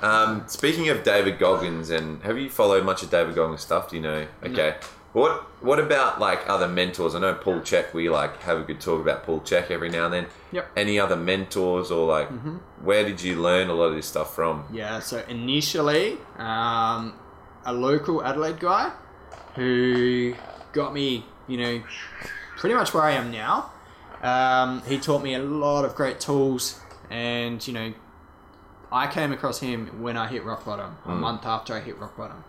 Speaker 2: Um, speaking of David Goggins, and have you followed much of David Goggins stuff? Do you know? Okay. What What about like other mentors? I know Paul Check. We like have a good talk about Paul Check every now and then.
Speaker 1: Yep.
Speaker 2: Any other mentors or like where did you learn a lot of this stuff from?
Speaker 1: Yeah, so initially, um, a local Adelaide guy who got me, you know, pretty much where I am now. Um, he taught me a lot of great tools, and you know, I came across him when I hit rock bottom, a month after I hit rock bottom.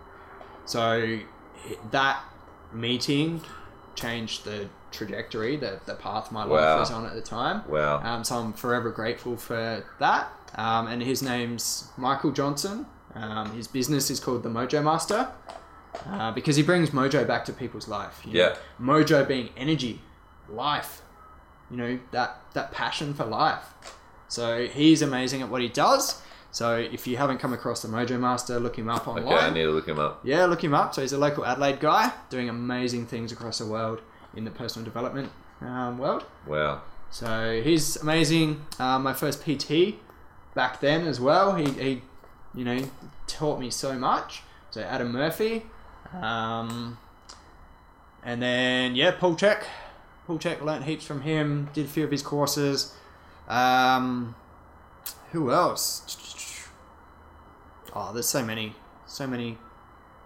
Speaker 1: So that meeting changed the trajectory, the, the path my life
Speaker 2: Wow.
Speaker 1: was on at the time.
Speaker 2: Wow.
Speaker 1: Um, so I'm forever grateful for that. Um, and his name's Michael Johnson. Um, his business is called the Mojo Master uh, because he brings mojo back to people's life. you know.
Speaker 2: Yeah.
Speaker 1: Mojo being energy, life, you know, that, that passion for life. So he's amazing at what he does. So if you haven't come across the Mojo Master, look him up online.
Speaker 2: Okay, I need to look him up.
Speaker 1: Yeah, look him up. So he's a local Adelaide guy doing amazing things across the world in the personal development um, world.
Speaker 2: Wow.
Speaker 1: So he's amazing. Uh, my first PT back then as well. He, he you know, taught me so much. So Adam Murphy, um, and then yeah, Paul Check. Paul Check learnt heaps from him. Did a few of his courses. Um, who else? Oh, there's so many, so many.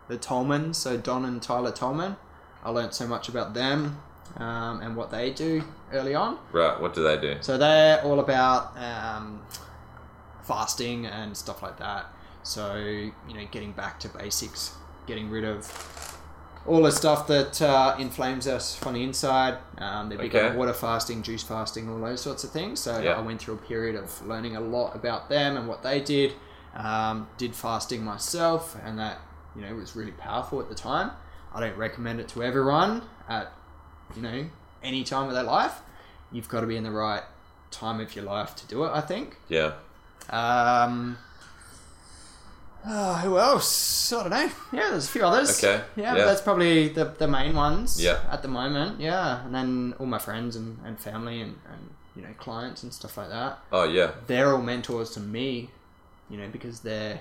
Speaker 1: The Tolmans, so Don and Tyler Tolman. I learnt so much about them um, and what they do early on.
Speaker 2: Right. What do they do?
Speaker 1: So they're all about um, fasting and stuff like that. So you know, getting back to basics, getting rid of all the stuff that uh, inflames us from the inside. Um, they're big
Speaker 2: Okay.
Speaker 1: on water fasting, juice fasting, all those sorts of things. So
Speaker 2: Yeah.
Speaker 1: I went through a period of learning a lot about them and what they did. Um, did fasting myself, and that you know was really powerful at the time. I don't recommend it to everyone at you know any time of their life. You've got to be in the right time of your life to do it. I think.
Speaker 2: Yeah.
Speaker 1: Um, oh, who else? I don't know. Yeah, there's a few others.
Speaker 2: Okay,
Speaker 1: Yeah,
Speaker 2: yeah.
Speaker 1: But that's probably the, the main ones.
Speaker 2: Yeah.
Speaker 1: At the moment, yeah, and then all my friends and, and family and, and you know clients and stuff like that.
Speaker 2: Oh yeah.
Speaker 1: They're all mentors to me, you know, because they're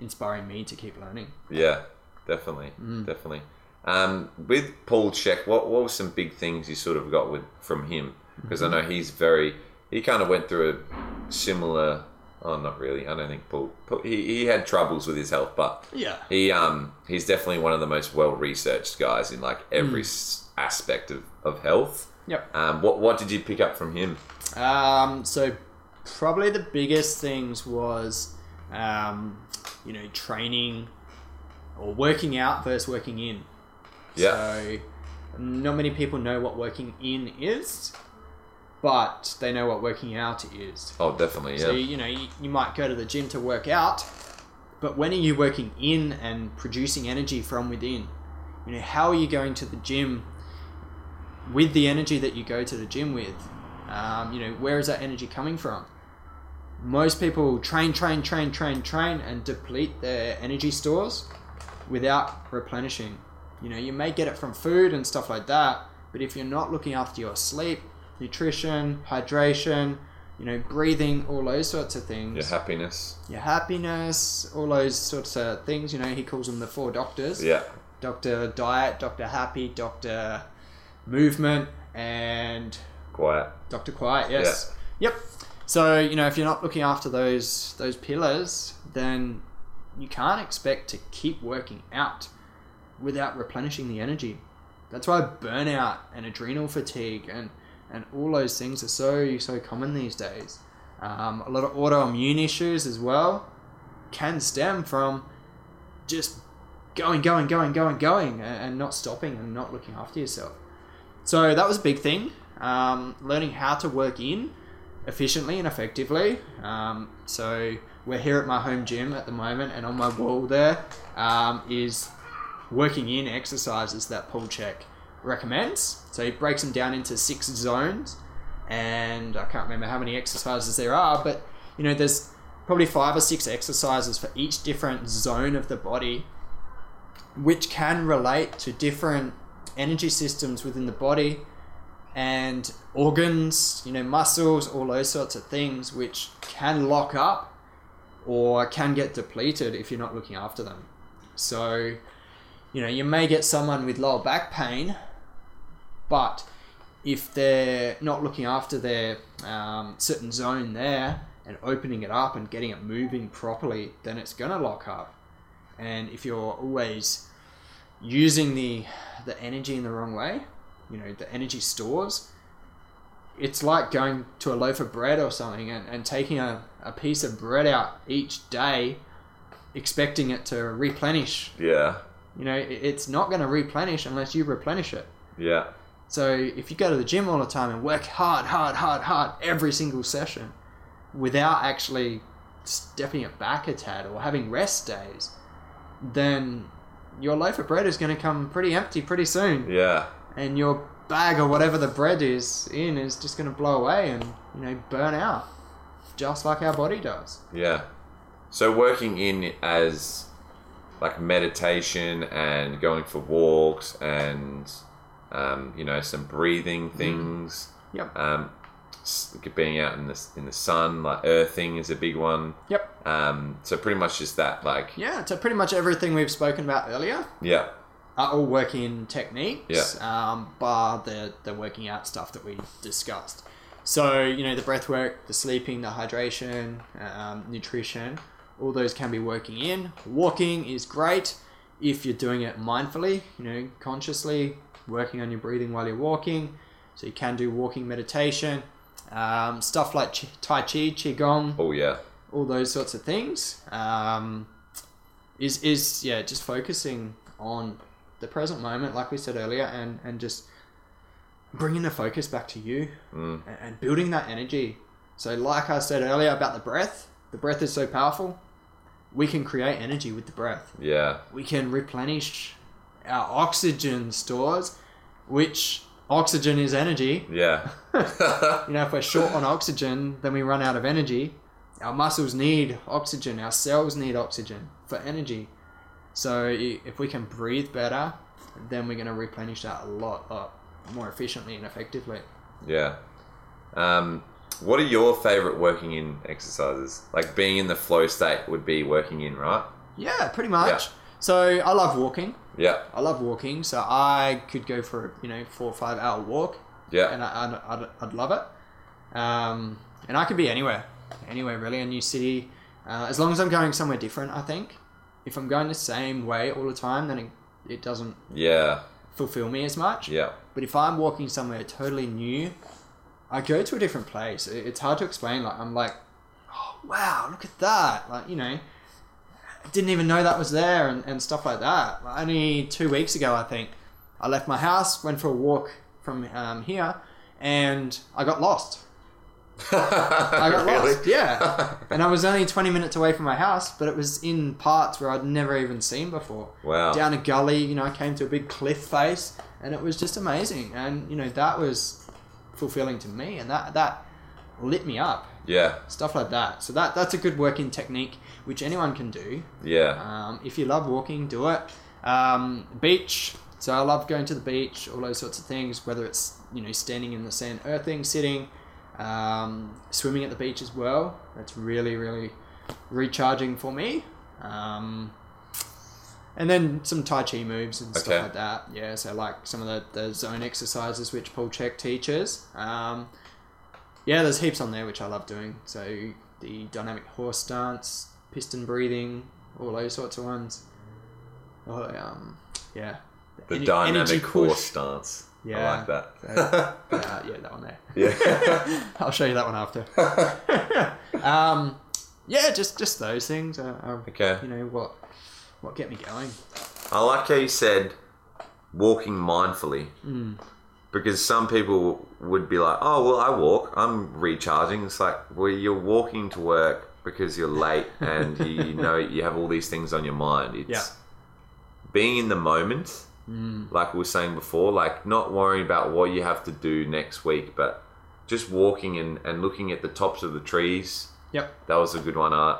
Speaker 1: inspiring me to keep learning.
Speaker 2: Yeah. Definitely.
Speaker 1: Mm.
Speaker 2: Definitely. Um, with Paul Check, what what were some big things you sort of got with from him? Because
Speaker 1: Mm-hmm.
Speaker 2: I know he's very. He kind of went through a similar. Oh, not really. I don't think Paul. Paul he, he had troubles with his health, but
Speaker 1: Yeah.
Speaker 2: he um he's definitely one of the most well researched guys in like every s aspect of, of health.
Speaker 1: Mm. Yep.
Speaker 2: Um, what what did you pick up from him?
Speaker 1: Um, so probably the biggest things was, um, you know, training or working out versus working in.
Speaker 2: Yeah.
Speaker 1: So not many people know what working in is, but they know what working out is.
Speaker 2: oh, definitely.
Speaker 1: So
Speaker 2: Yeah.
Speaker 1: you know, you, you might go to the gym to work out, but when are you working in and producing energy from within? You know, how are you going to the gym with the energy that you go to the gym with? Um, you know, where is that energy coming from? Most people train, train, train, train, train, and deplete their energy stores without replenishing. You know, you may get it from food and stuff like that, but if you're not looking after your sleep, nutrition, hydration, you know, breathing, all those sorts of things,
Speaker 2: Your happiness.
Speaker 1: your happiness, all those sorts of things, you know, he calls them the four doctors
Speaker 2: Yeah.
Speaker 1: Dr. Diet, Dr. Happy, Dr. Movement, and
Speaker 2: Quiet.
Speaker 1: Dr. Quiet, yes. Yep. So, you know, if you're not looking after those those pillars, then you can't expect to keep working out without replenishing the energy. That's why burnout and adrenal fatigue and and all those things are so so common these days. Um, a lot of autoimmune issues as well can stem from just going, going, going, going, going, a- and not stopping and not looking after yourself. So that was a big thing. Um, learning how to work in efficiently and effectively. Um, so we're here at my home gym at the moment, and on my wall there um, is working in exercises that Paul Check recommends. So he breaks them down into six zones, and I can't remember how many exercises there are, but you know, there's probably five or six exercises for each different zone of the body, which can relate to different energy systems within the body and organs, you know, muscles, all those sorts of things, which can lock up or can get depleted if you're not looking after them. So, you know, you may get someone with lower back pain, but if they're not looking after their um, certain zone there and opening it up and getting it moving properly, then it's going to lock up. And if you're always using the the energy in the wrong way, you know the energy stores it's like going to a loaf of bread or something and, and taking a, a piece of bread out each day expecting it to replenish
Speaker 2: Yeah.
Speaker 1: you know it- it's not going to replenish unless you replenish it
Speaker 2: Yeah.
Speaker 1: so if you go to the gym all the time and work hard hard hard hard every single session without actually stepping it back a tad or having rest days then your loaf of bread is going to come pretty empty pretty soon
Speaker 2: Yeah.
Speaker 1: and your bag or whatever the bread is in is just going to blow away and you know burn out just like our body does
Speaker 2: Yeah. So working in as like meditation and going for walks and um, you know some breathing things.
Speaker 1: Mm-hmm. Yep.
Speaker 2: Um, s- being out in the s- in the sun, like earthing is a big one.
Speaker 1: yep
Speaker 2: Um, so pretty much just that, like
Speaker 1: yeah so pretty much everything we've spoken about earlier
Speaker 2: yeah,
Speaker 1: are all working techniques um, bar the, the working out stuff that we discussed so you know the breath work the sleeping the hydration um, nutrition all those can be working in walking is great if you're doing it mindfully you know consciously working on your breathing while you're walking so you can do walking meditation um, stuff like chi- tai chi qigong
Speaker 2: oh yeah,
Speaker 1: all those sorts of things um, is is yeah just focusing on the present moment like we said earlier and and just bringing the focus back to you
Speaker 2: Mm.
Speaker 1: and, and building that energy so like i said earlier about the breath the breath is so powerful we can create energy with the breath
Speaker 2: yeah,
Speaker 1: we can replenish our oxygen stores which oxygen is energy [laughs]
Speaker 2: yeah, [laughs]
Speaker 1: you know, if we're short on oxygen, then we run out of energy. Our muscles need oxygen. Our cells need oxygen for energy. So i- if we can breathe better, then we're going to replenish that a lot, lot more efficiently and effectively.
Speaker 2: yeah. Um, what are your favorite working in exercises? Like being in the flow state would be working in, right?
Speaker 1: Yeah, pretty much. So I love walking.
Speaker 2: Yeah,
Speaker 1: I love walking. So I could go for you know four or five hour walk,
Speaker 2: yeah.
Speaker 1: and I, I'd, I'd, I'd love it. Um, and I could be anywhere, anywhere really, a new city, uh, as long as I'm going somewhere different. I think if I'm going the same way all the time, then it, it doesn't
Speaker 2: Yeah,
Speaker 1: fulfill me as much.
Speaker 2: yeah,
Speaker 1: But if I'm walking somewhere totally new, I go to a different place. It- It's hard to explain. Like I'm like, oh wow, look at that! Like you know, I didn't even know that was there and, and stuff like that. Like, only two weeks ago, I think, I left my house, went for a walk from um, here, and I got lost. I
Speaker 2: [laughs]
Speaker 1: got lost. Yeah, and I was only twenty minutes away from my house, but it was in parts where I'd never even seen before
Speaker 2: Wow.
Speaker 1: down a gully. You know, I came to a big cliff face, and it was just amazing. And you know, that was fulfilling to me, and that that lit me up.
Speaker 2: Yeah,
Speaker 1: Stuff like that. So that that's a good working technique, which anyone can do.
Speaker 2: yeah,
Speaker 1: Um, if you love walking, do it. Um, beach. So I love going to the beach, all those sorts of things. Whether it's you know standing in the sand, earthing, sitting, um, swimming at the beach as well. That's really really recharging for me. Um, and then some tai chi moves and stuff
Speaker 2: Okay.
Speaker 1: like that. Yeah, so like some of the, the zone exercises which Paul Check teaches. Um, yeah, there's heaps on there which I love doing. So the dynamic horse stance, piston breathing, all those sorts of ones. Oh, um, yeah. Ener-
Speaker 2: the
Speaker 1: energy
Speaker 2: dynamic
Speaker 1: push.
Speaker 2: horse stance.
Speaker 1: Yeah.
Speaker 2: I like [laughs] that.
Speaker 1: Uh, yeah, that one there.
Speaker 2: yeah,
Speaker 1: [laughs] I'll show you that one after. [laughs] um, yeah, just just those things. Uh, uh,
Speaker 2: okay.
Speaker 1: You know what what get me going? Hmm,
Speaker 2: I like how you said walking mindfully because some people would be like, "Oh, well, I walk. I'm recharging." It's like, well, you're walking to work because you're late
Speaker 1: [laughs]
Speaker 2: and you know you have all these things on your mind. It's being in the moment,
Speaker 1: hmm,
Speaker 2: like we were saying before, like not worrying about what you have to do next week, but just walking and, and looking at the tops of the trees.
Speaker 1: Yep. Mm-hmm.
Speaker 2: That was a good one I,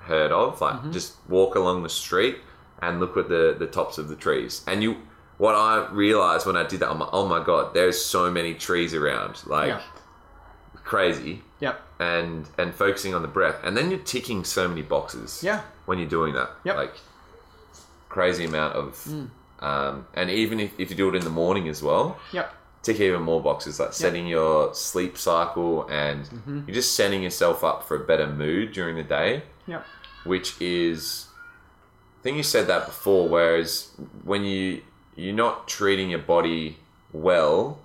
Speaker 2: I heard of. Like just walk along the street and look at the, the tops of the trees. And you what I realized when I did that, I'm like, oh my god, there's so many trees around. Like
Speaker 1: Yeah.
Speaker 2: crazy.
Speaker 1: Yep.
Speaker 2: And and focusing on the breath. And then you're ticking so many boxes.
Speaker 1: Yeah.
Speaker 2: When you're doing that.
Speaker 1: Yep. Mm.
Speaker 2: Like crazy amount of um, and even if, if you do it in the morning as well,
Speaker 1: Yep.
Speaker 2: tick even more boxes, like setting your sleep cycle and
Speaker 1: mm-hmm,
Speaker 2: you're just setting yourself up for a better mood during the day,
Speaker 1: Yep.
Speaker 2: which is I think you said that before, whereas when you you're not treating your body well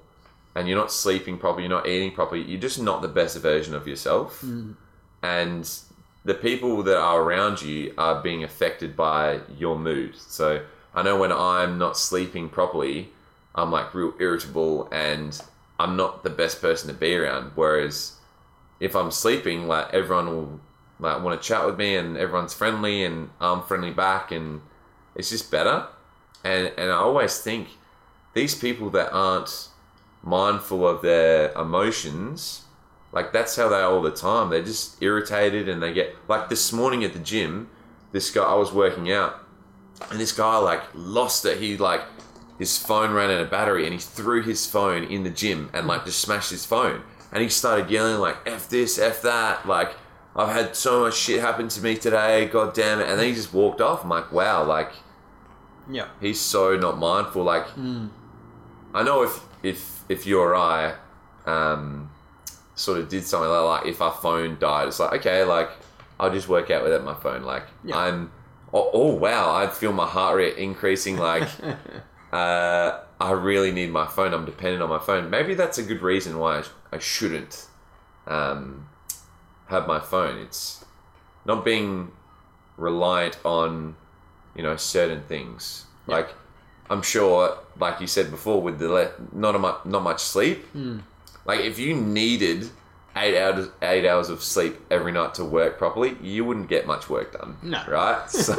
Speaker 2: and you're not sleeping properly, you're not eating properly, you're just not the best version of yourself.
Speaker 1: Mm. hmm,
Speaker 2: And the people that are around you are being affected by your mood. So I know when I'm not sleeping properly, I'm like real irritable and I'm not the best person to be around. Whereas if I'm sleeping, like everyone will like want to chat with me and everyone's friendly and I'm friendly back and it's just better. And and I always think these people that aren't mindful of their emotions, like that's how they are all the time. They're just irritated and they get like this morning at the gym, this guy I was working out and this guy like lost it. He like his phone ran out of battery and he threw his phone in the gym and like just smashed his phone. And he started yelling like F this, F that, like I've had so much shit happen to me today, god damn it. And then he just walked off. I'm like, wow, like
Speaker 1: Yep. hmm.
Speaker 2: he's so not mindful. Like,
Speaker 1: [laughs]
Speaker 2: I know if if if you or I, um, sort of did something like, like if our phone died, it's like okay, like I'll just work out without my phone. Like
Speaker 1: Yeah.
Speaker 2: I'm, oh, oh wow, I feel my heart rate increasing. Like, uh, I really need my phone. I'm dependent on my phone. Maybe that's a good reason why I, sh- I shouldn't, um, have my phone. It's not being reliant on you know certain things like i'm sure like you said before with the le- not a mu- not much sleep
Speaker 1: Hmm,
Speaker 2: like if you needed 8 hours 8 hours of sleep every night to work properly you wouldn't get much work done
Speaker 1: No.
Speaker 2: right so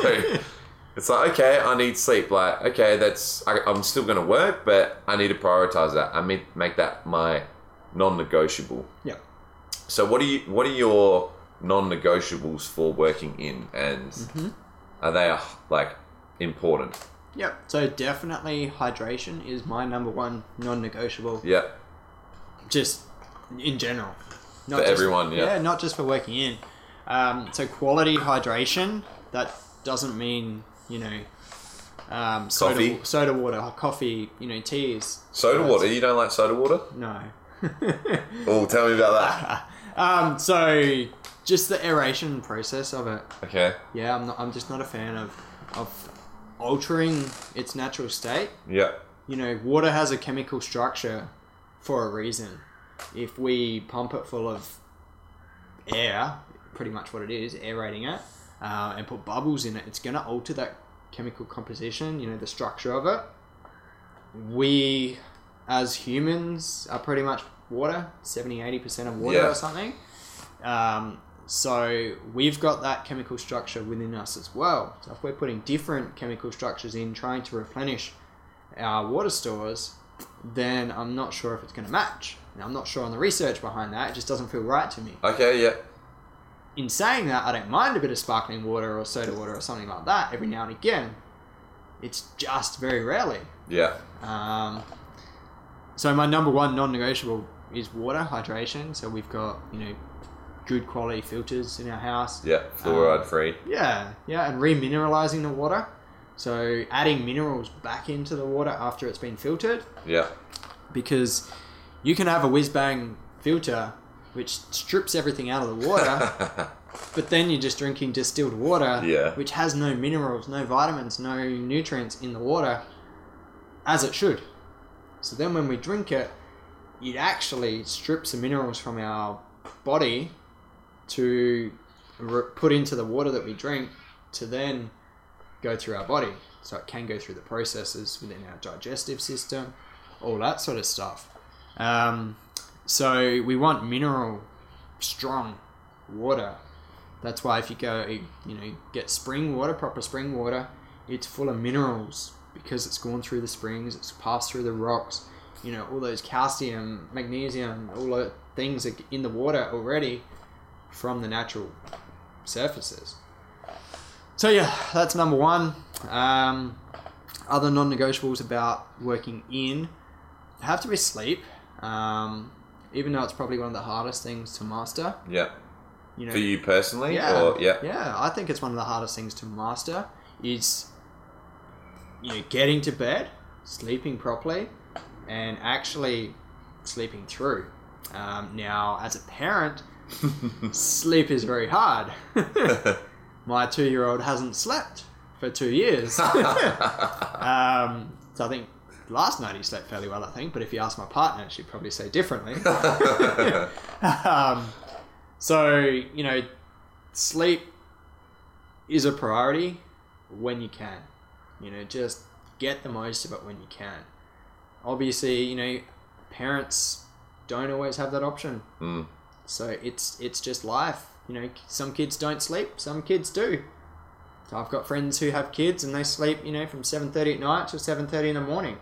Speaker 2: it's like okay i need sleep like okay that's I, i'm still going to work but i need to prioritize that i mean make that my non-negotiable
Speaker 1: Yep.
Speaker 2: so what are you? What are your non-negotiables for working in, and are they uh, like important?
Speaker 1: Yep. So definitely hydration is my number one non-negotiable.
Speaker 2: Yeah,
Speaker 1: Just in general. Not
Speaker 2: For
Speaker 1: just-
Speaker 2: everyone, yeah.
Speaker 1: Yeah, not just for working in. Um, so quality hydration. That doesn't mean you know. Um, soda,
Speaker 2: Coffee.
Speaker 1: soda water, coffee, you know, teas.
Speaker 2: soda
Speaker 1: That's-
Speaker 2: water. You don't like soda water?
Speaker 1: [laughs] No.
Speaker 2: Oh, tell me about
Speaker 1: um, so just the aeration process of it.
Speaker 2: that. Okay.
Speaker 1: Yeah, I'm, not, I'm just not a fan of of altering its natural state.
Speaker 2: Yeah.
Speaker 1: You know, water has a chemical structure for a reason. If we pump it full of air, pretty much what it is, aerating it, uh, and put bubbles in it, it's going to alter that chemical composition, you know, the structure of it. We, as humans, are pretty much water, 70 80% of water
Speaker 2: Yeah.
Speaker 1: or something. Um, so we've got that chemical structure within us as well. So if we're putting different chemical structures in, trying to replenish our water stores, then I'm not sure if it's going to match. And I'm not sure on the research behind that. It just doesn't feel right to me.
Speaker 2: Okay. Yeah.
Speaker 1: In saying that, I don't mind a bit of sparkling water or soda water or something like that every now and again. It's just very rarely.
Speaker 2: Yeah.
Speaker 1: Um, so my number one non-negotiable is water hydration. So we've got you know good quality filters in our house.
Speaker 2: Yeah. Fluoride free.
Speaker 1: Yeah, yeah, and remineralizing the water. So adding minerals back into the water after it's been filtered,
Speaker 2: Yeah. [laughs]
Speaker 1: because you can have a whiz bang filter which strips everything out of the water, but then you're just drinking distilled water,
Speaker 2: Yeah.
Speaker 1: which has no minerals, no vitamins, no nutrients in the water, as it should. So then when we drink it, it actually strips the minerals from our body to re- put into the water that we drink to then go through our body. So it can go through the processes within our digestive system all that sort of stuff. Um, so we want mineral, strong water. That's why if you go, you know, get spring water, proper spring water, it's full of minerals because it's gone through the springs, it's passed through the rocks. You know, all those calcium, magnesium, all the things that in the water already from the natural surfaces. So yeah, that's number one. Um, other non-negotiables about working in have to be sleep. Um, even though it's probably one of the hardest things to master.
Speaker 2: Yeah.
Speaker 1: You know,
Speaker 2: For you personally?
Speaker 1: yeah, [laughs]
Speaker 2: Or, yeah. [laughs]
Speaker 1: yeah. I think it's one of the hardest things to master is you know getting to bed, sleeping properly, and actually sleeping through. Um, now, as a parent, sleep is very
Speaker 2: [laughs]
Speaker 1: hard. [laughs] My two-year-old hasn't slept for two
Speaker 2: [laughs]
Speaker 1: years. Um, so I think last night he slept fairly well, I think. But if you ask my partner, she'd probably say differently. um, so you know, sleep is a priority when you can. You know, just get the most of it when you can. Obviously, you know, parents don't always have that option.
Speaker 2: Mm.
Speaker 1: So it's it's just life. You know, some kids don't sleep, some kids do. So I've got friends who have kids and they sleep, you know, from seven thirty at night till seven thirty in the morning.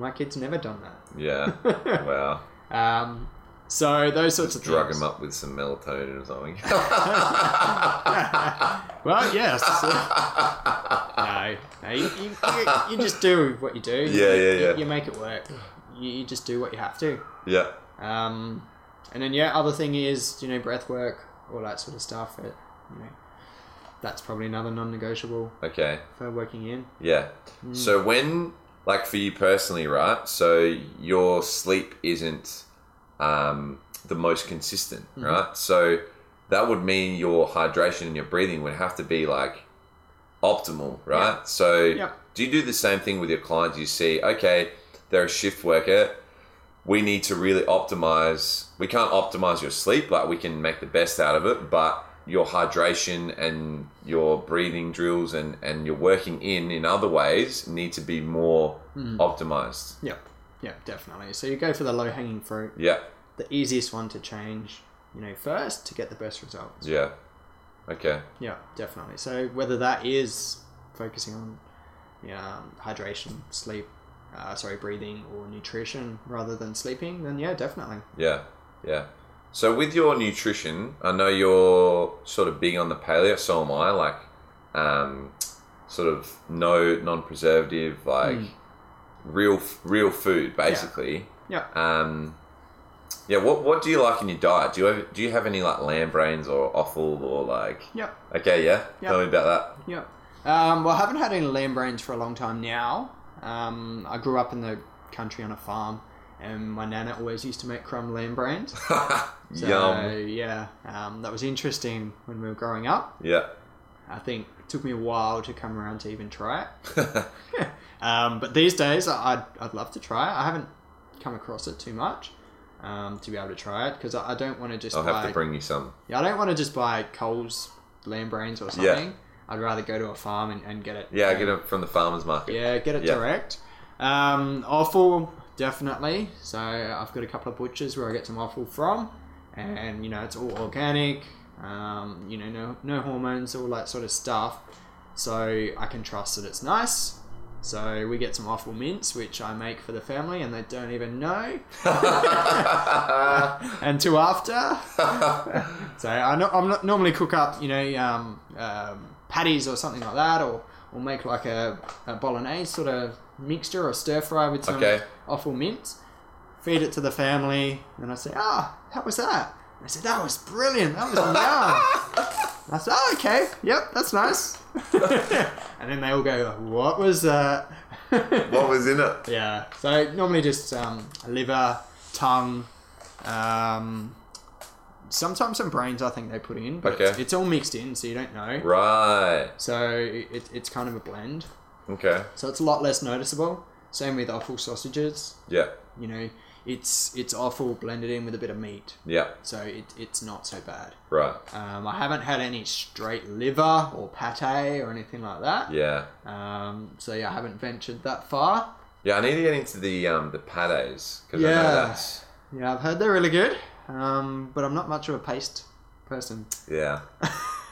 Speaker 1: My kid's never done
Speaker 2: yeah.
Speaker 1: that. [laughs]
Speaker 2: Wow.
Speaker 1: um, so those sorts
Speaker 2: Just
Speaker 1: of
Speaker 2: drug
Speaker 1: things.
Speaker 2: him up with some melatonin or something. [laughs]
Speaker 1: [laughs] Well, yes. [laughs] no, no you, you, you, you just do what you do.
Speaker 2: Yeah, yeah,
Speaker 1: You-
Speaker 2: yeah.
Speaker 1: You make it work. You, you just do what you have to.
Speaker 2: yeah.
Speaker 1: Um, and then yeah, other thing is you know breath work, all that sort of stuff. It, you know, that's probably another non-negotiable
Speaker 2: Okay.
Speaker 1: for working in.
Speaker 2: Yeah.
Speaker 1: Mm.
Speaker 2: So when, like for you personally, right? So your sleep isn't um, the most consistent, right? So that would mean your hydration and your breathing would have to be like optimal, right? So
Speaker 1: Yeah.
Speaker 2: do you do the same thing with your clients? You see, okay, they're a shift worker. We need to really optimize. We can't optimize your sleep, like we can make the best out of it, but your hydration and your breathing drills and, and your working in in other ways need to be more optimized.
Speaker 1: Yeah, yeah, mm. definitely. So you go for the low-hanging fruit,
Speaker 2: Yeah,
Speaker 1: the easiest one to change. You know, first to get the best results.
Speaker 2: yeah, okay,
Speaker 1: Yeah, definitely. So whether that is focusing on yeah, um, hydration, sleep, uh, sorry, breathing, or nutrition rather than sleeping, then yeah, definitely.
Speaker 2: yeah, yeah. So with your nutrition, I know you're sort of big on the paleo. So am I. Like, um, sort of no non-preservative, like
Speaker 1: Mm.
Speaker 2: real real food, basically.
Speaker 1: Yeah.
Speaker 2: Um, yeah. What what do you like in your diet? Do you have, do you have any like lamb brains or offal or like?
Speaker 1: Yeah.
Speaker 2: Okay, yeah.
Speaker 1: Yeah.
Speaker 2: Tell me about
Speaker 1: Yeah. Um, well, I haven't had any lamb brains for a long time now. Um, I grew up in the country on a farm, and my nana always used to make crumb lamb brains. [laughs]
Speaker 2: that. [laughs]
Speaker 1: So,
Speaker 2: Yum.
Speaker 1: yeah, um, that was interesting when we were growing up.
Speaker 2: Yeah.
Speaker 1: I think it took me a while to come around to even try it. um, but these days, I- I'd, I'd love to try it. I haven't come across it too much um, to be able to try it because I, I don't want to just
Speaker 2: I'll
Speaker 1: buy
Speaker 2: have to bring you some.
Speaker 1: yeah, I don't want to just buy Coles lamb brains or
Speaker 2: Yeah.
Speaker 1: something. I'd rather go to a farm and, and get it.
Speaker 2: Yeah, I get it from the farmers market.
Speaker 1: Yeah, get it
Speaker 2: Yeah.
Speaker 1: direct. Um, offal, definitely. So I've got a couple of butchers where I get some offal from, and you know it's all organic. Um, you know, no no hormones, all that sort of stuff. So I can trust that it's nice. So we get some offal mints, which I make for the family, and they don't even know
Speaker 2: [laughs]
Speaker 1: until after. So I no, I'm not normally cook up, you know, um, um, patties or something like that, or or make like a, a bolognese sort of mixture or stir fry with some
Speaker 2: Okay.
Speaker 1: offal mints. Feed it to the family, and I say, "Ah, how was that?" They said, "That was brilliant. That was yum." I said, "Oh, okay. Yep, that's nice." [laughs] and then they all go, "What was that?" [laughs]
Speaker 2: What was in it?
Speaker 1: Yeah. So normally just um, liver, tongue, um, sometimes some brains. I think they put in, but it's,
Speaker 2: Okay.
Speaker 1: it's all mixed in, so you don't know.
Speaker 2: Right.
Speaker 1: So it, it's kind of a blend.
Speaker 2: Okay.
Speaker 1: So it's a lot less noticeable. Same with offal sausages.
Speaker 2: Yeah.
Speaker 1: You know, it's it's offal blended in with a bit of meat,
Speaker 2: Yeah.
Speaker 1: so it, it's not so bad.
Speaker 2: Right.
Speaker 1: Um, I haven't had any straight liver or pate or anything like that.
Speaker 2: Yeah.
Speaker 1: Um, so yeah, I haven't ventured that far.
Speaker 2: Yeah, I need to get into the um, the pates because I know
Speaker 1: Yeah.
Speaker 2: that's
Speaker 1: Yeah, I've heard they're really good, um, but I'm not much of a paste person. [laughs]
Speaker 2: yeah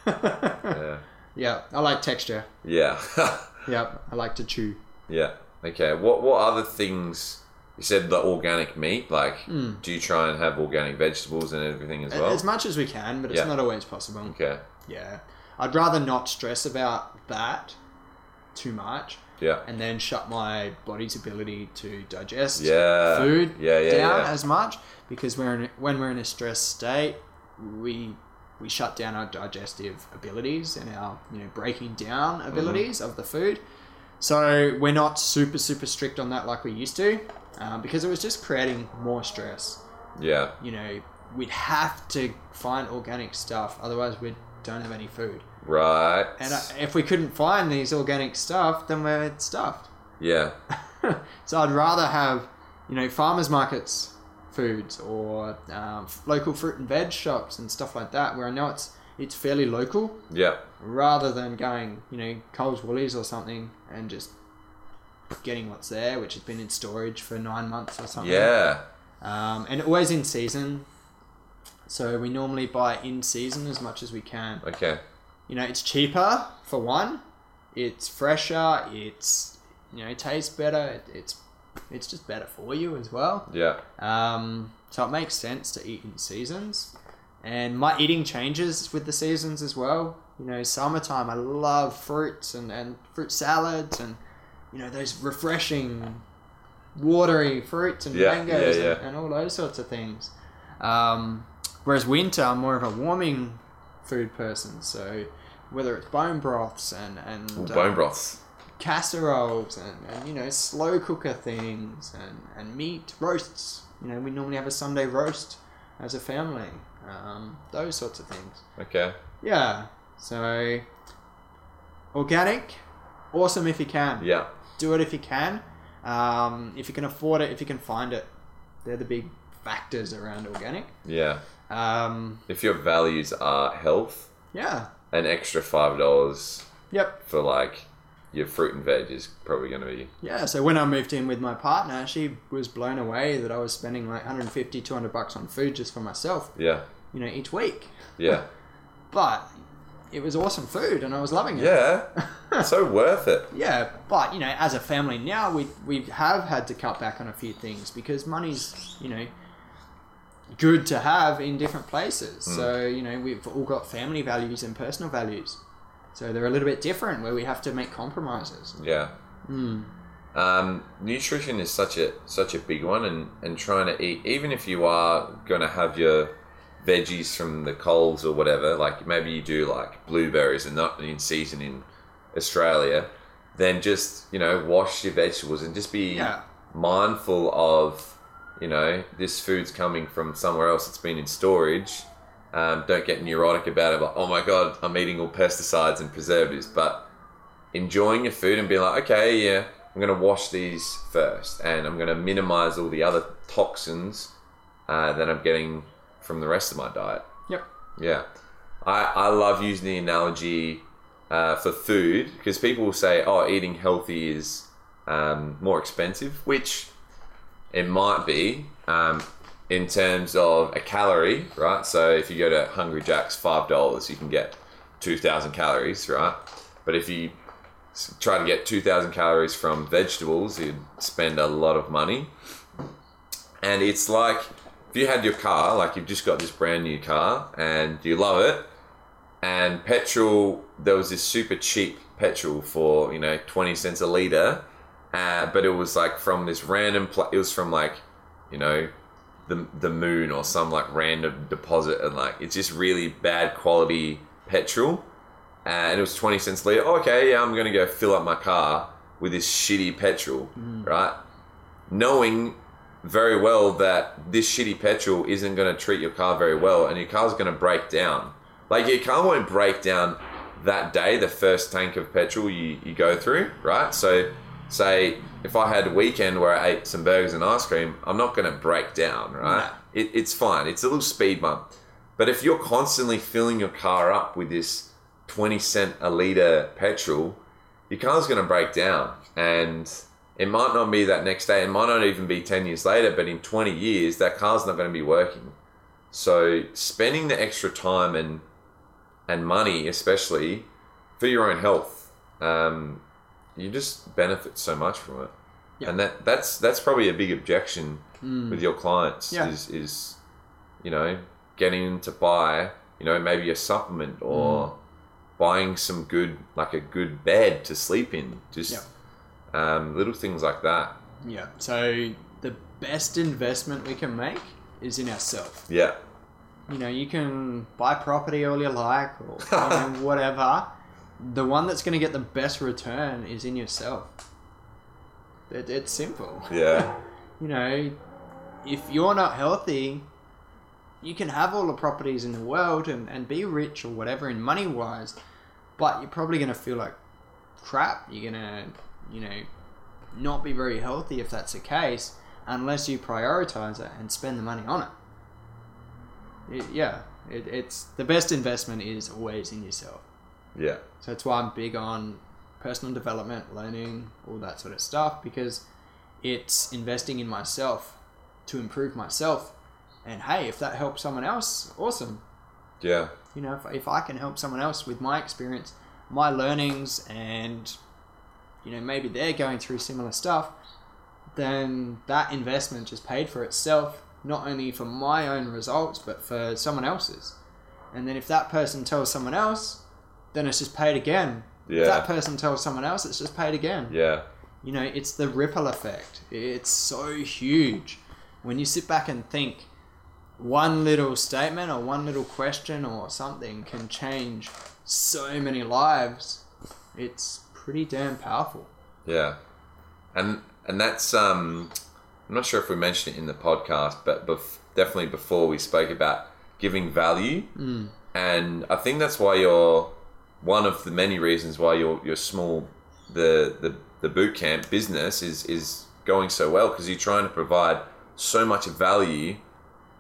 Speaker 2: yeah
Speaker 1: yeah, I like texture.
Speaker 2: yeah [laughs]
Speaker 1: Yeah, I like to chew.
Speaker 2: yeah. Okay, what what other things? You said the organic meat. Like,
Speaker 1: Hmm.
Speaker 2: do you try and have organic vegetables and everything as
Speaker 1: A-
Speaker 2: well?
Speaker 1: As much as we can, but it's
Speaker 2: Yeah.
Speaker 1: not always possible.
Speaker 2: okay,
Speaker 1: Yeah. I'd rather not stress about that too much
Speaker 2: yeah,
Speaker 1: and then shut my body's ability to digest
Speaker 2: yeah,
Speaker 1: food
Speaker 2: yeah, yeah,
Speaker 1: down
Speaker 2: yeah.
Speaker 1: as much because we're in, when we're in a stressed state, we we shut down our digestive abilities and our you know breaking down
Speaker 2: Mm-hmm.
Speaker 1: abilities of the food. So we're not super super strict on that like we used to um, because it was just creating more stress
Speaker 2: yeah,
Speaker 1: you know, we'd have to find organic stuff, otherwise we don't have any food.
Speaker 2: right,
Speaker 1: And uh, if we couldn't find these organic stuff, then we're stuffed.
Speaker 2: yeah,
Speaker 1: so I'd rather have, you know, farmers markets foods or um, f- local fruit and veg shops and stuff like that, where I know it's it's fairly local,
Speaker 2: yeah,
Speaker 1: rather than going, you know, Coles Woolies or something and just getting what's there, which has been in storage for nine months or something
Speaker 2: yeah,
Speaker 1: um, and always in season. So we normally buy in season as much as we can.
Speaker 2: okay,
Speaker 1: You know, it's cheaper for one, it's fresher, it's you know tastes better, it, it's it's just better for you as well.
Speaker 2: yeah,
Speaker 1: Um, so it makes sense to eat in seasons, and my eating changes with the seasons as well. You know, summertime I love fruits and and fruit salads and you know those refreshing, watery fruits and
Speaker 2: Yeah,
Speaker 1: mangoes
Speaker 2: yeah, yeah.
Speaker 1: And, and all those sorts of things. Um, whereas winter I'm more of a warming food person, so whether it's bone broths and and
Speaker 2: Ooh,
Speaker 1: uh,
Speaker 2: bone broths.
Speaker 1: casseroles and, and you know slow cooker things and, and meat roasts you know we normally have a sunday roast as a family um, those sorts of things
Speaker 2: Okay,
Speaker 1: yeah so organic awesome if you can
Speaker 2: yeah,
Speaker 1: do it if you can um, if you can afford it if you can find it they're the big factors around organic
Speaker 2: yeah.
Speaker 1: um,
Speaker 2: If your values are health,
Speaker 1: yeah
Speaker 2: an extra five dollars
Speaker 1: yep
Speaker 2: for like your fruit and veg is probably going to be
Speaker 1: Yeah, so when I moved in with my partner, she was blown away that I was spending like 150, 200 bucks on food just for myself,
Speaker 2: yeah,
Speaker 1: you know, each week.
Speaker 2: yeah,
Speaker 1: But it was awesome food and I was loving it.
Speaker 2: yeah. so worth it.
Speaker 1: Yeah, but you know, as a family now, we we have had to cut back on a few things because money's you know good to have in different places.
Speaker 2: Hmm.
Speaker 1: So you know, we've all got family values and personal values, so they're a little bit different where we have to make compromises. Hmm.
Speaker 2: Yeah. Um, nutrition is such a such a big one, and and trying to eat, even if you are going to have your veggies from the coles or whatever, like maybe you do like blueberries and not in season in Australia, then just you know wash your vegetables and just be
Speaker 1: Yeah.
Speaker 2: mindful of you know this food's coming from somewhere else. It's been in storage. Um, don't get neurotic about it, but oh my god, I'm eating all pesticides and preservatives, but enjoying your food and being like, okay, yeah, I'm going to wash these first and I'm going to minimize all the other toxins uh, that I'm getting from the rest of my diet.
Speaker 1: Yep.
Speaker 2: Yeah. I, I love using the analogy uh, for food because people will say, oh, eating healthy is um, more expensive, which it might be um, in terms of a calorie, right? So if you go to Hungry Jack's, $5, you can get 2,000 calories, right? But if you s- try to get 2,000 calories from vegetables, you'd spend a lot of money. And it's like if you had your car, like you've just got this brand new car and you love it, and petrol, there was this super cheap petrol for, you know, 20 cents a litre, uh, but it was like from this random place, it was from like, you know, the, the moon or some like random deposit, and like it's just really bad quality petrol. Uh, and it was 20 cents a litre. Okay, yeah, I'm going to go fill up my car with this shitty petrol, right? Knowing very well that this shitty petrol isn't going to treat your car very well and your car's going to break down. Like your car won't break down that day, the first tank of petrol you, you go through, right? So, say if I had a weekend where I ate some burgers and ice cream, I'm not going to break down, right? It, it's fine. It's a little speed bump. But if you're constantly filling your car up with this 20 cent a litre petrol, your car's going to break down and It might not be that next day. It might not even be 10 years later, but in 20 years, that car's not going to be working. So spending the extra time and and money, especially for your own health, um, you just benefit so much from it.
Speaker 1: Yeah.
Speaker 2: And that that's that's probably a big objection
Speaker 1: Hmm.
Speaker 2: with your clients
Speaker 1: Mm. Yeah.
Speaker 2: is is you know getting them to buy you know maybe a supplement or
Speaker 1: Mm.
Speaker 2: buying some good like a good bed to sleep in just um, little things like that
Speaker 1: Yeah. So the best investment we can make is in ourselves.
Speaker 2: yeah
Speaker 1: You know, you can buy property all you like or you know, whatever. The one that's going to get the best return is in yourself. It, it's simple. [laughs]
Speaker 2: yeah
Speaker 1: You know, if you're not healthy, you can have all the properties in the world and, and be rich or whatever in money wise, but you're probably going to feel like crap. You're going to, you know, not be very healthy if that's the case, unless you prioritize it and spend the money on it. It- yeah, it, it's the best investment is always in yourself.
Speaker 2: yeah
Speaker 1: So that's why I'm big on personal development, learning, all that sort of stuff, because it's investing in myself to improve myself. And hey, if that helps someone else, awesome.
Speaker 2: yeah
Speaker 1: You know, if, if I can help someone else with my experience, my learnings, and, you know, maybe they're going through similar stuff, then that investment just paid for itself, not only for my own results, but for someone else's. And then if that person tells someone else, then it's just paid again. If that
Speaker 2: yeah
Speaker 1: person tells someone else, it's just paid again.
Speaker 2: yeah
Speaker 1: You know, it's the ripple effect. It's so huge. When you sit back and think, one little statement or one little question or something can change so many lives. It's pretty damn powerful.
Speaker 2: Yeah, and and that's um, I'm not sure if we mentioned it in the podcast, but bef- definitely before we spoke about giving value, and I think that's why you're one of the many reasons why your your small the the the boot camp business is is going so well because you're trying to provide so much value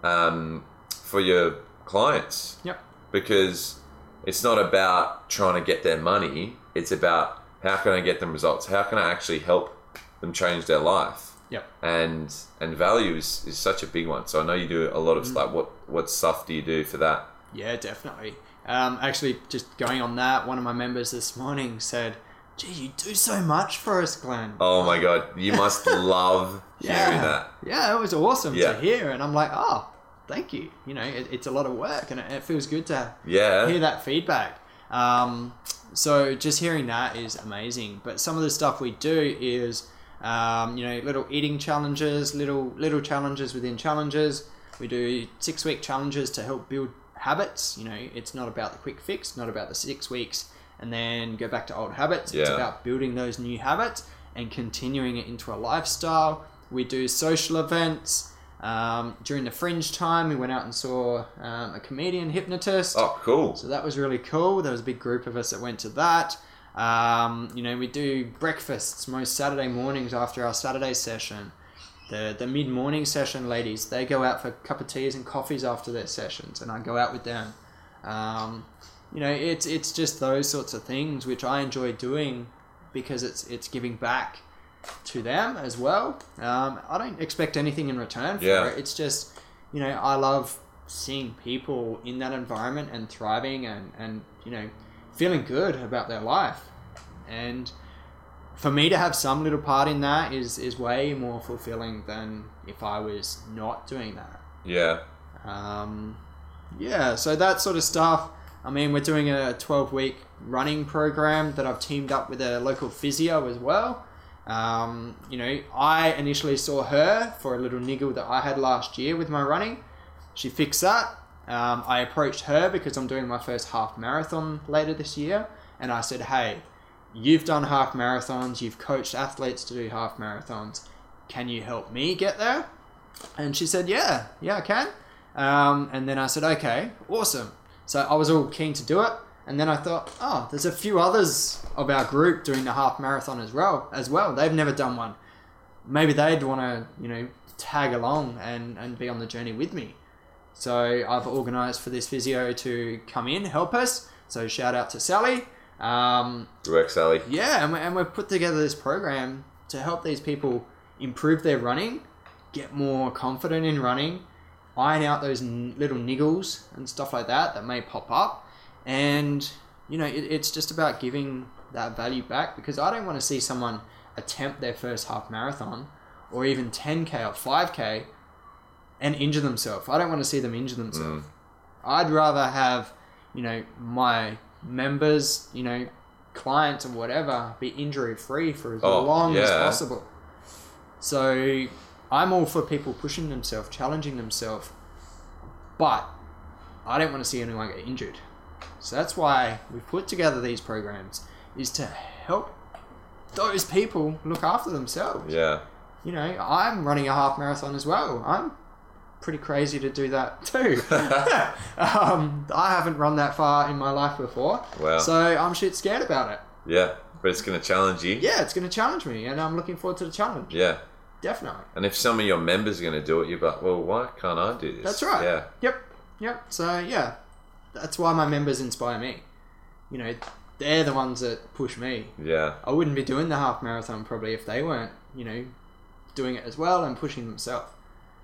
Speaker 2: um, for your clients
Speaker 1: Yep.
Speaker 2: because it's not about trying to get their money. It's about how can I get them results? How can I actually help them change their life?
Speaker 1: Yep.
Speaker 2: And and value is, is such a big one. So I know you do a lot of
Speaker 1: Mm.
Speaker 2: like what what stuff do you do for that?
Speaker 1: Yeah, definitely. Um, actually, just going on that, one of my members this morning said, Gee, you do so much for us, Glenn.
Speaker 2: Oh my god, you
Speaker 1: [laughs]
Speaker 2: must love hearing that.
Speaker 1: Yeah, it was awesome
Speaker 2: Yeah.
Speaker 1: to hear, and I'm like, oh, thank you. You know, it, it's a lot of work, and it, it feels good to
Speaker 2: Yeah.
Speaker 1: hear that feedback. Um, so just hearing that is amazing. But some of the stuff we do is, um, you know, little eating challenges, little little challenges within challenges. We do six week challenges to help build habits. You know, it's not about the quick fix, not about the six weeks and then go back to old habits. It's
Speaker 2: Yeah.
Speaker 1: about building those new habits and continuing it into a lifestyle. We do social events. Um, during the fringe time, we went out and saw um, a comedian hypnotist.
Speaker 2: Oh, cool.
Speaker 1: So that was really cool. There was a big group of us that went to that. Um, you know, we do breakfasts most Saturday mornings after our Saturday session. The the mid morning session ladies, they go out for a cup of teas and coffees after their sessions, and I go out with them. Um, you know, it's it's just those sorts of things which I enjoy doing because it's it's giving back to them as well. Um, I don't expect anything in return for
Speaker 2: Yeah.
Speaker 1: it. It's just, you know, I love seeing people in that environment and thriving and, and you know, feeling good about their life. And for me to have some little part in that is, is way more fulfilling than if I was not doing that.
Speaker 2: Yeah.
Speaker 1: Um, yeah, so that sort of stuff. I mean, we're doing a 12 week running program that I've teamed up with a local physio as well. Um, you know, I initially saw her for a little niggle that I had last year with my running. She fixed that. Um, I approached her because I'm doing my first half marathon later this year, and I said, Hey, you've done half marathons, you've coached athletes to do half marathons. Can you help me get there? And she said, Yeah, yeah, I can. Um, and then I said, Okay, awesome. So I was all keen to do it. And then I thought, Oh, there's a few others of our group doing the half marathon as well. As well, they've never done one. Maybe they'd want to, you know, tag along and and be on the journey with me. So I've organised for this physio to come in, help us. So shout out to Sally. Um,
Speaker 2: Good work, Sally.
Speaker 1: yeah, and, we, and we've put together this program to help these people improve their running, get more confident in running, iron out those n- little niggles and stuff like that that may pop up. And, you know, it, it's just about giving that value back because I don't want to see someone attempt their first half marathon or even 10K or 5K and injure themselves. I don't want to see them injure
Speaker 2: Mm,
Speaker 1: themselves. I'd rather have, you know, my members, you know, clients and whatever be injury free for as
Speaker 2: Oh,
Speaker 1: long as
Speaker 2: yeah.
Speaker 1: possible. So I'm all for people pushing themselves, challenging themselves, but I don't want to see anyone get injured. So that's why we put together these programs is to help those people look after themselves
Speaker 2: Yeah.
Speaker 1: you know, I'm running a half marathon as well. I'm pretty crazy to do that [laughs] too. um, I haven't run that far in my life before.
Speaker 2: Wow.
Speaker 1: So I'm shit scared about it.
Speaker 2: Yeah. But it's going to challenge you.
Speaker 1: Yeah, it's going to challenge me, and I'm looking forward to the challenge.
Speaker 2: Yeah.
Speaker 1: Definitely.
Speaker 2: And if some of your members are going to do it, you're like, well, why can't I do this?
Speaker 1: That's right.
Speaker 2: Yeah.
Speaker 1: Yep. Yep. So yeah, that's why my members inspire me. You know, they're the ones that push me.
Speaker 2: Yeah.
Speaker 1: I wouldn't be doing the half marathon probably if they weren't, you know, doing it as well and pushing themselves.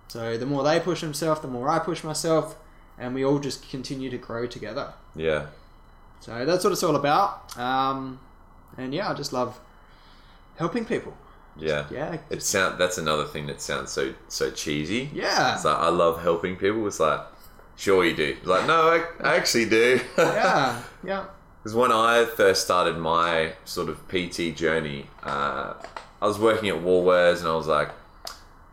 Speaker 1: So the more they push themselves, the more I push myself, and we all just continue to grow together.
Speaker 2: Yeah.
Speaker 1: So that's what it's all about. Um, and yeah, I just love helping people.
Speaker 2: Yeah.
Speaker 1: Yeah,
Speaker 2: It sound that's another thing that sounds so so cheesy.
Speaker 1: yeah,
Speaker 2: It's like I love helping people. It's like, sure you do. Like, no, I, I actually do. [laughs]
Speaker 1: yeah, yeah.
Speaker 2: Because when I first started my sort of PT journey, uh, I was working at Woolworths and I was like,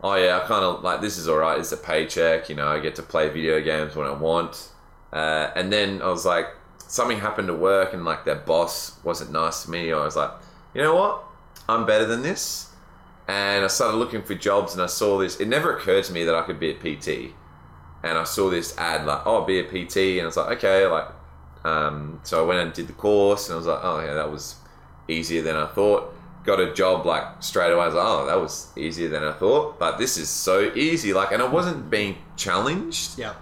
Speaker 2: oh yeah, I kind of like this is all right. It's a paycheck, you know. I get to play video games when I want. Uh, and then I was like, something happened at work and like their boss wasn't nice to me. I was like, you know what? I'm better than this. And I started looking for jobs and I saw this. It never occurred to me that I could be a PT. And I saw this ad like, oh, be a PT. And I was like, okay, like um, so I went and did the course, and I was like, oh yeah, that was easier than I thought. Got a job like straight away. I was like, oh, that was easier than I thought. But this is so easy, like, and I wasn't being challenged.
Speaker 1: Yeah,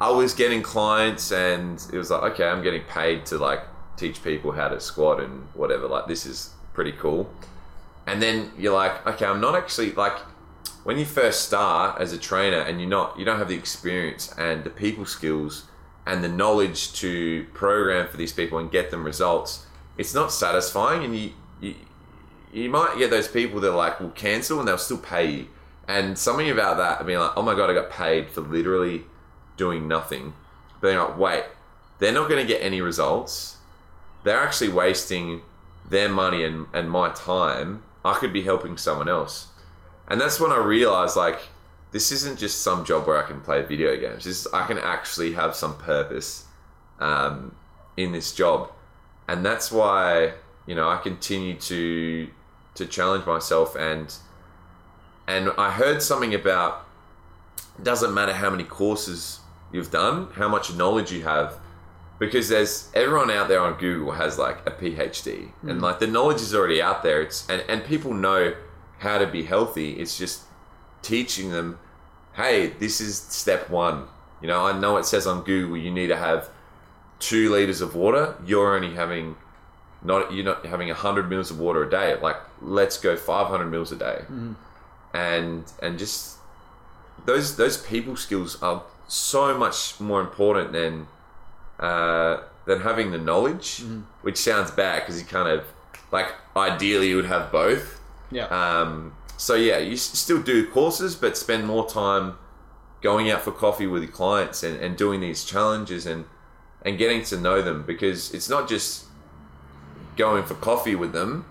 Speaker 2: I was getting clients, and it was like, okay, I'm getting paid to like teach people how to squat and whatever. Like, this is pretty cool. And then you're like, okay, I'm not actually like when you first start as a trainer and you're not you don't have the experience and the people skills and the knowledge to program for these people and get them results it's not satisfying and you you, you might get those people that like will cancel and they'll still pay you and something about that i mean like oh my god i got paid for literally doing nothing but they're like wait they're not going to get any results they're actually wasting their money and, and my time i could be helping someone else and that's when I realized like this isn't just some job where I can play video games. This I can actually have some purpose um, in this job, and that's why you know I continue to to challenge myself and and I heard something about it doesn't matter how many courses you've done, how much knowledge you have, because there's everyone out there on Google has like a PhD and like the knowledge is already out there. It's and, and people know how to be healthy. It's just teaching them, hey, this is step one. You know, I know it says on Google you need to have two liters of water. You're only having not you're not having hundred mils of water a day. Like let's go five hundred mils a day,
Speaker 1: Mm.
Speaker 2: and and just those those people skills are so much more important than uh, than having the knowledge, which sounds bad because you kind of like ideally you would have both.
Speaker 1: yeah.
Speaker 2: Um, so yeah, you s- still do courses, but spend more time going out for coffee with your clients and, and doing these challenges and and getting to know them because it's not just going for coffee with them.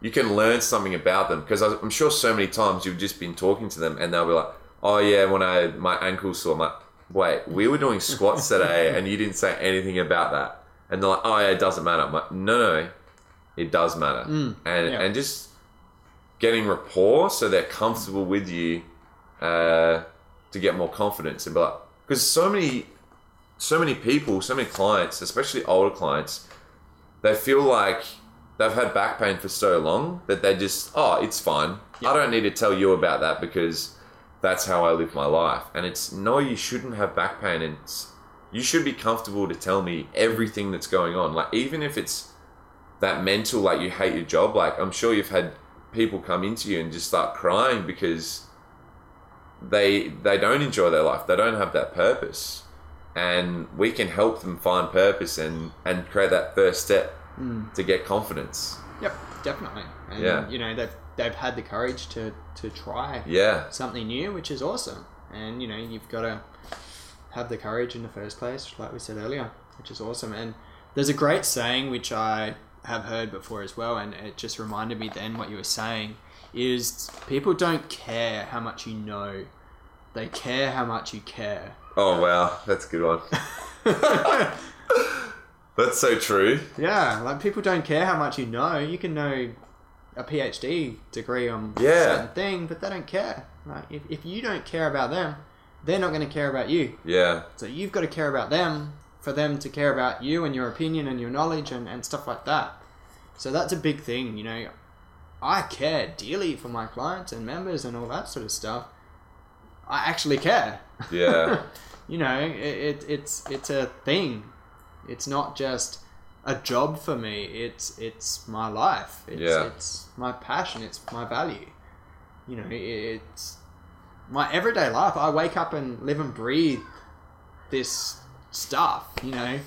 Speaker 2: You can learn something about them because I'm sure so many times you've just been talking to them and they'll be like, "Oh yeah, when I my ankle sore, my wait, we were doing squats today and you didn't say anything about that." And they're like, "Oh yeah, it doesn't matter." I'm like, "No, no, it does matter." and
Speaker 1: yeah.
Speaker 2: and just getting rapport so they're comfortable with you uh, to get more confidence and be like because so many so many people so many clients especially older clients they feel like they've had back pain for so long that they just oh it's fine i don't need to tell you about that because that's how i live my life and it's no you shouldn't have back pain and it's, you should be comfortable to tell me everything that's going on like even if it's that mental like you hate your job like i'm sure you've had people come into you and just start crying because they they don't enjoy their life. They don't have that purpose, and we can help them find purpose and and create that first step to get confidence.
Speaker 1: Mm. Yep, definitely. And,
Speaker 2: Yeah.
Speaker 1: You know, they've, they've had the courage to, to try
Speaker 2: Yeah,
Speaker 1: something new, which is awesome. And, you know, you've got to have the courage in the first place, like we said earlier, which is awesome. And there's a great saying which I have heard before as well, and it just reminded me then what you were saying is people don't care how much you know, they care how much you care.
Speaker 2: Oh wow, that's a good one. that's so true.
Speaker 1: Yeah, like people don't care how much you know. You can know a PhD degree on a
Speaker 2: Yeah.
Speaker 1: certain thing, but they don't care. Like if, if you don't care about them, they're not going to care about you.
Speaker 2: Yeah,
Speaker 1: So you've got to care about them for them to care about you and your opinion and your knowledge and, and stuff like that. So that's a big thing, you know. I care dearly for my clients and members and all that sort of stuff. I actually care.
Speaker 2: yeah,
Speaker 1: [laughs] you know, it, it, it's it's a thing. It's not just a job for me. It's it's my life. It's,
Speaker 2: Yeah.
Speaker 1: it's my passion. It's my value. You know, it, it's my everyday life. I wake up and live and breathe this stuff. You know,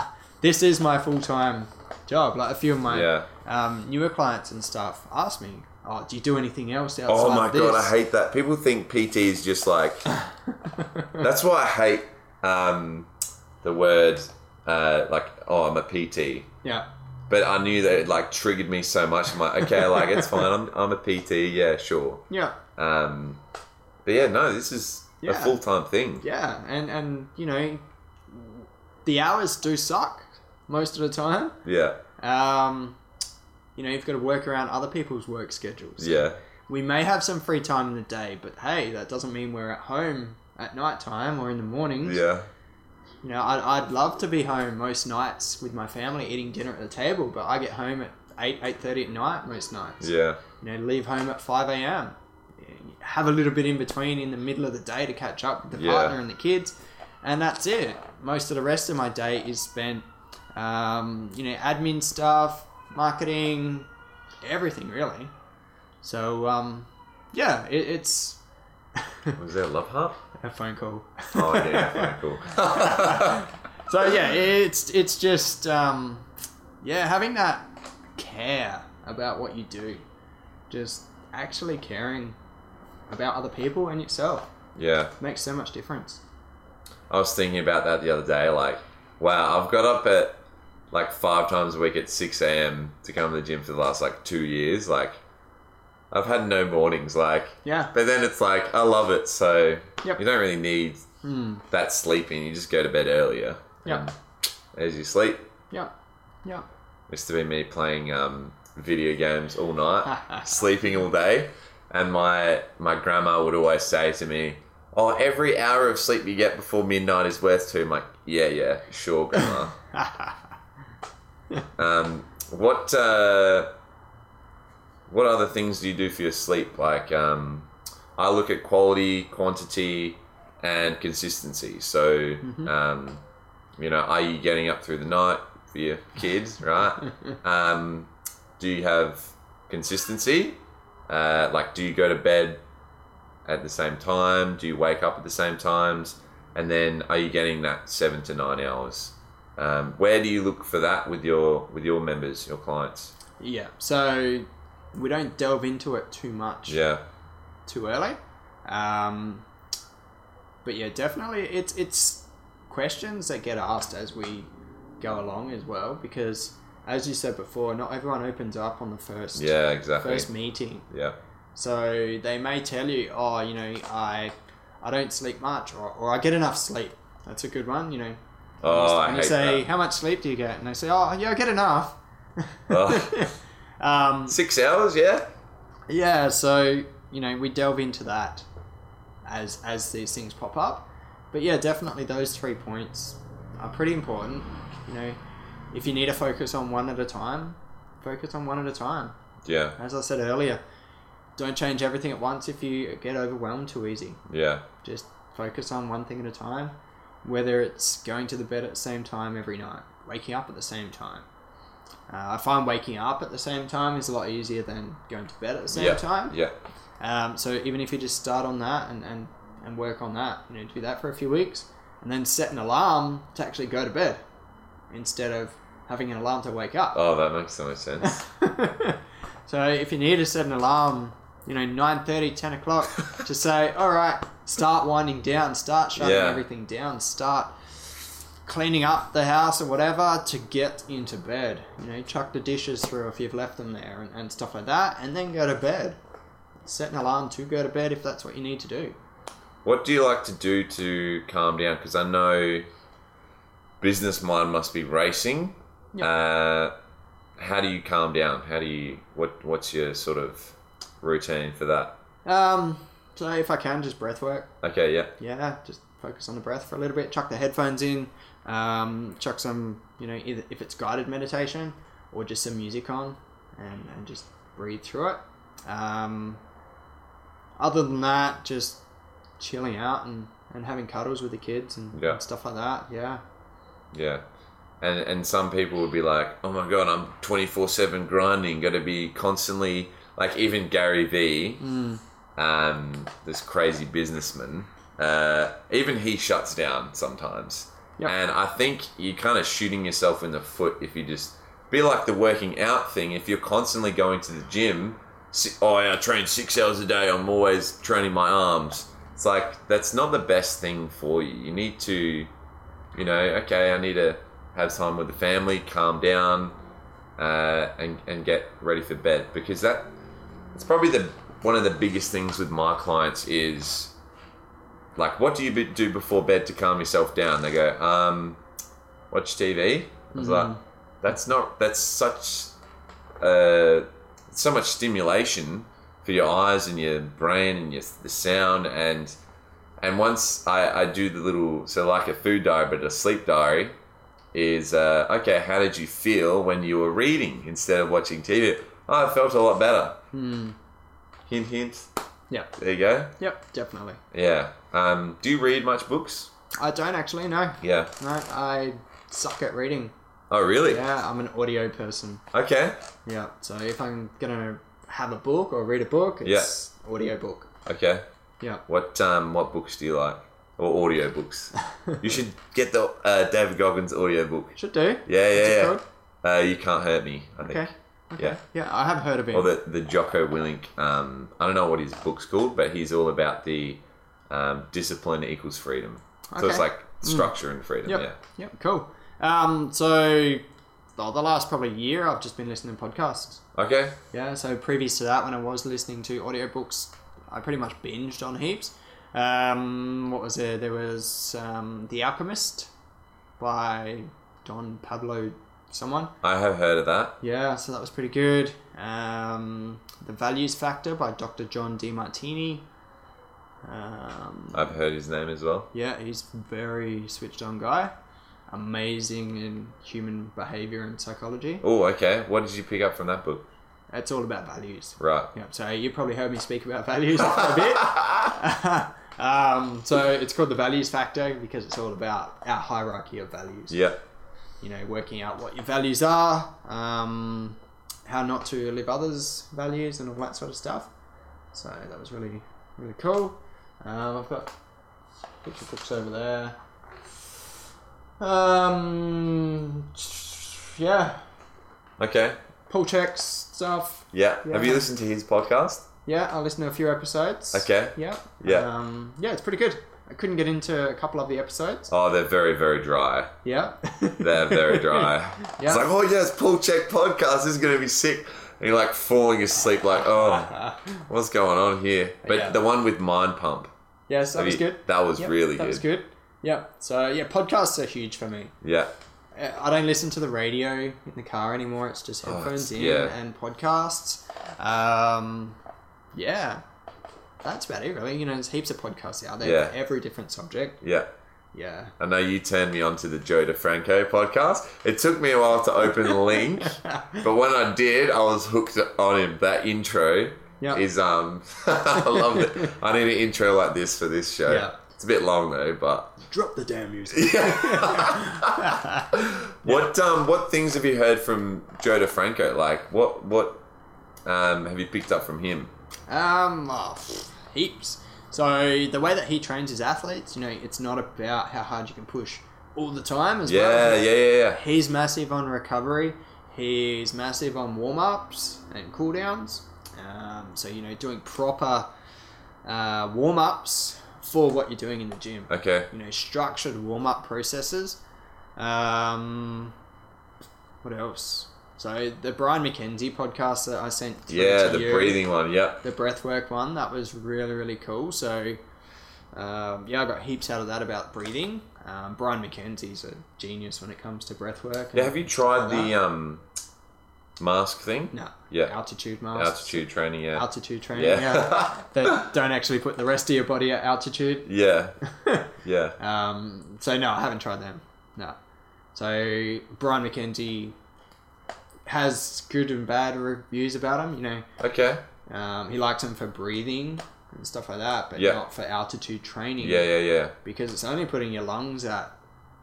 Speaker 1: [laughs] this is my full time job. Like a few of my
Speaker 2: yeah.
Speaker 1: um, newer clients and stuff ask me, "Oh, do you do anything else outside
Speaker 2: Oh my
Speaker 1: this?"
Speaker 2: god, I hate that. People think PT is just like. that's why I hate um, the word uh, like. Oh, I'm a PT,
Speaker 1: Yeah.
Speaker 2: but I knew that it like triggered me so much. I'm like, okay, like it's fine. I'm, I'm a PT. Yeah, sure.
Speaker 1: Yeah.
Speaker 2: Um, but yeah, no, this is a
Speaker 1: Yeah.
Speaker 2: full time thing.
Speaker 1: Yeah, and and you know, the hours do suck most of the time.
Speaker 2: Yeah,
Speaker 1: Um, you know, you've got to work around other people's work schedules.
Speaker 2: yeah,
Speaker 1: We may have some free time in the day, but hey, that doesn't mean we're at home at night time or in the mornings.
Speaker 2: yeah,
Speaker 1: You know, I'd, I'd love to be home most nights with my family eating dinner at the table, but I get home at eight eight thirty at night most nights.
Speaker 2: yeah,
Speaker 1: You know, leave home at five a.m. Have a little bit in between in the middle of the day to catch up with the
Speaker 2: Yeah.
Speaker 1: partner and the kids, and that's it. Most of the rest of my day is spent, um, you know, admin stuff, marketing, everything really. So um, yeah, it, it's
Speaker 2: Was there a love heart?
Speaker 1: a phone call. [laughs]
Speaker 2: Oh yeah, cool.
Speaker 1: So yeah, it's it's just um, yeah, having that care about what you do, just actually caring about other people and yourself
Speaker 2: [laughs] yeah,
Speaker 1: makes so much difference.
Speaker 2: I was thinking about that the other day. Like, wow, I've got up at like five times a week at six a.m. to come to the gym for the last like two years. Like, I've had no mornings. Like,
Speaker 1: Yeah,
Speaker 2: but then it's like I love it, so
Speaker 1: Yep.
Speaker 2: you don't really need that sleeping. You just go to bed earlier.
Speaker 1: yeah,
Speaker 2: As you sleep,
Speaker 1: yeah, yeah.
Speaker 2: used to be me playing um, video games all night, sleeping all day, and my my grandma would always say to me, "Oh, every hour of sleep you get before midnight is worth two." I'm like, "Yeah, yeah, sure, grandma." um, what uh, what other things do you do for your sleep? Like, um, I look at quality, quantity, and consistency. So. Um, you know, are you getting up through the night for your kids, right? um, do you have consistency? Uh, like, do you go to bed at the same time? Do you wake up at the same times? And then, are you getting that seven to nine hours? Um, where do you look for that with your with your members, your clients?
Speaker 1: [laughs] Yeah. So we don't delve into it too much
Speaker 2: Yeah,
Speaker 1: too early. Um, but yeah, definitely it's it's questions that get asked as we go along as well because as you said before, not everyone opens up on the first
Speaker 2: yeah, exactly.
Speaker 1: first meeting.
Speaker 2: Yeah,
Speaker 1: So they may tell you, oh, you know, I I don't sleep much or, or I get enough sleep. That's a good one, you know.
Speaker 2: Oh, I
Speaker 1: and you
Speaker 2: hate
Speaker 1: say,
Speaker 2: that.
Speaker 1: how much sleep do you get? And they say, oh, yeah, I get enough.
Speaker 2: Oh.
Speaker 1: [laughs] um,
Speaker 2: six hours. Yeah,
Speaker 1: yeah, so you know we delve into that as as these things pop up, but yeah, definitely those three points are pretty important. You know, if you need to focus on one at a time, focus on one at a time.
Speaker 2: yeah,
Speaker 1: As I said earlier, don't change everything at once if you get overwhelmed too easy.
Speaker 2: yeah,
Speaker 1: Just focus on one thing at a time, whether it's going to the bed at the same time every night, waking up at the same time, Uh, I find waking up at the same time is a lot easier than going to bed at the same
Speaker 2: yeah.
Speaker 1: time.
Speaker 2: Yeah.
Speaker 1: Um, so even if you just start on that and, and, and work on that, you know, do that for a few weeks and then set an alarm to actually go to bed instead of having an alarm to wake up.
Speaker 2: Oh, that makes so much sense.
Speaker 1: [laughs] so if you need to set an alarm, you know, 9.30, 10 o'clock, just say, all right, start winding down, start shutting
Speaker 2: Yeah.
Speaker 1: everything down, start cleaning up the house or whatever to get into bed. You know, chuck the dishes through if you've left them there and, and stuff like that, and then go to bed. Set an alarm to go to bed if that's what you need to do.
Speaker 2: What do you like to do to calm down? Because I know business mind must be racing.
Speaker 1: Yeah.
Speaker 2: Uh, how do you calm down? How do you what What's your sort of routine for that?
Speaker 1: Um, so if I can, just breath work.
Speaker 2: Okay, yeah,
Speaker 1: yeah, just focus on the breath for a little bit. Chuck the headphones in. Um, chuck some, you know, either if it's guided meditation or just some music on, and, and just breathe through it. Um, other than that, just chilling out and, and having cuddles with the kids and,
Speaker 2: Yeah.
Speaker 1: and stuff like that. Yeah.
Speaker 2: yeah. And and some people would be like, "Oh my god, I'm twenty four seven grinding, got to be constantly like." Even Gary V, um, this crazy businessman, uh, even he shuts down sometimes.
Speaker 1: Yep.
Speaker 2: And I think you're kind of shooting yourself in the foot if you just be like the working out thing. If you're constantly going to the gym, si- oh, yeah, I train six hours a day, I'm always training my arms. It's like, that's not the best thing for you. You need to, you know, okay, I need to have time with the family, calm down, uh, and, and get ready for bed because that it's probably the one of the biggest things with my clients is like what do you be, do before bed to calm yourself down they go um watch tv i was like that's not that's such uh so much stimulation for your eyes and your brain and your the sound and and once i i do the little so like a food diary but a sleep diary is uh, okay, how did you feel when you were reading instead of watching TV? Oh, I felt a lot better.
Speaker 1: Hmm.
Speaker 2: Hint, hint.
Speaker 1: Yep.
Speaker 2: There you go.
Speaker 1: Yep. Definitely.
Speaker 2: Yeah. Um, do you read much books?
Speaker 1: I don't actually know.
Speaker 2: Yeah.
Speaker 1: No, I suck at reading.
Speaker 2: Oh, really?
Speaker 1: Yeah, I'm an audio person.
Speaker 2: Okay.
Speaker 1: Yeah. So if I'm gonna have a book or read a book, it's audio book.
Speaker 2: Okay.
Speaker 1: Yeah.
Speaker 2: What um, what books do you like? Or audio books?
Speaker 1: [laughs]
Speaker 2: you should get the uh, David Goggins audio book.
Speaker 1: Should do.
Speaker 2: Yeah,
Speaker 1: What's it
Speaker 2: yeah,
Speaker 1: called?
Speaker 2: yeah. Uh, you can't hurt me. I think.
Speaker 1: Okay. okay.
Speaker 2: Yeah. Oh,
Speaker 1: Yeah, I have heard of him.
Speaker 2: Or the, the Jocko Willink, um, I don't know what his book's called, but he's all about the um, discipline equals freedom. So
Speaker 1: Okay.
Speaker 2: it's
Speaker 1: Mm.
Speaker 2: like structure and freedom.
Speaker 1: yep.
Speaker 2: Yeah.
Speaker 1: Yep. Cool. Um, so oh, the last probably year, I've just been listening to podcasts.
Speaker 2: Okay.
Speaker 1: Yeah. So previous to that, when I was listening to audiobooks, I pretty much binged on heaps. Um, what was there? There was um, The Alchemist by Don Pablo someone.
Speaker 2: I have heard of that.
Speaker 1: Yeah, so that was pretty good. Um, the Values Factor by Dr. John DiMartini. Um,
Speaker 2: I've heard his name as well.
Speaker 1: yeah, he's very switched on guy. Amazing in human behavior and psychology.
Speaker 2: Oh, okay. What did you pick up from that book?
Speaker 1: It's all about values.
Speaker 2: Right.
Speaker 1: Yeah, so you probably heard me speak about values a bit. [laughs] um, so it's called the values factor because it's all about our hierarchy of values.
Speaker 2: Yeah.
Speaker 1: you know, working out what your values are, um, how not to live others' values, and all that sort of stuff. So that was really, really cool. Um, I've got picture books over there. Um, yeah,
Speaker 2: Okay.
Speaker 1: Paul Check's stuff.
Speaker 2: Yeah.
Speaker 1: Yeah.
Speaker 2: Have you listened to his podcast?
Speaker 1: Yeah, I listened to a few episodes.
Speaker 2: Okay.
Speaker 1: Yeah.
Speaker 2: Yeah.
Speaker 1: Um, yeah, it's pretty good. I couldn't get into a couple of the episodes.
Speaker 2: Oh, they're very, very dry.
Speaker 1: Yeah. [laughs]
Speaker 2: They're very dry.
Speaker 1: Yeah.
Speaker 2: It's like, oh, yes, Paul Check podcast. This is going to be sick. And you're like falling asleep, like,
Speaker 1: [laughs]
Speaker 2: oh, what's going on here? But
Speaker 1: Yeah.
Speaker 2: the one with Mind Pump.
Speaker 1: yes, that
Speaker 2: Have
Speaker 1: was
Speaker 2: you-
Speaker 1: good.
Speaker 2: That was
Speaker 1: Yep,
Speaker 2: really
Speaker 1: that
Speaker 2: good.
Speaker 1: was good. Yeah. So yeah, podcasts are huge for me.
Speaker 2: Yeah.
Speaker 1: Uh, I don't listen to the radio in the car anymore. It's just headphones
Speaker 2: Oh, it's-
Speaker 1: in
Speaker 2: yeah.
Speaker 1: and podcasts. Um, yeah, that's about it really. You know, there's heaps of podcasts out there
Speaker 2: Yeah.
Speaker 1: for every different subject.
Speaker 2: Yeah.
Speaker 1: Yeah.
Speaker 2: I know you turned me on to the Joe DeFranco podcast. It took me a while to open the
Speaker 1: [laughs]
Speaker 2: link, but when I did, I was hooked on him. That intro
Speaker 1: Yeah.
Speaker 2: [laughs] is um, I loved it. I need an intro like this for this show.
Speaker 1: Yeah.
Speaker 2: It's a bit long though, but [laughs]
Speaker 1: Drop the damn [laughs] music.
Speaker 2: what um what things have you heard from Joe DeFranco? Like what what um have you picked up from him?
Speaker 1: Um, oh, pff, heaps. So the way that he trains his athletes, you know, it's not about how hard you can push all the time as
Speaker 2: Yeah,
Speaker 1: well.
Speaker 2: yeah, yeah, yeah.
Speaker 1: He's massive on recovery. He's massive on warm ups and cool downs. Um, so you know, doing proper uh, warm ups for what you're doing in the gym.
Speaker 2: Okay.
Speaker 1: You know, structured warm up processes. Um, what else? So the Brian McKenzie podcast that I sent. through
Speaker 2: Yeah,
Speaker 1: to
Speaker 2: the
Speaker 1: you
Speaker 2: breathing one. Yep.
Speaker 1: the breathwork one that was really really cool so um, yeah i got heaps out of that about breathing um, brian mckenzie's a genius when it comes to breathwork
Speaker 2: Yeah, have you tried the um mask thing?
Speaker 1: no
Speaker 2: Yeah.
Speaker 1: altitude mask
Speaker 2: Altitude training, yeah.
Speaker 1: altitude training
Speaker 2: Yeah.
Speaker 1: yeah,
Speaker 2: [laughs]
Speaker 1: that don't actually put the rest of your body at altitude [laughs]
Speaker 2: yeah. Yeah.
Speaker 1: um, so no i haven't tried them no so brian mckenzie has good and bad reviews about him you know
Speaker 2: Okay.
Speaker 1: um, he likes them for breathing and stuff like that but
Speaker 2: Yeah.
Speaker 1: not for altitude training
Speaker 2: Yeah, yeah, yeah.
Speaker 1: because it's only putting your lungs at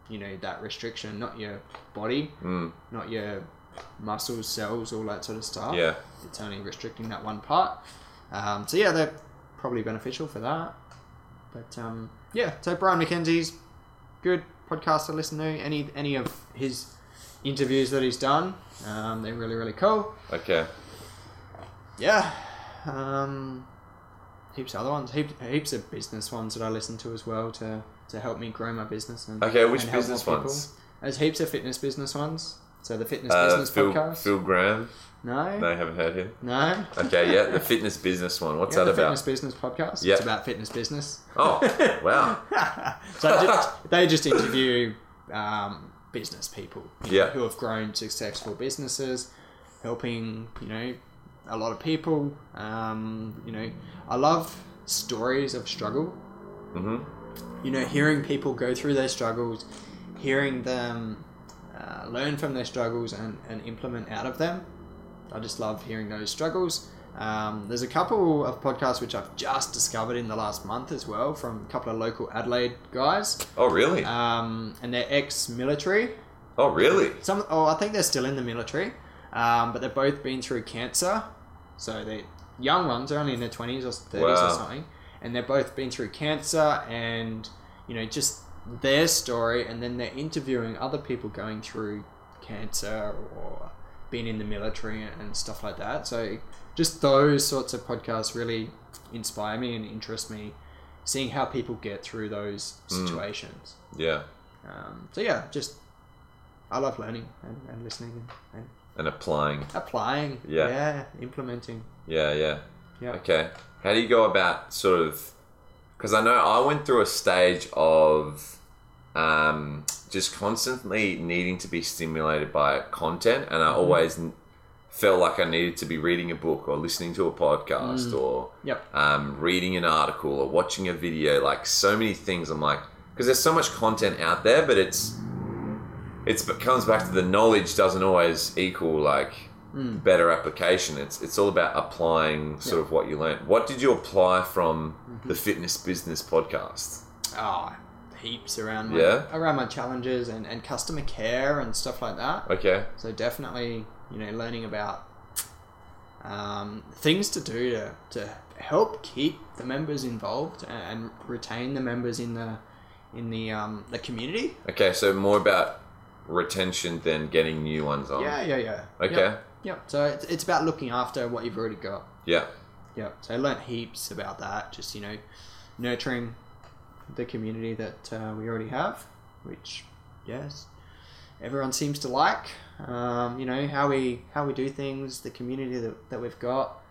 Speaker 1: you know that restriction not your body
Speaker 2: Mm,
Speaker 1: not your muscles cells all that sort of stuff
Speaker 2: yeah.
Speaker 1: it's only restricting that one part um, so yeah they're probably beneficial for that but um, yeah so brian mckenzie's good podcast to listen to any any of his interviews that he's done um, they're really really cool
Speaker 2: Okay.
Speaker 1: yeah um, heaps of other ones heaps, heaps of business ones that i listen to as well to to help me grow my business and
Speaker 2: Okay, which
Speaker 1: and help
Speaker 2: business
Speaker 1: more people.
Speaker 2: ones?
Speaker 1: There's heaps of fitness business ones. So the fitness
Speaker 2: Uh,
Speaker 1: business
Speaker 2: Phil,
Speaker 1: podcast.
Speaker 2: Phil Graham.
Speaker 1: no,
Speaker 2: No,
Speaker 1: no,
Speaker 2: I haven't heard him.
Speaker 1: [laughs]
Speaker 2: Okay, yeah, the fitness business one. What's
Speaker 1: Yeah,
Speaker 2: that
Speaker 1: the
Speaker 2: about?
Speaker 1: fitness business podcast.
Speaker 2: Yeah.
Speaker 1: It's about fitness business.
Speaker 2: Oh, wow.
Speaker 1: [laughs] so just, they just interview um, business people
Speaker 2: Yeah.
Speaker 1: who have grown successful businesses, helping you know a lot of people. Um, you know, I love stories of struggle.
Speaker 2: Mhm.
Speaker 1: You know, hearing people go through their struggles, hearing them uh, learn from their struggles and, and implement out of them. I just love hearing those struggles. Um, there's a couple of podcasts which I've just discovered in the last month as well from a couple of local Adelaide guys,
Speaker 2: Oh, really?
Speaker 1: um, and they're ex-military.
Speaker 2: Oh, really?
Speaker 1: Some, oh, I think they're still in the military, um, but they've both been through cancer. So they young ones, they're only in their twenties or thirties
Speaker 2: Wow.
Speaker 1: or something, and they've both been through cancer, and you know just their story, and then they're interviewing other people going through cancer or being in the military and stuff like that. So just those sorts of podcasts really inspire me and interest me, seeing how people get through those situations.
Speaker 2: Yeah.
Speaker 1: Um, so yeah, just I love learning and, and listening and, and
Speaker 2: And applying.
Speaker 1: applying.
Speaker 2: Yeah.
Speaker 1: implementing.
Speaker 2: Yeah, yeah.
Speaker 1: Yeah.
Speaker 2: Okay. How do you go about sort of? Because I know I went through a stage of um, just constantly needing to be stimulated by content, and I
Speaker 1: Mm-hmm.
Speaker 2: always n- felt like I needed to be reading a book or listening to a podcast or
Speaker 1: Mm. Yep.
Speaker 2: um, reading an article or watching a video. Like so many things, I'm like, because there's so much content out there, but it's it's it comes back to the knowledge doesn't always equal like better application. It's it's all about applying sort of what you learn. What did you apply from
Speaker 1: Mm-hmm.
Speaker 2: the fitness business podcast?
Speaker 1: Oh, heaps around my,
Speaker 2: Yeah.
Speaker 1: around my challenges and, and customer care and stuff like that.
Speaker 2: Okay.
Speaker 1: So definitely, you know, learning about um, things to do to, to help keep the members involved and, and retain the members in the in the um, the community.
Speaker 2: Okay, so more about retention than getting new ones on.
Speaker 1: Yeah, yeah, yeah.
Speaker 2: Oh. Okay.
Speaker 1: Yep. yep. So it's, it's about looking after what you've already got.
Speaker 2: Yeah.
Speaker 1: Yeah, so I learnt heaps about that. Just you know, nurturing the community that uh, we already have, which yes, everyone seems to like. Um, you know how we how we do things, the community that, that we've got,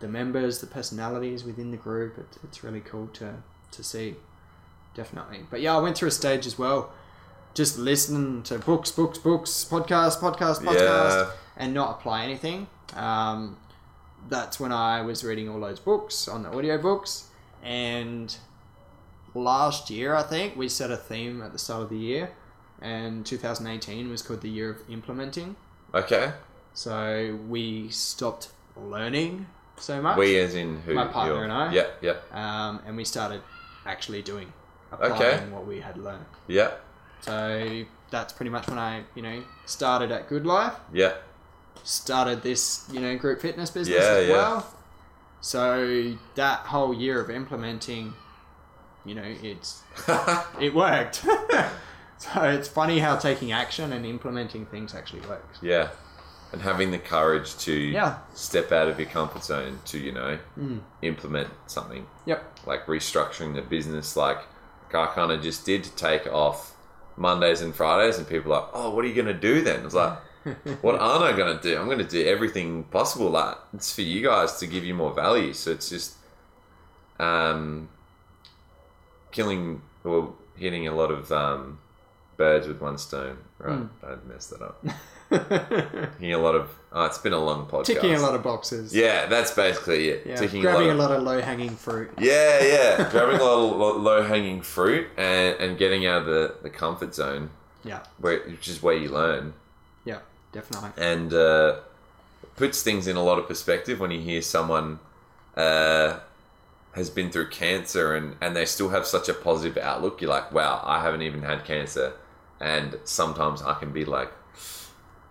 Speaker 1: the members, the personalities within the group. It, it's really cool to to see, definitely. But yeah, I went through a stage as well. Just listen to books, books, books, podcast, podcast, podcast,
Speaker 2: Yeah.
Speaker 1: and not apply anything. Um, that's when I was reading all those books on the audiobooks. And last year, I think, we set a theme at the start of the year. And 2018 was called the year of implementing.
Speaker 2: Okay.
Speaker 1: So we stopped learning so much.
Speaker 2: We as in who?
Speaker 1: My partner
Speaker 2: you're-
Speaker 1: and I.
Speaker 2: Yeah. Yeah.
Speaker 1: um, and we started actually doing. applying
Speaker 2: Okay.
Speaker 1: what we had learned.
Speaker 2: Yeah.
Speaker 1: So that's pretty much when I, you know, started at Good Life,
Speaker 2: Yeah.
Speaker 1: started this, you know, group fitness business
Speaker 2: Yeah,
Speaker 1: as
Speaker 2: yeah.
Speaker 1: well. So that whole year of implementing, you know, it's it worked. [laughs] so it's funny how taking action and implementing things actually works.
Speaker 2: [laughs] yeah. And having the courage to
Speaker 1: Yeah.
Speaker 2: step out of your comfort zone to, you know,
Speaker 1: Mm.
Speaker 2: implement something
Speaker 1: Yep. [laughs]
Speaker 2: like restructuring the business like I kind of just did to take off Mondays and Fridays and people are like, oh, what are you going to do then? It's like, what aren't I going to do? I'm going to do everything possible. Like, it's for you guys to give you more value. So it's just um, killing or hitting a lot of um, birds with one stone. Right.
Speaker 1: Hmm.
Speaker 2: I messed that up.
Speaker 1: [laughs]
Speaker 2: Hitting a lot of, oh, it's been a long podcast.
Speaker 1: Ticking a lot of boxes.
Speaker 2: Yeah, that's basically it.
Speaker 1: Yeah.
Speaker 2: Ticking
Speaker 1: Grabbing
Speaker 2: of-
Speaker 1: a lot of low hanging fruit.
Speaker 2: yeah, yeah. Grabbing a lot of low hanging fruit and, and getting out of the, the comfort zone,
Speaker 1: Yeah.
Speaker 2: where, which is where you learn.
Speaker 1: Yeah. Definitely.
Speaker 2: And uh, puts things in a lot of perspective when you hear someone uh, has been through cancer and, and they still have such a positive outlook. You're like, wow, I haven't even had cancer. And sometimes I can be like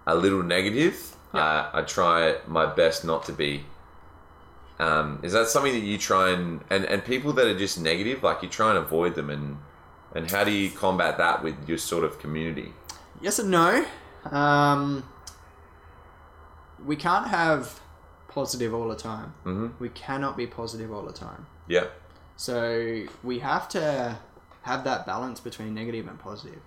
Speaker 2: a little negative. Uh, I try my best not to be um, is that something that you try and, and and people that are just negative like you try and avoid them and and how do you combat that with your sort of community
Speaker 1: Yes and no. Um, we can't have positive all the time.
Speaker 2: mm-hmm.
Speaker 1: We cannot be positive all the time.
Speaker 2: yeah
Speaker 1: So we have to have that balance between negative and positive.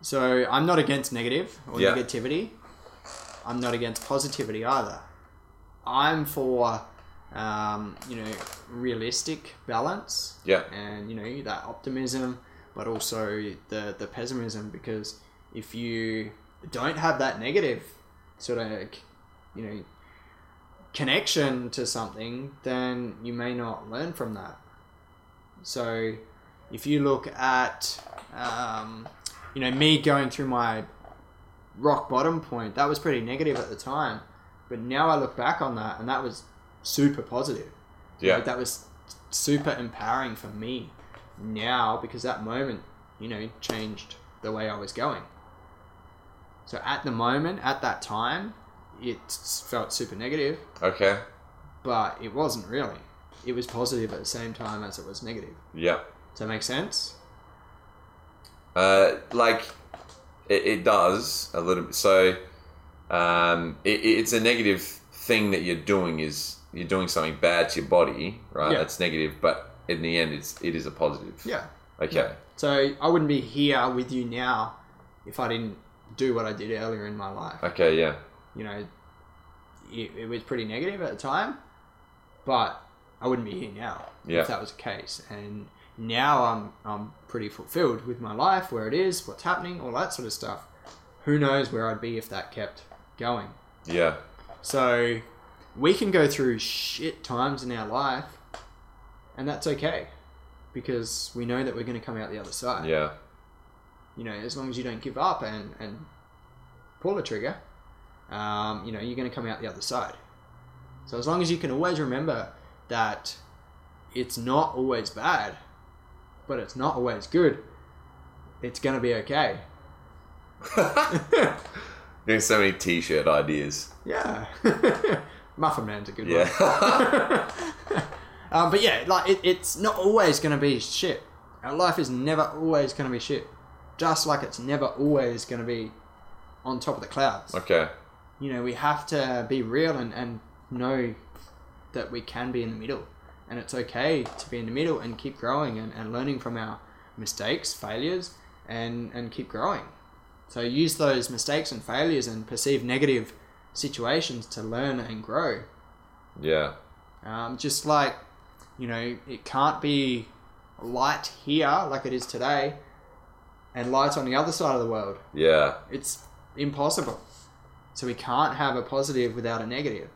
Speaker 1: So I'm not against negative or
Speaker 2: Yeah.
Speaker 1: negativity. I'm not against positivity either. I'm for, um, you know, realistic balance
Speaker 2: yeah
Speaker 1: and you know that optimism but also the the pessimism because if you don't have that negative sort of you know connection to something then you may not learn from that so if you look at um, you know me going through my rock bottom point that was pretty negative at the time but now i look back on that and that was super positive
Speaker 2: yeah
Speaker 1: like, that was super empowering for me now because that moment, you know, changed the way I was going. So at the moment, at that time, it s- felt super negative,
Speaker 2: okay
Speaker 1: but it wasn't really. It was positive at the same time as it was negative.
Speaker 2: yeah
Speaker 1: Does that make sense?
Speaker 2: uh, like it, it does a little bit so um, it, it- it's a negative thing that you're doing is you're doing something bad to your body right
Speaker 1: Yeah.
Speaker 2: that's negative but in the end it's it is a positive
Speaker 1: Yeah.
Speaker 2: okay
Speaker 1: So I wouldn't be here with you now if I didn't do what I did earlier in my life.
Speaker 2: okay yeah
Speaker 1: you know, it, it was pretty negative at the time, but I wouldn't be here now
Speaker 2: Yeah.
Speaker 1: if that was the case. And now I'm I'm pretty fulfilled with my life, where it is, what's happening, all that sort of stuff. Who knows where I'd be if that kept going?
Speaker 2: yeah
Speaker 1: So we can go through shit times in our life, and that's okay because we know that we're going to come out the other side.
Speaker 2: yeah [laughs]
Speaker 1: You know, as long as you don't give up and and pull the trigger, um, you know, you're going to come out the other side. So as long as you can always remember that it's not always bad, but it's not always good, it's going to be okay. [laughs]
Speaker 2: Doing so many t-shirt ideas.
Speaker 1: Yeah. [laughs] Muffin Man's a good
Speaker 2: Yeah.
Speaker 1: one. [laughs] um, but yeah, like it, it's not always going to be shit. Our life is never always going to be shit. Just like it's never always going to be on top of the clouds.
Speaker 2: Okay.
Speaker 1: you know, we have to be real and, and know that we can be in the middle. And it's okay to be in the middle and keep growing and, and learning from our mistakes, failures, and, and keep growing. So use those mistakes and failures and perceive negative situations to learn and grow.
Speaker 2: Yeah.
Speaker 1: Um, just like, you know, it can't be light here like it is today and light on the other side of the world.
Speaker 2: Yeah.
Speaker 1: It's impossible. So we can't have a positive without a negative.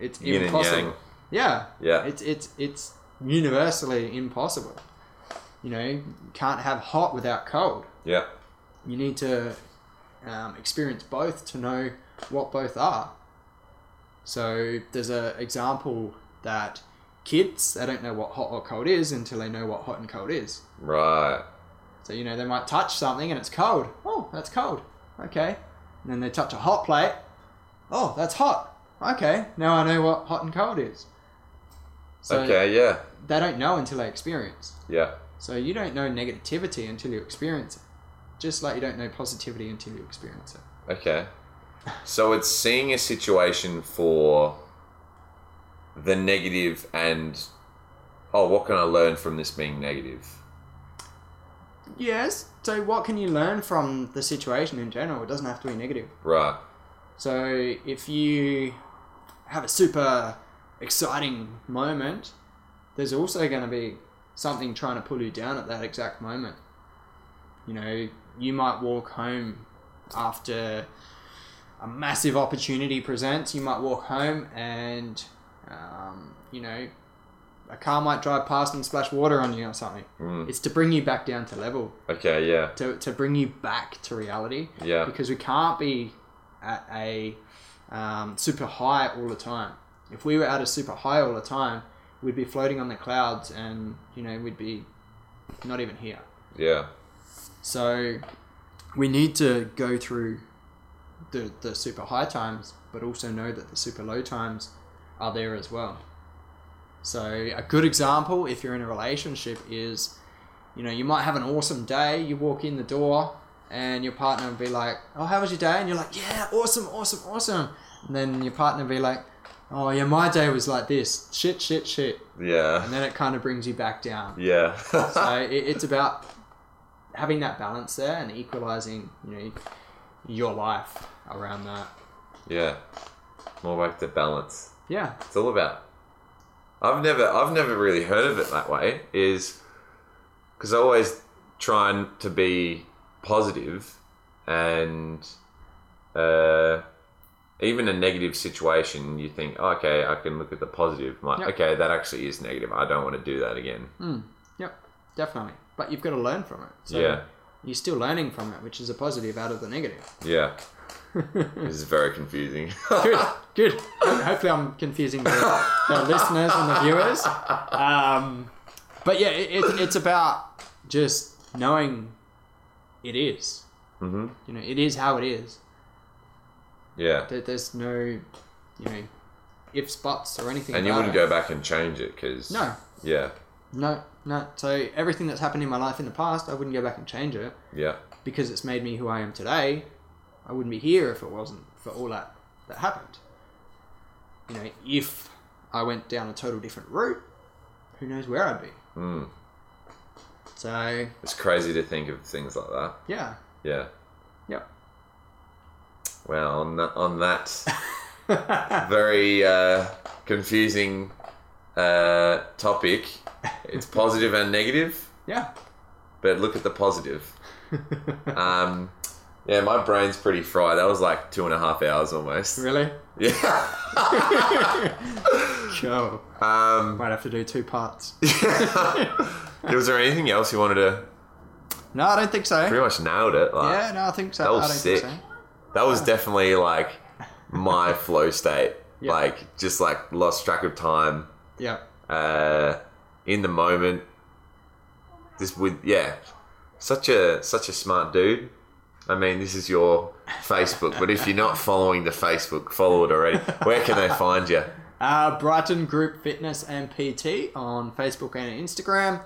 Speaker 1: It's
Speaker 2: Yin and yang.
Speaker 1: impossible. Yeah.
Speaker 2: Yeah.
Speaker 1: It's it's it's universally impossible. You know, you can't have hot without cold.
Speaker 2: Yeah.
Speaker 1: You need to um, experience both to know what both are. So there's a example that kids, they don't know what hot or cold is until they know what hot and cold is.
Speaker 2: Right.
Speaker 1: So, you know, they might touch something and it's cold. Oh, that's cold. Okay. And then they touch a hot plate. Oh, that's hot. Okay. Now I know what hot and cold is. So
Speaker 2: okay. Yeah.
Speaker 1: they don't know until they experience.
Speaker 2: Yeah.
Speaker 1: So you don't know negativity until you experience it. Just like you don't know positivity until you experience it.
Speaker 2: Okay. So it's seeing a situation for the negative and oh, what can I learn from this being negative?
Speaker 1: Yes. So what can you learn from the situation in general? It doesn't have to be negative.
Speaker 2: Right.
Speaker 1: So if you have a super exciting moment, there's also going to be something trying to pull you down at that exact moment. You know, you might walk home after a massive opportunity presents. You might walk home and, um, you know, a car might drive past and splash water on you or something.
Speaker 2: Mm.
Speaker 1: It's to bring you back down to level,
Speaker 2: Okay. Yeah.
Speaker 1: to, to bring you back to reality
Speaker 2: Yeah.
Speaker 1: because we can't be at a um, super high all the time. If we were at a super high all the time, we'd be floating on the clouds, and you know we'd be not even here.
Speaker 2: Yeah.
Speaker 1: So we need to go through the the super high times, but also know that the super low times are there as well. So a good example, if you're in a relationship, is you know you might have an awesome day. You walk in the door, and your partner will be like, "Oh, how was your day?" And you're like, "Yeah, awesome, awesome, awesome." And then your partner will be like, "Oh yeah, my day was like this. Shit, shit, shit."
Speaker 2: Yeah. [laughs]
Speaker 1: And then it kind of brings you back down
Speaker 2: Yeah.
Speaker 1: so it, it's about having that balance there and equalizing you know your life around that
Speaker 2: [laughs] yeah. More like the balance.
Speaker 1: yeah
Speaker 2: It's all about. I've never, I've never really heard of it that way. Is because I always trying to be positive, and uh, even a negative situation, you think, "Oh, okay, I can look at the positive. I'm like,
Speaker 1: Yep.
Speaker 2: okay, that actually is negative. I don't want to do that again.
Speaker 1: yep definitely but you've got to learn from it so
Speaker 2: Yeah.
Speaker 1: you're still learning from it which is a positive out of the negative
Speaker 2: Yeah, this is very confusing. [laughs]
Speaker 1: good good hopefully i'm confusing the, the listeners and the viewers um, but yeah it, it, it's about just knowing it is
Speaker 2: hmm
Speaker 1: you know it is how it is
Speaker 2: Yeah,
Speaker 1: There- there's no you know ifs buts or anything
Speaker 2: and you
Speaker 1: about
Speaker 2: wouldn't
Speaker 1: it.
Speaker 2: go back and change it because
Speaker 1: No.
Speaker 2: Yeah,
Speaker 1: No, no. So everything that's happened in my life in the past, I wouldn't go back and change it
Speaker 2: yeah,
Speaker 1: because it's made me who I am today. I wouldn't be here if it wasn't for all that that happened. You know, if I went down a total different route, who knows where I'd be.
Speaker 2: mm.
Speaker 1: So
Speaker 2: it's crazy to think of things like that.
Speaker 1: yeah,
Speaker 2: Yeah.
Speaker 1: Yep. [laughs]
Speaker 2: Well, on that, on that very uh, confusing uh, topic, it's positive and negative,
Speaker 1: yeah.
Speaker 2: but look at the
Speaker 1: [laughs]
Speaker 2: positive. Um, yeah, my brain's pretty fried. That was like two and a half hours almost.
Speaker 1: really?
Speaker 2: [laughs] Yeah.
Speaker 1: Sure.
Speaker 2: Um, [laughs]
Speaker 1: Might have to do two parts. [laughs]
Speaker 2: was there anything else you wanted to?
Speaker 1: No, I don't think so.
Speaker 2: Pretty much nailed it. Like,
Speaker 1: Yeah, no, I think so.
Speaker 2: That was
Speaker 1: I don't
Speaker 2: sick.
Speaker 1: think so.
Speaker 2: That was definitely like my flow state.
Speaker 1: [laughs] Yeah.
Speaker 2: Like just like lost track of time.
Speaker 1: Yeah.
Speaker 2: uh, in the moment. Just with yeah, such a such a smart dude. I mean, this is your Facebook, but if you're not following the Facebook, follow it already. Where can they find you?
Speaker 1: Uh, Brighton Group Fitness and PT on Facebook and Instagram.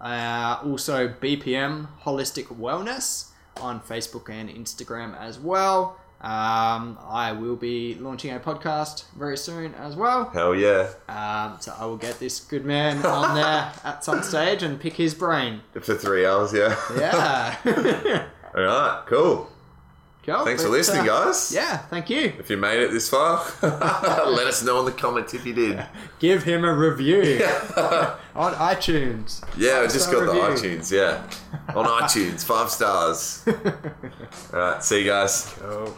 Speaker 1: Uh, also, BPM Holistic Wellness on Facebook and Instagram as well. Um, I will be launching a podcast very soon as well.
Speaker 2: Hell yeah!
Speaker 1: Um, so I will get this good man
Speaker 2: [laughs]
Speaker 1: on there at some stage and pick his brain.
Speaker 2: For three hours, yeah.
Speaker 1: Yeah.
Speaker 2: [laughs] All right, cool.
Speaker 1: cool.
Speaker 2: Thanks for
Speaker 1: But, uh,
Speaker 2: listening, guys.
Speaker 1: Yeah, thank you.
Speaker 2: If you made it this far, [laughs] let us know in the comments if you did.
Speaker 1: Give him a
Speaker 2: [laughs]
Speaker 1: review on iTunes.
Speaker 2: Yeah, I just
Speaker 1: Five-star
Speaker 2: got the
Speaker 1: review. [laughs]
Speaker 2: iTunes. Yeah, on iTunes, five stars. All right, see you guys.
Speaker 1: Cool.